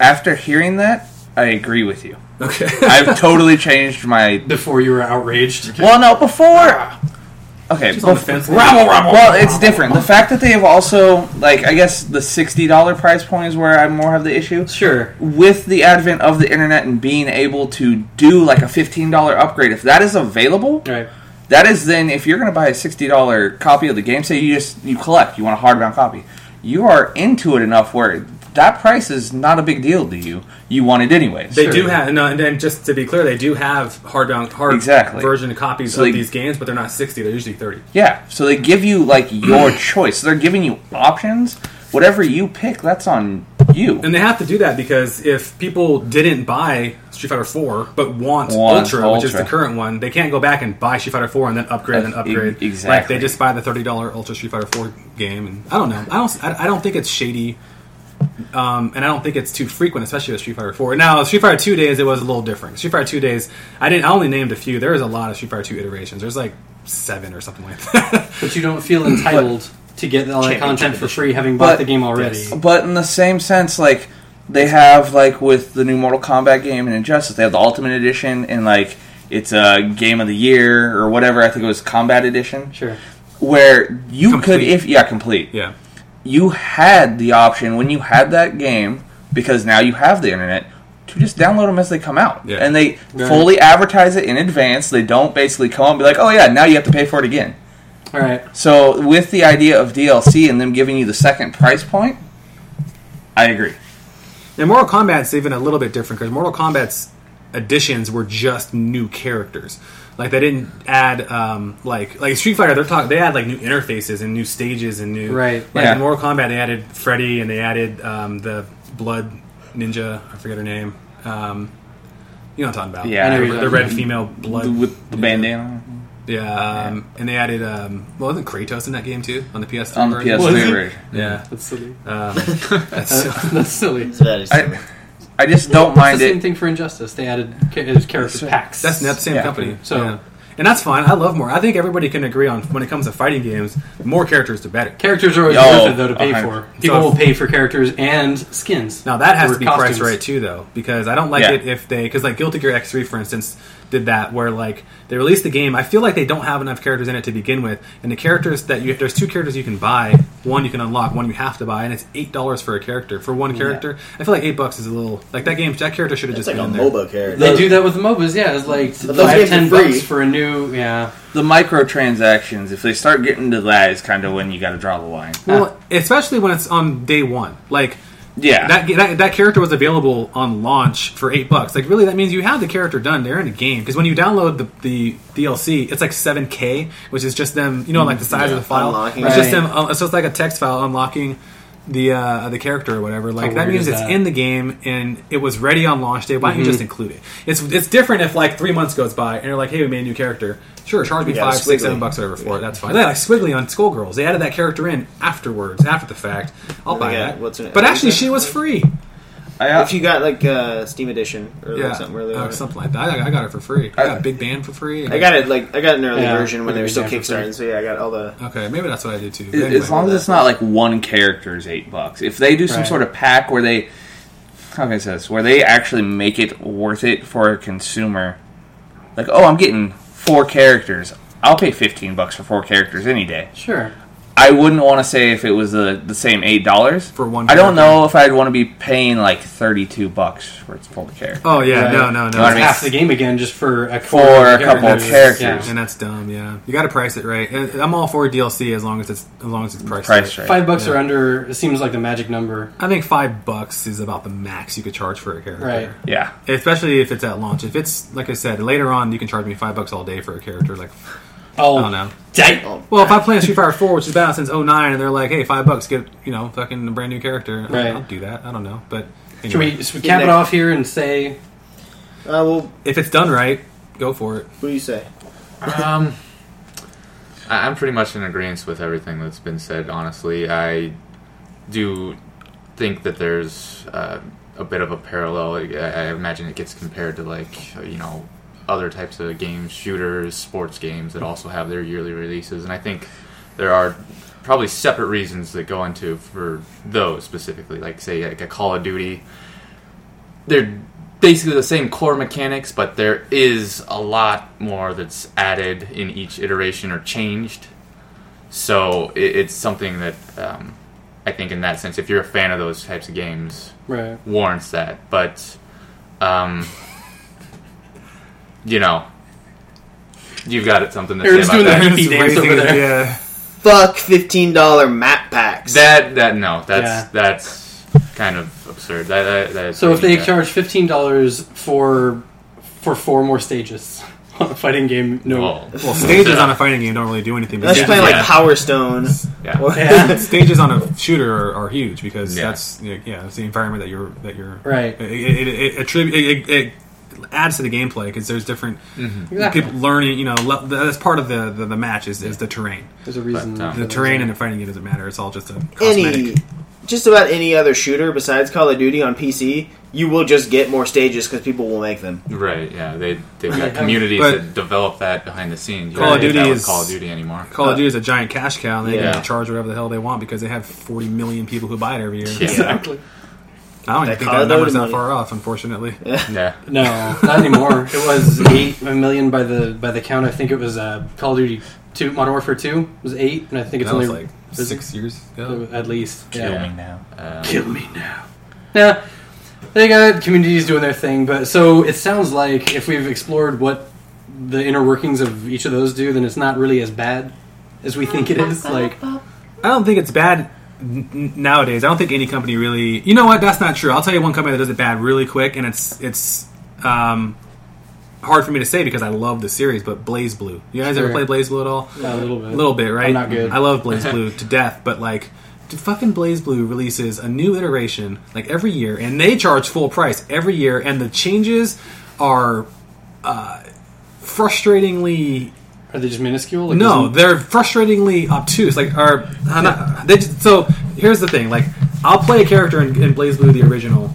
Speaker 4: After hearing that, I agree with you.
Speaker 3: Okay.
Speaker 4: I've totally changed my.
Speaker 2: Before you were outraged.
Speaker 4: Well, no, before.
Speaker 8: Ah.
Speaker 4: Okay.
Speaker 2: Just on the
Speaker 4: bef-
Speaker 2: fence.
Speaker 4: Rabble, rabble, well, it's
Speaker 2: rabble,
Speaker 4: different. The fact that they have also, like, I guess the sixty dollar price point is where I more have the issue.
Speaker 2: Sure.
Speaker 4: With the advent of the internet and being able to do like a fifteen dollar upgrade, if that is available,
Speaker 2: right.
Speaker 4: That is then if you're going to buy a sixty dollar copy of the game, say you just you collect, you want a hardbound copy, you are into it enough where that price is not a big deal to you. You want it anyways.
Speaker 3: They do have, no, and then just to be clear, they do have hardbound hard
Speaker 4: Exactly.
Speaker 3: version copies
Speaker 4: So
Speaker 3: of
Speaker 4: they-
Speaker 3: these games, but they're not sixty; they're usually thirty.
Speaker 4: Yeah, so they give you like your choice. They're giving you options. Whatever you pick, that's on You.
Speaker 3: And they have to do that because if people didn't buy Street Fighter 4 but want
Speaker 4: Want
Speaker 3: Ultra, which is
Speaker 4: Ultra.
Speaker 3: the current one, they can't go back and buy Street Fighter 4 and then upgrade and
Speaker 4: Ex-
Speaker 3: upgrade.
Speaker 4: exactly.
Speaker 3: Like they just buy the $30 Ultra Street Fighter 4 game and I don't know. I don't I, I don't think it's shady. Um, and I don't think it's too frequent, especially with Street Fighter 4. Now, Street Fighter 2 days it was a little different. Street Fighter 2 days, I didn't I only named a few. There was a lot of Street Fighter 2 iterations. There's like 7 or something like that.
Speaker 2: But you don't feel entitled to get all that
Speaker 3: Champion
Speaker 2: content for free, having bought
Speaker 4: But-
Speaker 2: the game already.
Speaker 4: But in the same sense, like they have like with the new Mortal Kombat game and Injustice, they have the Ultimate Edition and like it's a game of the year or whatever. I think it was Combat Edition.
Speaker 2: Sure.
Speaker 4: Where you could
Speaker 3: Complete.
Speaker 4: if yeah complete
Speaker 3: Yeah.
Speaker 4: you had the option when you had that game because now you have the internet to just download them as they come out
Speaker 3: Yeah.
Speaker 4: and they
Speaker 2: Right.
Speaker 4: fully advertise it in advance they don't basically come out and be like oh yeah now you have to pay for it again
Speaker 2: All right.
Speaker 4: so with the idea of dlc and them giving you the second price point i agree
Speaker 3: And Mortal Kombat's even a little bit different because Mortal Kombat's additions were just new characters. Like they didn't add um, like like Street Fighter. They're talking. They add like new interfaces and new stages and new
Speaker 2: Right.
Speaker 3: Like
Speaker 4: Yeah.
Speaker 3: in Mortal Kombat, they added Freddy and they added um, the Blood Ninja. I forget her name. Um, you know what I'm talking about?
Speaker 4: Yeah. I know
Speaker 2: who
Speaker 3: the,
Speaker 2: you're
Speaker 3: the
Speaker 2: talking
Speaker 3: red
Speaker 2: about.
Speaker 3: female blood.
Speaker 4: with the bandana
Speaker 3: yeah, um, and they added um, well, wasn't Kratos in that game too on the PS3?
Speaker 4: on the
Speaker 3: version?
Speaker 4: ps3
Speaker 2: it?
Speaker 4: version.
Speaker 3: Yeah,
Speaker 2: That's silly.
Speaker 3: um,
Speaker 2: That's silly.
Speaker 1: So that is
Speaker 4: I, I just don't mind
Speaker 2: it's the same
Speaker 4: it
Speaker 2: thing for Injustice. They added ca- as character packs.
Speaker 3: That's not the same
Speaker 4: Yeah.
Speaker 3: company.
Speaker 2: So-
Speaker 3: Yeah. and that's fine. I love more. I think everybody can agree on when it comes to fighting games, more characters the better.
Speaker 2: characters are always
Speaker 4: Yo,
Speaker 2: worth it though to pay
Speaker 4: okay.
Speaker 2: for. People
Speaker 3: So-
Speaker 2: will pay for characters and skins.
Speaker 3: Now that has
Speaker 2: Or
Speaker 3: to be
Speaker 2: costumes.
Speaker 3: priced right too, though, because I don't like
Speaker 4: Yeah.
Speaker 3: it if they because like Guilty Gear X three, for instance, did that where like they released the game. I feel like they don't have enough characters in it to begin with, and the characters that you there's two characters you can buy, one you can unlock, one you have to buy, and it's eight dollars for a character for one character. I feel like eight bucks is a little like that game. That character should have
Speaker 1: It's
Speaker 3: just
Speaker 1: like a
Speaker 3: been in there.
Speaker 1: MOBA character.
Speaker 2: They do that with MOBAs. Yeah, it's like
Speaker 1: But those
Speaker 2: five
Speaker 1: games are
Speaker 2: ten
Speaker 1: free.
Speaker 2: bucks for a new. Yeah,
Speaker 4: the microtransactions if they start getting to that is kind of when you got to draw the line
Speaker 3: Well, especially when it's on day one, like.
Speaker 4: yeah
Speaker 3: that, that that character was available on launch for eight bucks. Like, really, that means you have the character done. They're in a game because when you download the, the DLC, it's like seven k, which is just them. You know, like the size of the file.
Speaker 1: Unlocking.
Speaker 3: It's just
Speaker 2: Right.
Speaker 3: them. uh, It's just like a text file unlocking the uh, the character or whatever. Like
Speaker 2: How
Speaker 3: that
Speaker 2: weird
Speaker 3: means
Speaker 2: is
Speaker 3: it's
Speaker 2: that? Mm-hmm.
Speaker 3: in the game and it was ready on launch day. Why don't you just include it? It's it's different if like three months goes by and you're like, hey, we made a new character. Sure, charge me
Speaker 1: Yeah,
Speaker 3: five, six,
Speaker 1: Squiggly.
Speaker 3: seven bucks over for it. That's fine. Yeah, like Squiggly on Skullgirls, they added that character in afterwards, after the fact. I'll buy
Speaker 1: Yeah,
Speaker 3: that.
Speaker 1: what's uh, her-
Speaker 3: but actually,
Speaker 1: what's her-
Speaker 3: she was free.
Speaker 4: I,
Speaker 1: If you got like uh, Steam Edition or
Speaker 3: Yeah,
Speaker 1: like something really,
Speaker 2: Oh,
Speaker 3: uh, something like that. I, I got it for free. I got
Speaker 4: I-
Speaker 3: a big band for free.
Speaker 1: I got it like I got an early
Speaker 2: Yeah,
Speaker 1: version when they were still
Speaker 2: pretty damn for free.
Speaker 1: kickstarting, so yeah, I got all the. uh,
Speaker 3: Okay, maybe that's what I did too. But
Speaker 4: As-
Speaker 3: anyway.
Speaker 4: as long as it's not like one character is eight bucks. If they do some
Speaker 2: Right.
Speaker 4: sort of pack where they, how can I say this, where they actually make it worth it for a consumer, like oh, I'm getting four characters. I'll pay fifteen bucks for four characters any day.
Speaker 2: sure.
Speaker 4: I wouldn't want to say if it was the the same eight dollars
Speaker 3: For one
Speaker 4: I
Speaker 3: character.
Speaker 4: don't know if I'd want to be paying like thirty two bucks for its full character.
Speaker 3: oh yeah,
Speaker 2: Right.
Speaker 3: no, no, no.
Speaker 4: I
Speaker 2: It's
Speaker 4: mean-
Speaker 2: half the game again just for a
Speaker 4: For
Speaker 2: quarter of
Speaker 4: a
Speaker 2: the
Speaker 4: couple of characters.
Speaker 2: Yeah.
Speaker 3: And that's dumb. Yeah, you got to price it right. And I'm all for DLC as long as it's as long as it's priced
Speaker 4: Price
Speaker 3: right.
Speaker 4: right.
Speaker 2: Five bucks
Speaker 3: Yeah.
Speaker 2: or under seems like the magic number.
Speaker 3: I think five bucks is about the max you could charge for a character.
Speaker 2: Right.
Speaker 4: Yeah,
Speaker 3: Especially if it's at launch. If it's like I said later on, you can charge me five bucks all day for a character. Like
Speaker 2: Oh,
Speaker 3: I don't know.
Speaker 2: dang.
Speaker 3: Well, if I play Street Fighter Four, which has been out since 09, and they're like, "Hey, five bucks, get you know, fucking a brand new character," I'll-
Speaker 2: Right.
Speaker 3: I'll, do that. I don't know, but
Speaker 2: Should
Speaker 3: anyway,
Speaker 2: we, should we cap it off here and say
Speaker 1: Uh, well,
Speaker 3: if it's done right, go for it.
Speaker 1: what do you say?
Speaker 6: Um, I- I'm pretty much in agreement with everything that's been said. Honestly, I do think that there's uh, a bit of a parallel. I, I imagine it gets compared to like you know other types of games, shooters, sports games that also have their yearly releases, and I think there are probably separate reasons that go into for those specifically. Like say like a Call of Duty they're basically the same core mechanics, but there is a lot more that's added in each iteration or changed. So it, it's something that um, I think, in that sense, if you're a fan of those types of games,
Speaker 2: right?
Speaker 6: warrants that. But, um, you know, you've got it something to
Speaker 2: Aaron's
Speaker 6: say about
Speaker 2: doing
Speaker 6: that.
Speaker 2: the hippie dance over there.
Speaker 3: Yeah.
Speaker 1: Fuck fifteen dollar map packs.
Speaker 6: That that no, that's
Speaker 2: Yeah.
Speaker 6: that's kind of absurd. That, that, that is uh,
Speaker 2: So if they
Speaker 6: yeah.
Speaker 2: charge fifteen dollars for for four more stages, on a fighting game. No,
Speaker 3: Well, stages on a fighting game don't really do anything.
Speaker 1: Unless you play like Power Stone. Or-
Speaker 3: Yeah. stages on a shooter are, are huge because
Speaker 1: Yeah.
Speaker 3: that's yeah, yeah, that's the environment that you're that you're
Speaker 2: Right.
Speaker 3: It it, it, attrib- it, it, it adds to the gameplay because there's different
Speaker 2: Mhm. Exactly.
Speaker 3: people learning. You know, le- that's part of the the, the match is, is the terrain.
Speaker 2: There's a reason
Speaker 3: But, um,
Speaker 2: for
Speaker 3: the
Speaker 2: those
Speaker 3: terrain in a fighting game doesn't matter. It's all just a cosmetic.
Speaker 1: any just about any other shooter besides Call of Duty on PC, you will just get more stages because people will make them.
Speaker 6: Right, yeah, they they've
Speaker 1: Yeah.
Speaker 6: got communities
Speaker 1: But-
Speaker 6: that develop that behind the scenes. You
Speaker 3: Call
Speaker 6: don't
Speaker 3: of
Speaker 6: get
Speaker 3: Duty
Speaker 6: that with
Speaker 3: is
Speaker 6: Call of Duty anymore.
Speaker 3: Call of Duty is a giant cash cow, and they
Speaker 6: Yeah.
Speaker 3: can charge whatever the hell they want because they have 40 million people who buy it every year.
Speaker 6: Yeah. Exactly.
Speaker 3: I don't
Speaker 2: That
Speaker 3: even think
Speaker 2: Call
Speaker 3: that
Speaker 2: of Duty
Speaker 3: number's that
Speaker 2: money.
Speaker 3: far off, unfortunately.
Speaker 6: Yeah.
Speaker 2: No, not anymore. it was eight a million by the by the count. I think it was uh, Call of Duty Two, Modern Warfare Two was eight, and I think it's
Speaker 3: That
Speaker 2: only
Speaker 3: was like six years ago.
Speaker 2: at least.
Speaker 3: Kill
Speaker 2: yeah.
Speaker 3: me now.
Speaker 6: Um,
Speaker 2: Kill me now. Yeah, they got communities doing their thing, but so it sounds like if we've explored what the inner workings of each of those do, then it's not really as bad as we think it is. Like,
Speaker 3: I don't think it's bad n- n- nowadays. I don't think any company really. You know what? That's not true. I'll tell you one company that does it bad really quick, and it's it's um, hard for me to say because I love the series. But Blaze Blue, you guys ever
Speaker 2: Sure.
Speaker 3: play Blaze Blue at all?
Speaker 2: Yeah, a little bit.
Speaker 3: a little bit, right?
Speaker 2: I'm not good.
Speaker 3: I love Blaze Blue to death, but like. d- Fucking Blaze Blue releases a new iteration like every year, and they charge full price every year, and the changes are uh, frustratingly
Speaker 2: are they just minuscule? Like,
Speaker 3: no,
Speaker 2: doesn't-
Speaker 3: they're frustratingly obtuse. Like, are I'm not, they? Just, so here's the thing: like, I'll play a character in, in Blaze Blue, the original,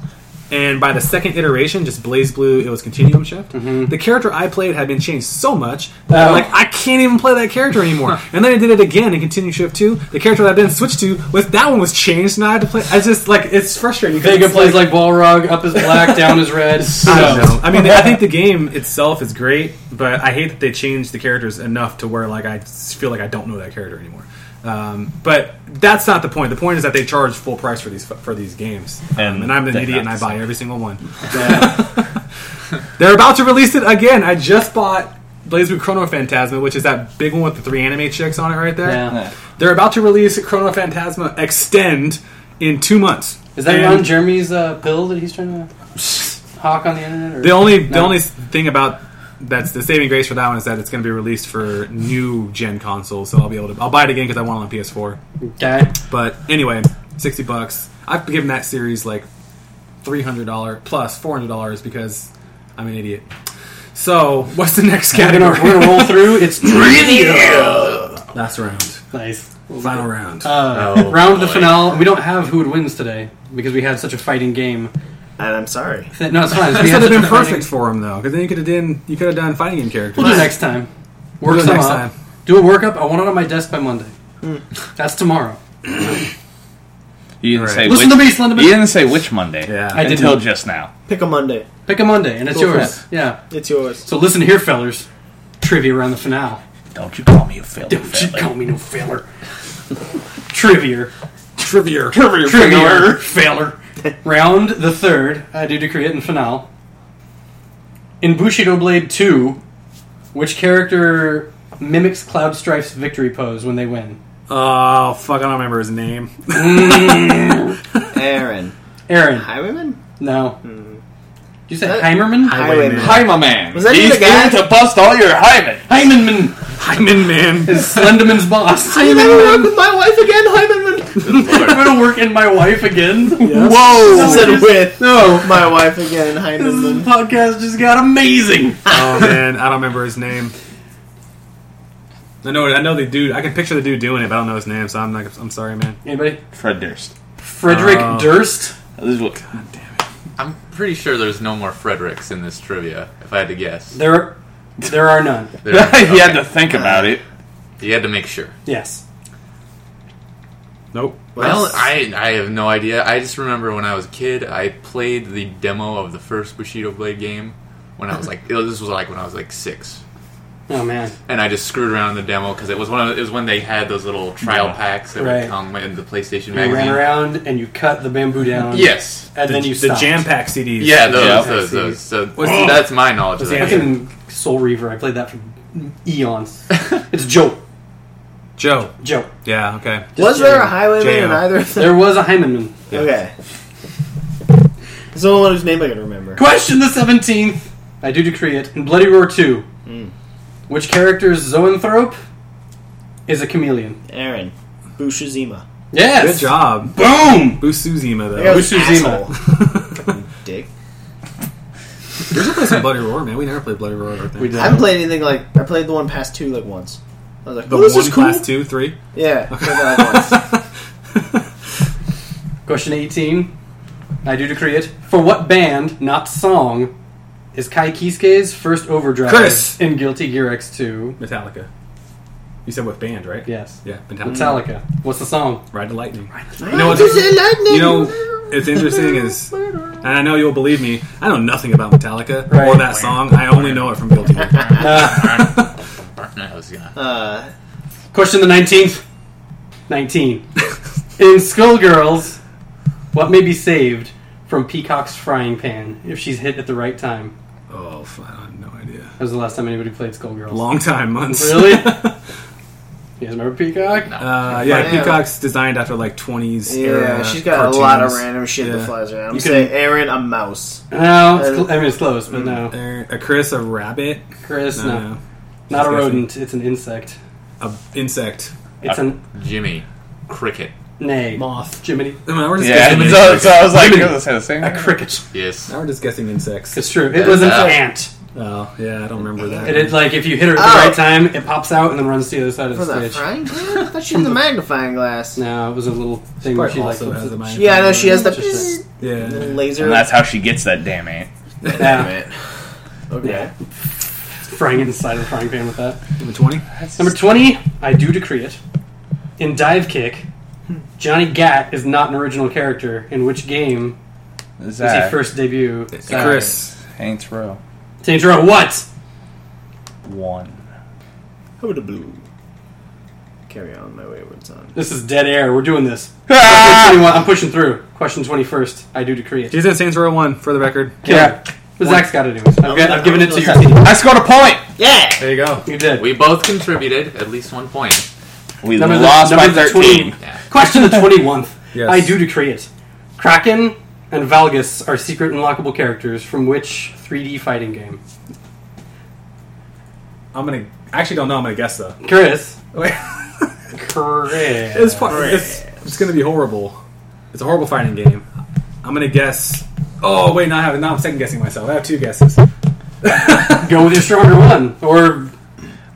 Speaker 3: and by the second iteration, just Blaze Blue, it was Continuum Shift. The character I played had been changed so much that
Speaker 2: Oh.
Speaker 3: like I can't even play that character anymore. and then I did it again in Continuum Shift Two. The character that I then switched to was that one was changed, and I had to play. I just like it's frustrating. 'cause
Speaker 2: Vega
Speaker 3: it's
Speaker 2: plays like, Balrog. Up is black, down is red.
Speaker 3: I don't know. I mean, I think the game itself is great, but I hate that they changed the characters enough to where like I s- feel like I don't know that character anymore. Um, but that's not the point. The point is that they charge full price for these for these games, Um, and,
Speaker 4: And
Speaker 3: I'm an
Speaker 4: they're
Speaker 3: idiot and
Speaker 4: not
Speaker 3: I
Speaker 4: the
Speaker 3: buy every single one. They're about to release it again. I just bought Blaze Blue Chrono Phantasma, which is that big one with the three anime chicks on it right there.
Speaker 2: Yeah. Yeah.
Speaker 3: They're about to release Chrono Phantasma Extend in two months.
Speaker 2: Is that
Speaker 3: And-
Speaker 2: around Jeremy's uh, pill that he's trying to hawk on the internet? Or?
Speaker 3: The only the
Speaker 2: No.
Speaker 3: only thing about that's the saving grace for that one is that it's going to be released for new gen consoles, so I'll be able to I'll buy it again because I want it on PS4.
Speaker 2: Okay.
Speaker 3: But anyway, sixty bucks. I've given that series like three hundred dollar plus four hundred dollars because I'm an idiot. So what's the next
Speaker 2: We're gonna-
Speaker 3: category?
Speaker 2: we're gonna roll through. It's trivia.
Speaker 3: Last round.
Speaker 2: Nice.
Speaker 3: Final round.
Speaker 2: Uh,
Speaker 3: Oh,
Speaker 2: round of the
Speaker 3: boy.
Speaker 2: finale. We don't have who would wins today because we had such a fighting game.
Speaker 1: And I'm sorry.
Speaker 2: No, it's fine.
Speaker 3: This
Speaker 2: We had
Speaker 3: would have
Speaker 2: such
Speaker 3: been
Speaker 2: a fighting-
Speaker 3: perfect for him though, because then you could have done you could have done fighting game characters.
Speaker 2: We'll do next time.
Speaker 3: We'll
Speaker 2: Work
Speaker 3: do
Speaker 2: some
Speaker 3: next
Speaker 2: up.
Speaker 3: time.
Speaker 2: Do a workup. I want it on my desk by Monday. That's tomorrow.
Speaker 4: You didn't say
Speaker 2: Listen
Speaker 4: which,
Speaker 2: to me, Slender Man.
Speaker 4: You didn't say which Monday.
Speaker 3: Yeah,
Speaker 2: I
Speaker 4: until
Speaker 2: didn't.
Speaker 4: just now.
Speaker 1: Pick a Monday.
Speaker 2: Pick a Monday, and it's
Speaker 1: Go for
Speaker 2: yours.
Speaker 1: it.
Speaker 2: Yeah.
Speaker 1: It's yours.
Speaker 2: So listen here, fellers. Trivia around the finale.
Speaker 4: Don't you call me a failure.
Speaker 2: Don't you call me no failure. Trivia.
Speaker 3: Trivia.
Speaker 2: Trivia. Trivia. Failure. Round the third. I do decree it in finale. In Bushido Blade 2, which character mimics Cloud Strife's victory pose when they win?
Speaker 3: Oh fuck! I don't remember his name.
Speaker 1: Aaron.
Speaker 2: Aaron.
Speaker 1: Highwayman?
Speaker 2: No. You said
Speaker 1: That-
Speaker 2: Heimerman?
Speaker 1: Highwayman.
Speaker 4: Hymaman.
Speaker 1: Was that He's the guy- going
Speaker 4: to bust all your Hyman.
Speaker 2: Hymanman.
Speaker 3: Hyman man.
Speaker 2: Is Slenderman's boss.
Speaker 1: Are you gonna work with my wife again, Hyman?
Speaker 2: I'm gonna work in my wife again.
Speaker 1: Whoa! I said
Speaker 2: Yes.
Speaker 1: with
Speaker 2: No.
Speaker 1: my wife again, Hyman.
Speaker 2: This podcast just got amazing.
Speaker 3: Oh man, I don't remember his name. I know, I know the dude. I can picture the dude doing it, but I don't know his name, so I'm not. I'm sorry, man.
Speaker 2: Anybody?
Speaker 4: Fred Durst.
Speaker 2: Frederick
Speaker 3: Oh.
Speaker 2: Durst.
Speaker 4: This is what,
Speaker 6: I'm pretty sure there's no more Fredericks in this trivia. If I had to guess,
Speaker 2: There, there are none.
Speaker 6: There- okay.
Speaker 4: you had to think about it.
Speaker 6: You had to make sure.
Speaker 2: Yes.
Speaker 3: Nope.
Speaker 6: Well, I I have no idea. I just remember when I was a kid, I played the demo of the first Bushido Blade game when I was like this was like when I was like six,
Speaker 2: Oh man.
Speaker 6: and I just screwed around in the demo because it was one of the, it was when they had those little trial
Speaker 4: Yeah.
Speaker 6: packs that
Speaker 2: Right.
Speaker 6: would come in the PlayStation
Speaker 2: You
Speaker 6: magazine.
Speaker 2: ran around and you cut the bamboo down.
Speaker 6: Yes.
Speaker 2: And
Speaker 3: The-
Speaker 2: then you
Speaker 3: the
Speaker 2: stopped.
Speaker 3: jam pack CDs.
Speaker 6: Yeah, those,
Speaker 4: Yeah.
Speaker 6: those, those. So
Speaker 3: What's the-
Speaker 6: that's my knowledge.
Speaker 3: what's
Speaker 6: Of
Speaker 3: the
Speaker 6: that
Speaker 3: answer?
Speaker 6: game.
Speaker 2: Fucking Soul Reaver. I played that for eons. it's Joe.
Speaker 3: Joe.
Speaker 2: Joe.
Speaker 3: Yeah. Okay.
Speaker 1: Was there a Highwayman
Speaker 3: J-O.
Speaker 1: in either of them?
Speaker 2: There was a Hymanman.
Speaker 1: Okay. It's the only one whose name I can remember.
Speaker 2: Question the seventeenth. I do decree it in Bloody Roar Two.
Speaker 3: Hmm.
Speaker 2: Which character's zoanthrope is a chameleon?
Speaker 1: Aaron, Bushizima.
Speaker 2: Yes.
Speaker 3: Good job.
Speaker 5: Boom!
Speaker 3: Busuzima,
Speaker 1: There
Speaker 3: though.
Speaker 1: goes
Speaker 2: Bushu Zima.
Speaker 1: asshole. Fucking Dick.
Speaker 3: We should play some Bloody Roar, man. We never played Bloody Roar. I think.
Speaker 2: We did.
Speaker 1: I haven't played anything like I played the one past two like once. I was like,
Speaker 3: The
Speaker 1: oh, this
Speaker 3: one
Speaker 1: is cool.
Speaker 3: class two, three.
Speaker 1: Yeah, I played that like once.
Speaker 2: Question 18. I do decree it. For what band, not song, is Kai Kiske's first overdrive
Speaker 3: Chris!
Speaker 2: in Guilty Gear X2?
Speaker 3: Metallica. You said with band, right?
Speaker 2: Yes.
Speaker 3: Yeah, Metallica.
Speaker 2: Metallica. What's the song?
Speaker 3: Ride the lightning. You know what's
Speaker 1: This is lightning.
Speaker 3: you know it's interesting is, and I know you'll believe me. I know nothing about Metallica or
Speaker 2: Right.
Speaker 3: that song. I only know it from Guilty Gear.
Speaker 6: I was gonna-
Speaker 1: uh,
Speaker 2: Question the 19th. 19. in Skullgirls, what may be saved from Peacock's frying pan if she's hit at the right time?
Speaker 3: Oh, f- I have no idea.
Speaker 2: That was the last time anybody played Skullgirls.
Speaker 3: Long time, months.
Speaker 2: Really? you guys remember Peacock?
Speaker 3: Uh, yeah,
Speaker 1: Yeah.
Speaker 3: Peacock's designed after like 20s.
Speaker 1: yeah,
Speaker 3: era
Speaker 1: she's got a lot of
Speaker 3: uh, cartoons.
Speaker 1: random shit
Speaker 3: Yeah.
Speaker 1: that flies around. I'm
Speaker 2: You
Speaker 1: saying Aaron, a mouse.
Speaker 2: No, it's cl- I mean it's close, but no.
Speaker 3: There- A Uh, Chris, a rabbit,
Speaker 2: Chris,
Speaker 3: No,
Speaker 2: no,
Speaker 3: no.
Speaker 2: not a
Speaker 3: Disgusting.
Speaker 2: rodent. It's an insect.
Speaker 3: a insect.
Speaker 2: It's an
Speaker 6: Jimmy, cricket.
Speaker 2: nay
Speaker 1: Moth.
Speaker 2: Jiminy.
Speaker 3: I mean, we're just
Speaker 4: Yeah,
Speaker 3: guessing
Speaker 4: so,
Speaker 3: insects.
Speaker 4: so I was like, I was gonna say the same. thing.
Speaker 2: Cricket.
Speaker 6: Yes.
Speaker 3: Now we're just guessing insects.
Speaker 2: It's true. It was an
Speaker 6: Yeah.
Speaker 2: ant.
Speaker 3: Oh, yeah, I don't remember that.
Speaker 2: It is like if you hit her at
Speaker 1: Oh.
Speaker 2: the right time, it pops out and then runs to the other side of
Speaker 1: For
Speaker 2: the
Speaker 1: that
Speaker 2: stage.
Speaker 1: frying pan? I thought she was a magnifying glass.
Speaker 2: No, it was a little thing where she like
Speaker 3: also
Speaker 2: flips
Speaker 3: has
Speaker 2: it.
Speaker 3: a mind.
Speaker 1: Yeah, I know she has the
Speaker 2: Just
Speaker 3: Yeah.
Speaker 1: laser.
Speaker 4: And that's how she gets that damn ant.
Speaker 2: yeah,
Speaker 1: Okay.
Speaker 2: yeah. frying inside of the frying pan with that.
Speaker 3: Number 20?
Speaker 2: Number twenty, I do decree it. In dive kick, Johnny Gat is not an original character. In which game
Speaker 4: Is
Speaker 2: was he
Speaker 4: that
Speaker 2: first debut?
Speaker 3: Chris.
Speaker 4: Saints Row
Speaker 2: Saints Row. What?
Speaker 4: one?
Speaker 1: Huda blue. Carry on my wayward son.
Speaker 2: This is dead air. We're doing this.
Speaker 4: Ah!
Speaker 2: 21. I'm pushing through. Question 21st. I do decree it.
Speaker 3: He's in Saints Row 1, for the record.
Speaker 2: Kill
Speaker 4: Yeah.
Speaker 2: him. But Zach's got it anyways. I've, got, I've given it to your team.
Speaker 4: I scored a point.
Speaker 1: Yeah.
Speaker 3: There you go.
Speaker 2: You did.
Speaker 6: We both contributed at least one point.
Speaker 4: We
Speaker 2: Number the-
Speaker 4: lost by
Speaker 2: number the
Speaker 4: thirteen.
Speaker 2: 20.
Speaker 6: Yeah.
Speaker 2: Question the 21st.
Speaker 3: Yes.
Speaker 2: I do decree it. Kraken and Valgus are secret unlockable characters from which 3D fighting game?
Speaker 3: I'm going to. I actually don't know. I'm going to guess, though.
Speaker 2: Chris.
Speaker 3: Wait.
Speaker 2: Chris.
Speaker 3: It's, fu- it's, it's going to be horrible. It's a horrible fighting game. I'm going to guess. Oh, wait, no, I have, now I'm second guessing myself. I have two guesses.
Speaker 2: Go with your stronger one. Or,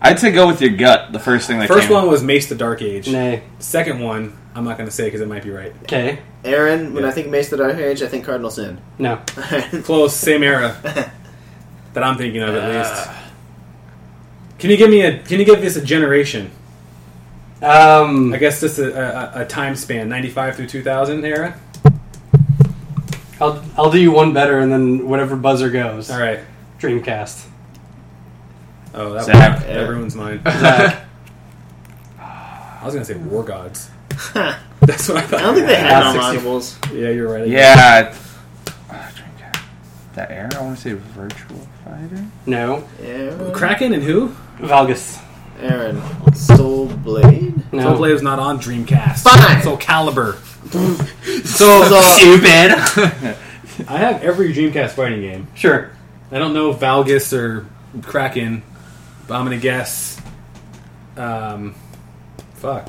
Speaker 4: I'd say go with your gut. The first thing that
Speaker 3: First
Speaker 4: came.
Speaker 3: one was Mace the Dark Age.
Speaker 2: nay.
Speaker 3: Second one, I'm not going to say because it might be right.
Speaker 2: Okay.
Speaker 1: Aaron, when I think Mace the Dark Age, I think Cardinal Sin.
Speaker 2: No.
Speaker 3: Close, same era that I'm thinking of at least. Can you give me a? Can you give this a generation?
Speaker 2: Um,
Speaker 3: I guess just a, a, a time span, 95 through 2000 era.
Speaker 2: I'll, I'll do you one better and then whatever buzzer goes.
Speaker 3: All right.
Speaker 2: Dreamcast.
Speaker 3: Oh, that,
Speaker 4: Zach.
Speaker 3: that ruins mine.
Speaker 2: Zach.
Speaker 3: I was gonna say War Gods. That's what I thought.
Speaker 1: I don't think they had
Speaker 2: Yeah,
Speaker 1: non-honorables.
Speaker 3: Yeah, you're right.
Speaker 4: Yeah. Ah, Dreamcast. That air. I want to say virtual fighter.
Speaker 2: no.
Speaker 1: Aaron,
Speaker 3: Kraken and who?
Speaker 2: Valgus.
Speaker 1: Aaron, Soul Blade.
Speaker 2: No.
Speaker 3: Soul Blade was not on Dreamcast.
Speaker 1: Fine.
Speaker 3: Soul Calibur.
Speaker 2: Oh,
Speaker 1: So,
Speaker 8: Uh,
Speaker 2: Stupid.
Speaker 3: I have every Dreamcast fighting game.
Speaker 2: sure.
Speaker 3: I don't know Valgus or Kraken, but I'm gonna guess. Um, fuck.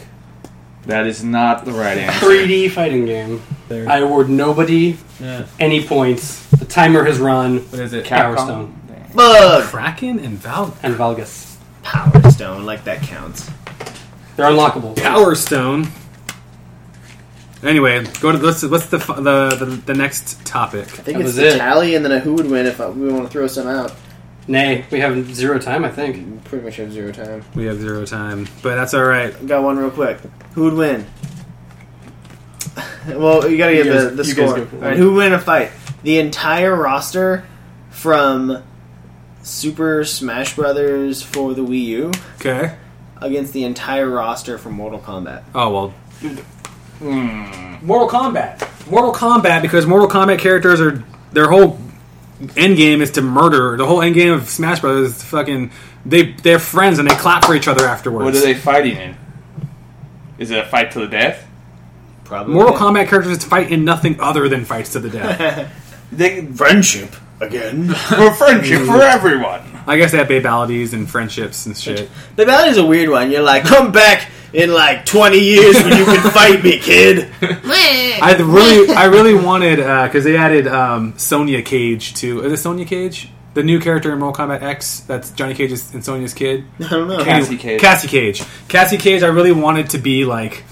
Speaker 4: That is not the right answer.
Speaker 2: 3D fighting game.
Speaker 3: There.
Speaker 2: I award nobody
Speaker 3: Yeah.
Speaker 2: any points. The timer has run.
Speaker 3: What is it?
Speaker 2: Power Stone
Speaker 1: bug.
Speaker 3: Kraken and Val
Speaker 2: and Valgus.
Speaker 1: Power Stone, like that counts.
Speaker 2: They're unlockable.
Speaker 3: Power Stone. Anyway, go to let's what's the fu- the the, the next topic?
Speaker 1: I think
Speaker 2: That
Speaker 1: it's
Speaker 2: was
Speaker 1: the
Speaker 2: it.
Speaker 1: tally, and then a who would win if I, we want to throw some out.
Speaker 2: Nay, we have zero time, I think.
Speaker 1: Pretty much have zero time.
Speaker 3: We have zero time, but that's all right.
Speaker 1: Got one real quick. Who would win? well, you gotta
Speaker 2: You
Speaker 1: get
Speaker 2: guys-
Speaker 1: the, the
Speaker 2: you guys
Speaker 1: score.
Speaker 2: go for it.
Speaker 1: All right, who would win a fight? The entire roster from Super Smash Brothers for the Wii U
Speaker 3: Okay.
Speaker 1: against the entire roster from Mortal Kombat.
Speaker 3: Oh well.
Speaker 4: Hmm.
Speaker 3: Mortal Kombat. Mortal Kombat because Mortal Kombat characters are their whole end game is to murder. The whole end game of Smash Brothers is fucking they they're friends and they clap for each other afterwards.
Speaker 4: What are they fighting in? Is it a fight to the death?
Speaker 1: Probably
Speaker 3: Mortal Kombat characters fight in nothing other than fights to the death.
Speaker 1: They, friendship,
Speaker 4: again for friendship for
Speaker 8: Mm.
Speaker 4: everyone.
Speaker 3: I guess they have babalities and friendships and shit.
Speaker 1: The ballad is a weird one. You're like, come back in like 20 years when you can fight me, kid.
Speaker 3: I really, I really wanted because they added um, Sonya Cage to is it Sonya Cage, the new character in Mortal Kombat X. That's Johnny Cage's and Sonya's kid.
Speaker 1: I don't know.
Speaker 8: Cassie Cage.
Speaker 3: Cassie Cage. Cassie Cage. I really wanted to be like,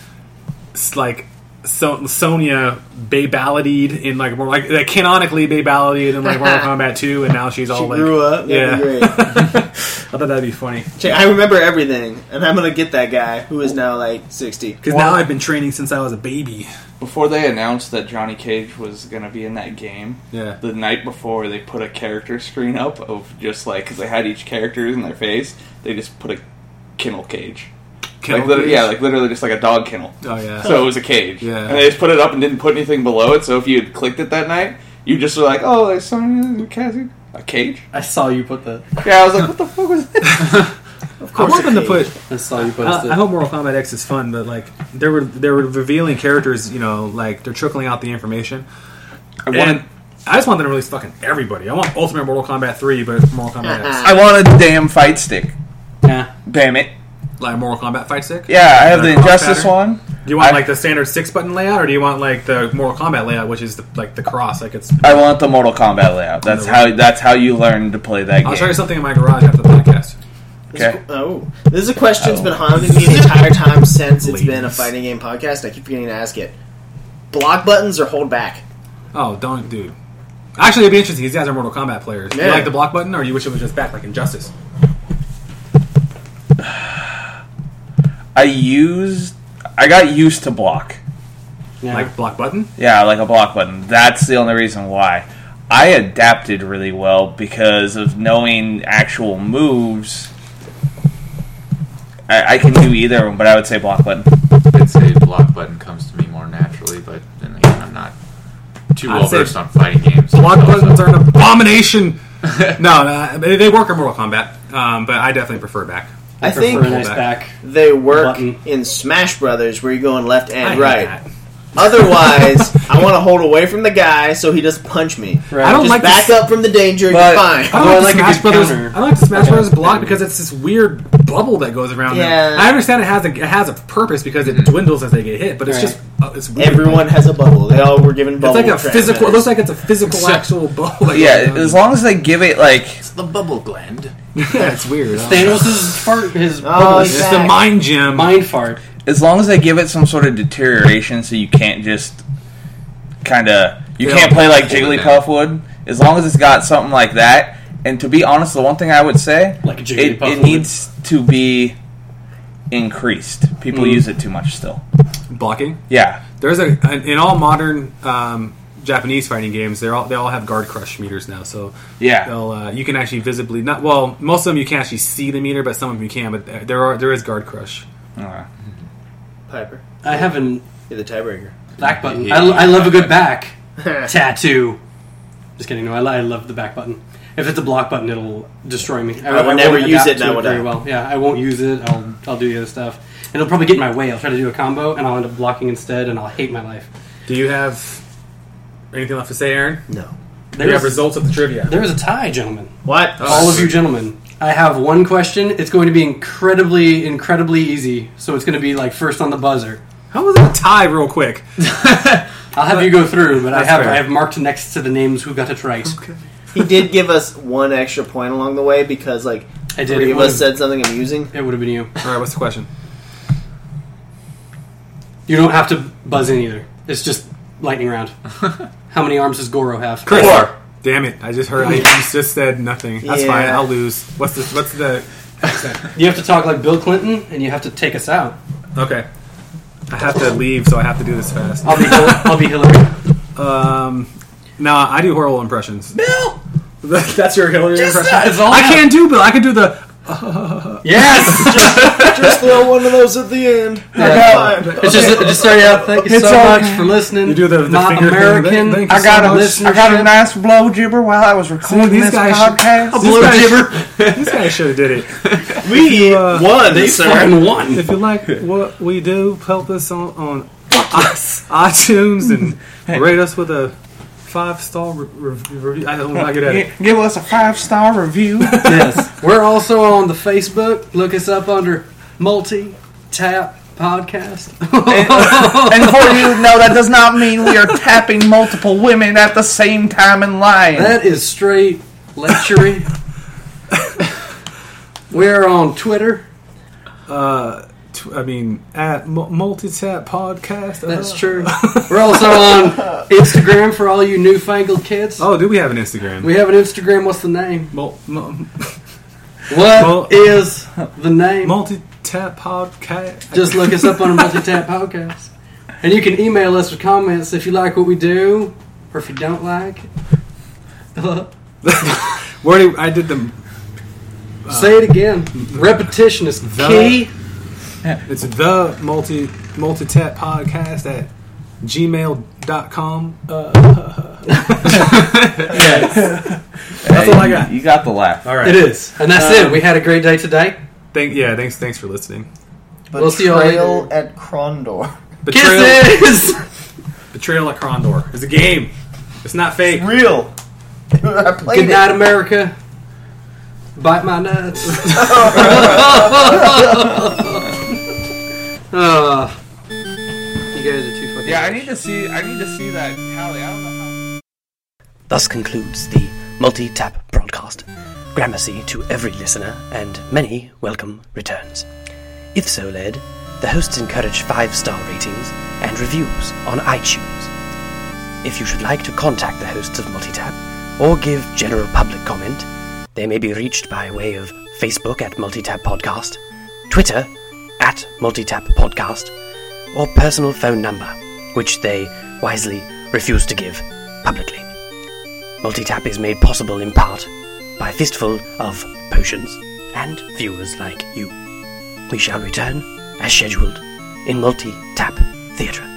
Speaker 3: s- like. So, Sonya babaladied in like more like, like canonically babaladied in like Mortal Kombat 2 and now she's all
Speaker 1: She
Speaker 3: like
Speaker 1: grew up. That'd be great.
Speaker 3: I thought that'd be funny
Speaker 1: Check- I remember everything, and I'm gonna get that guy who is now like 60.
Speaker 3: because now I've been training since I was a baby.
Speaker 8: Before they announced that Johnny Cage was going to be in that game,
Speaker 3: Yeah.
Speaker 8: the night before they put a character screen up of just like because they had each character in their face, they just put a kennel cage. like, literally- yeah, like literally just like a dog kennel.
Speaker 3: oh yeah.
Speaker 8: So it was a cage.
Speaker 3: Yeah.
Speaker 8: And they just put it up and didn't put anything below it. So if you had clicked it that night, you just were like, oh, there's something Cassie. A cage?
Speaker 2: I saw you put the.
Speaker 8: Yeah, I was like, what the fuck was that?
Speaker 1: Of
Speaker 3: I want them to put
Speaker 2: Uh, I saw you
Speaker 3: I-
Speaker 2: post it.
Speaker 3: I hope Mortal Kombat X is fun, but like they were they were revealing characters, you know, like they're trickling out the information.
Speaker 8: I
Speaker 3: And
Speaker 8: wanted,
Speaker 3: I just want them to release fucking everybody. I want Ultimate Mortal Kombat three, but Mortal Kombat
Speaker 1: Uh-huh.
Speaker 3: X,
Speaker 4: I want a damn fight stick.
Speaker 2: yeah.
Speaker 4: Damn it!
Speaker 3: like Mortal Kombat Fight Stick.
Speaker 4: Yeah, I have the
Speaker 3: Another cross
Speaker 4: Injustice
Speaker 3: pattern?
Speaker 4: one.
Speaker 3: Do you want
Speaker 4: I-
Speaker 3: like the standard six button layout, or do you want like the Mortal Kombat layout, which is the, like the cross? Like it's.
Speaker 4: I want the Mortal Kombat layout. That's how. That's how you learn to play that
Speaker 3: I'll show you
Speaker 4: game.
Speaker 3: something in my garage after the podcast.
Speaker 4: Okay.
Speaker 1: Oh, this is a question that's been haunting me the entire time since it's been a
Speaker 3: Please.
Speaker 1: fighting game podcast. I keep forgetting to ask it. Block buttons or hold back?
Speaker 3: Oh, don't, dude. Actually, it'd be interesting. These guys are Mortal Kombat players. You
Speaker 1: Yeah.
Speaker 3: like the block button, or you wish it was just back like Injustice?
Speaker 4: I used. I got used to block.
Speaker 2: Yeah.
Speaker 3: Like block button.
Speaker 4: Yeah, like a block button. That's the only reason why. I adapted really well because of knowing actual moves. I, I can do either of them, but I would say block button.
Speaker 6: I'd say block button comes to me more naturally, but then again, I'm not too
Speaker 3: I'd
Speaker 6: well
Speaker 3: say
Speaker 6: versed on fighting games.
Speaker 3: Block
Speaker 6: myself,
Speaker 3: buttons
Speaker 6: so-
Speaker 3: are an abomination. no, no, they they work in Mortal Kombat, um, but I definitely prefer back.
Speaker 1: I
Speaker 2: prefer
Speaker 1: think-
Speaker 2: a nice back.
Speaker 1: They work
Speaker 2: Button.
Speaker 1: in Smash Brothers where you're going left
Speaker 3: I
Speaker 1: and
Speaker 3: hate
Speaker 1: right.
Speaker 3: that.
Speaker 1: Otherwise, I want to hold away from the guy so he doesn't punch me.
Speaker 2: Right.
Speaker 3: I don't
Speaker 1: Just
Speaker 3: like
Speaker 1: back
Speaker 3: this-
Speaker 1: up from the danger and
Speaker 4: But-
Speaker 1: you're fine.
Speaker 3: I don't
Speaker 2: Although I like
Speaker 3: like,
Speaker 2: a
Speaker 3: the
Speaker 2: good
Speaker 3: Smash Brothers.
Speaker 2: counter.
Speaker 3: I don't like the Smash
Speaker 2: Okay.
Speaker 3: Brothers block because it's this weird bubble that goes around. them.
Speaker 1: Yeah.
Speaker 3: I understand it has a it has a purpose because it
Speaker 2: Mm-hmm.
Speaker 3: dwindles as they get hit, but it's
Speaker 2: Right.
Speaker 3: just uh, it's weird.
Speaker 1: Everyone has a bubble. They all were given
Speaker 3: It's
Speaker 1: bubble.
Speaker 3: like a physical. It
Speaker 1: transmitters.
Speaker 3: looks like it's a physical actual bubble. that
Speaker 4: Yeah,
Speaker 3: goes
Speaker 4: as
Speaker 3: around.
Speaker 4: long as they give it like
Speaker 9: It's the bubble gland.
Speaker 3: yeah, it's weird. I don't know.
Speaker 2: Thanos is fart. His
Speaker 1: Oh,
Speaker 2: bubble
Speaker 3: It's
Speaker 2: is
Speaker 1: yeah.
Speaker 3: just a mind gem.
Speaker 2: mind fart.
Speaker 4: as long as they give it some sort of deterioration so you can't just kind of you
Speaker 3: Yeah.
Speaker 4: can't play like
Speaker 6: Hold it
Speaker 4: jigglypuff would as long as it's got something like that and to be honest the one thing i would say
Speaker 2: Like a
Speaker 4: it,
Speaker 2: Jigglypuff
Speaker 4: it
Speaker 2: would.
Speaker 4: needs to be increased people
Speaker 2: Mm.
Speaker 4: use it too much still
Speaker 3: blocking.
Speaker 4: yeah
Speaker 3: There's a an- in all modern um, Japanese fighting games. They all they all have guard crush meters now. So
Speaker 4: yeah
Speaker 3: they'll, uh, you can actually visibly not well most of them you can actually see the meter, but some of them you can. But there- there are there is guard crush.
Speaker 4: Uh,
Speaker 1: Piper.
Speaker 2: I have an
Speaker 1: You're the tiebreaker.
Speaker 2: back button.
Speaker 6: Yeah.
Speaker 2: I, I love a good back tattoo. Just kidding. No, I, li- I love the back button. If it's a block button, it'll destroy me.
Speaker 1: I will
Speaker 2: won't
Speaker 1: never use
Speaker 2: adapt
Speaker 1: it,
Speaker 2: to
Speaker 1: and I will
Speaker 2: very
Speaker 1: die.
Speaker 2: well. Yeah, I won't use it. I'll I'll do the other stuff, and it'll probably get in my way. I'll try to do a combo, and I'll end up blocking instead, and I'll hate my life.
Speaker 3: Do you have anything left to say, Aaron?
Speaker 1: no.
Speaker 3: We have
Speaker 2: There's,
Speaker 3: results of the trivia.
Speaker 2: there is a tie, gentlemen.
Speaker 1: What?
Speaker 2: All of you gentlemen. I have one question. It's going to be incredibly, incredibly easy. So it's going to be like first on the buzzer.
Speaker 3: How was that a tie, real quick?
Speaker 2: I'll have you go through, but I
Speaker 3: That's
Speaker 2: have
Speaker 3: fair.
Speaker 2: I have marked next to the names who got it right.
Speaker 1: He did give us one extra point along the way because like
Speaker 2: I did.
Speaker 1: three
Speaker 2: It
Speaker 1: of us
Speaker 2: would
Speaker 1: said something amusing.
Speaker 2: have been you.
Speaker 3: All right, what's the question?
Speaker 2: You don't have to buzz in either. It's just lightning round. How many arms does Goro have?
Speaker 3: Four. Damn it! I just heard. I, you just said nothing. That's
Speaker 1: Yeah.
Speaker 3: fine. I'll lose. What's the What's the
Speaker 2: You have to talk like Bill Clinton, and you have to take us out.
Speaker 3: Okay. I have to leave, so I have to do this fast.
Speaker 2: I'll be Hil- I'll be Hillary.
Speaker 3: Um, no, I do horrible impressions.
Speaker 2: Bill.
Speaker 3: That's your Hillary impression.
Speaker 2: It's all
Speaker 3: I
Speaker 2: out.
Speaker 3: can't do Bill. I can do the.
Speaker 2: Yes.
Speaker 1: Just throw one of those at the end.
Speaker 2: It's just, it just started out. Thank you
Speaker 4: It's
Speaker 2: so
Speaker 4: all
Speaker 2: much for listening.
Speaker 3: You do the- the
Speaker 2: my
Speaker 3: finger thing.
Speaker 2: American.
Speaker 3: Thank you
Speaker 4: I got a,
Speaker 2: listenership.
Speaker 4: I got a nice blow jibber while I was recording
Speaker 3: these
Speaker 4: this
Speaker 3: guys-
Speaker 4: podcast.
Speaker 3: This guy
Speaker 2: jibber.
Speaker 3: This guy should have did it.
Speaker 1: We won,
Speaker 2: They
Speaker 1: sir.
Speaker 2: fucking won.
Speaker 3: If you like what we do, help us on on iTunes and rate us with a five star re- re- review. I don't know how good at it.
Speaker 4: Give us a five star review.
Speaker 2: yes. We're also on the Facebook. Look us up under Multi Tap Podcast.
Speaker 4: and for you, no, that does not mean we are tapping multiple women at the same time and lying.
Speaker 2: That is straight lecturing. We're on Twitter.
Speaker 3: Uh, tw- I mean, at mu- multi-tap podcast. uh,
Speaker 2: That's true. We're also on Instagram for all you newfangled kids.
Speaker 3: Oh, do we have an Instagram?
Speaker 2: We have an Instagram. What's the name?
Speaker 3: Mul- mul- Well-
Speaker 2: What is the name?
Speaker 3: multi-tap podcast.
Speaker 2: Just look us up on a multi-tap podcast. And you can email us with comments if you like what we do or if you don't like.
Speaker 3: Where do I did the?
Speaker 2: Say it again. Repetition is
Speaker 3: Uh, The-
Speaker 2: key.
Speaker 3: It's the multi multi-tap podcast at gmail.com. Uh,
Speaker 4: That's
Speaker 3: all I got.
Speaker 4: You got the laugh.
Speaker 3: all right.
Speaker 2: It is. And that's
Speaker 3: um,
Speaker 2: it. We had a great day today.
Speaker 3: Thank, yeah, thanks. Thanks for listening.
Speaker 2: We'll see y'all
Speaker 9: Betrayal at Krondor.
Speaker 3: Betrayal,
Speaker 2: Kisses!
Speaker 3: Betrayal at Krondor. It's a game. It's not fake.
Speaker 9: Real. I played
Speaker 2: Good
Speaker 9: it.
Speaker 2: night, America. Bite my nuts. Ah. you guys are too fucking.
Speaker 4: Yeah, I need to see. I need to see that tally. I don't know how.
Speaker 7: Thus concludes the multi tap broadcast. Gramercy to every listener, and many welcome returns. If so led, the hosts encourage five star ratings and reviews on iTunes. If you should like to contact the hosts of Multitap or give general public comment, they may be reached by way of Facebook at Multitap Podcast, Twitter at Multitap Podcast, or personal phone number, which they wisely refuse to give publicly. Multitap is made possible in part by a fistful of potions and viewers like you. We shall return, as scheduled, in Multi Tap Theatre.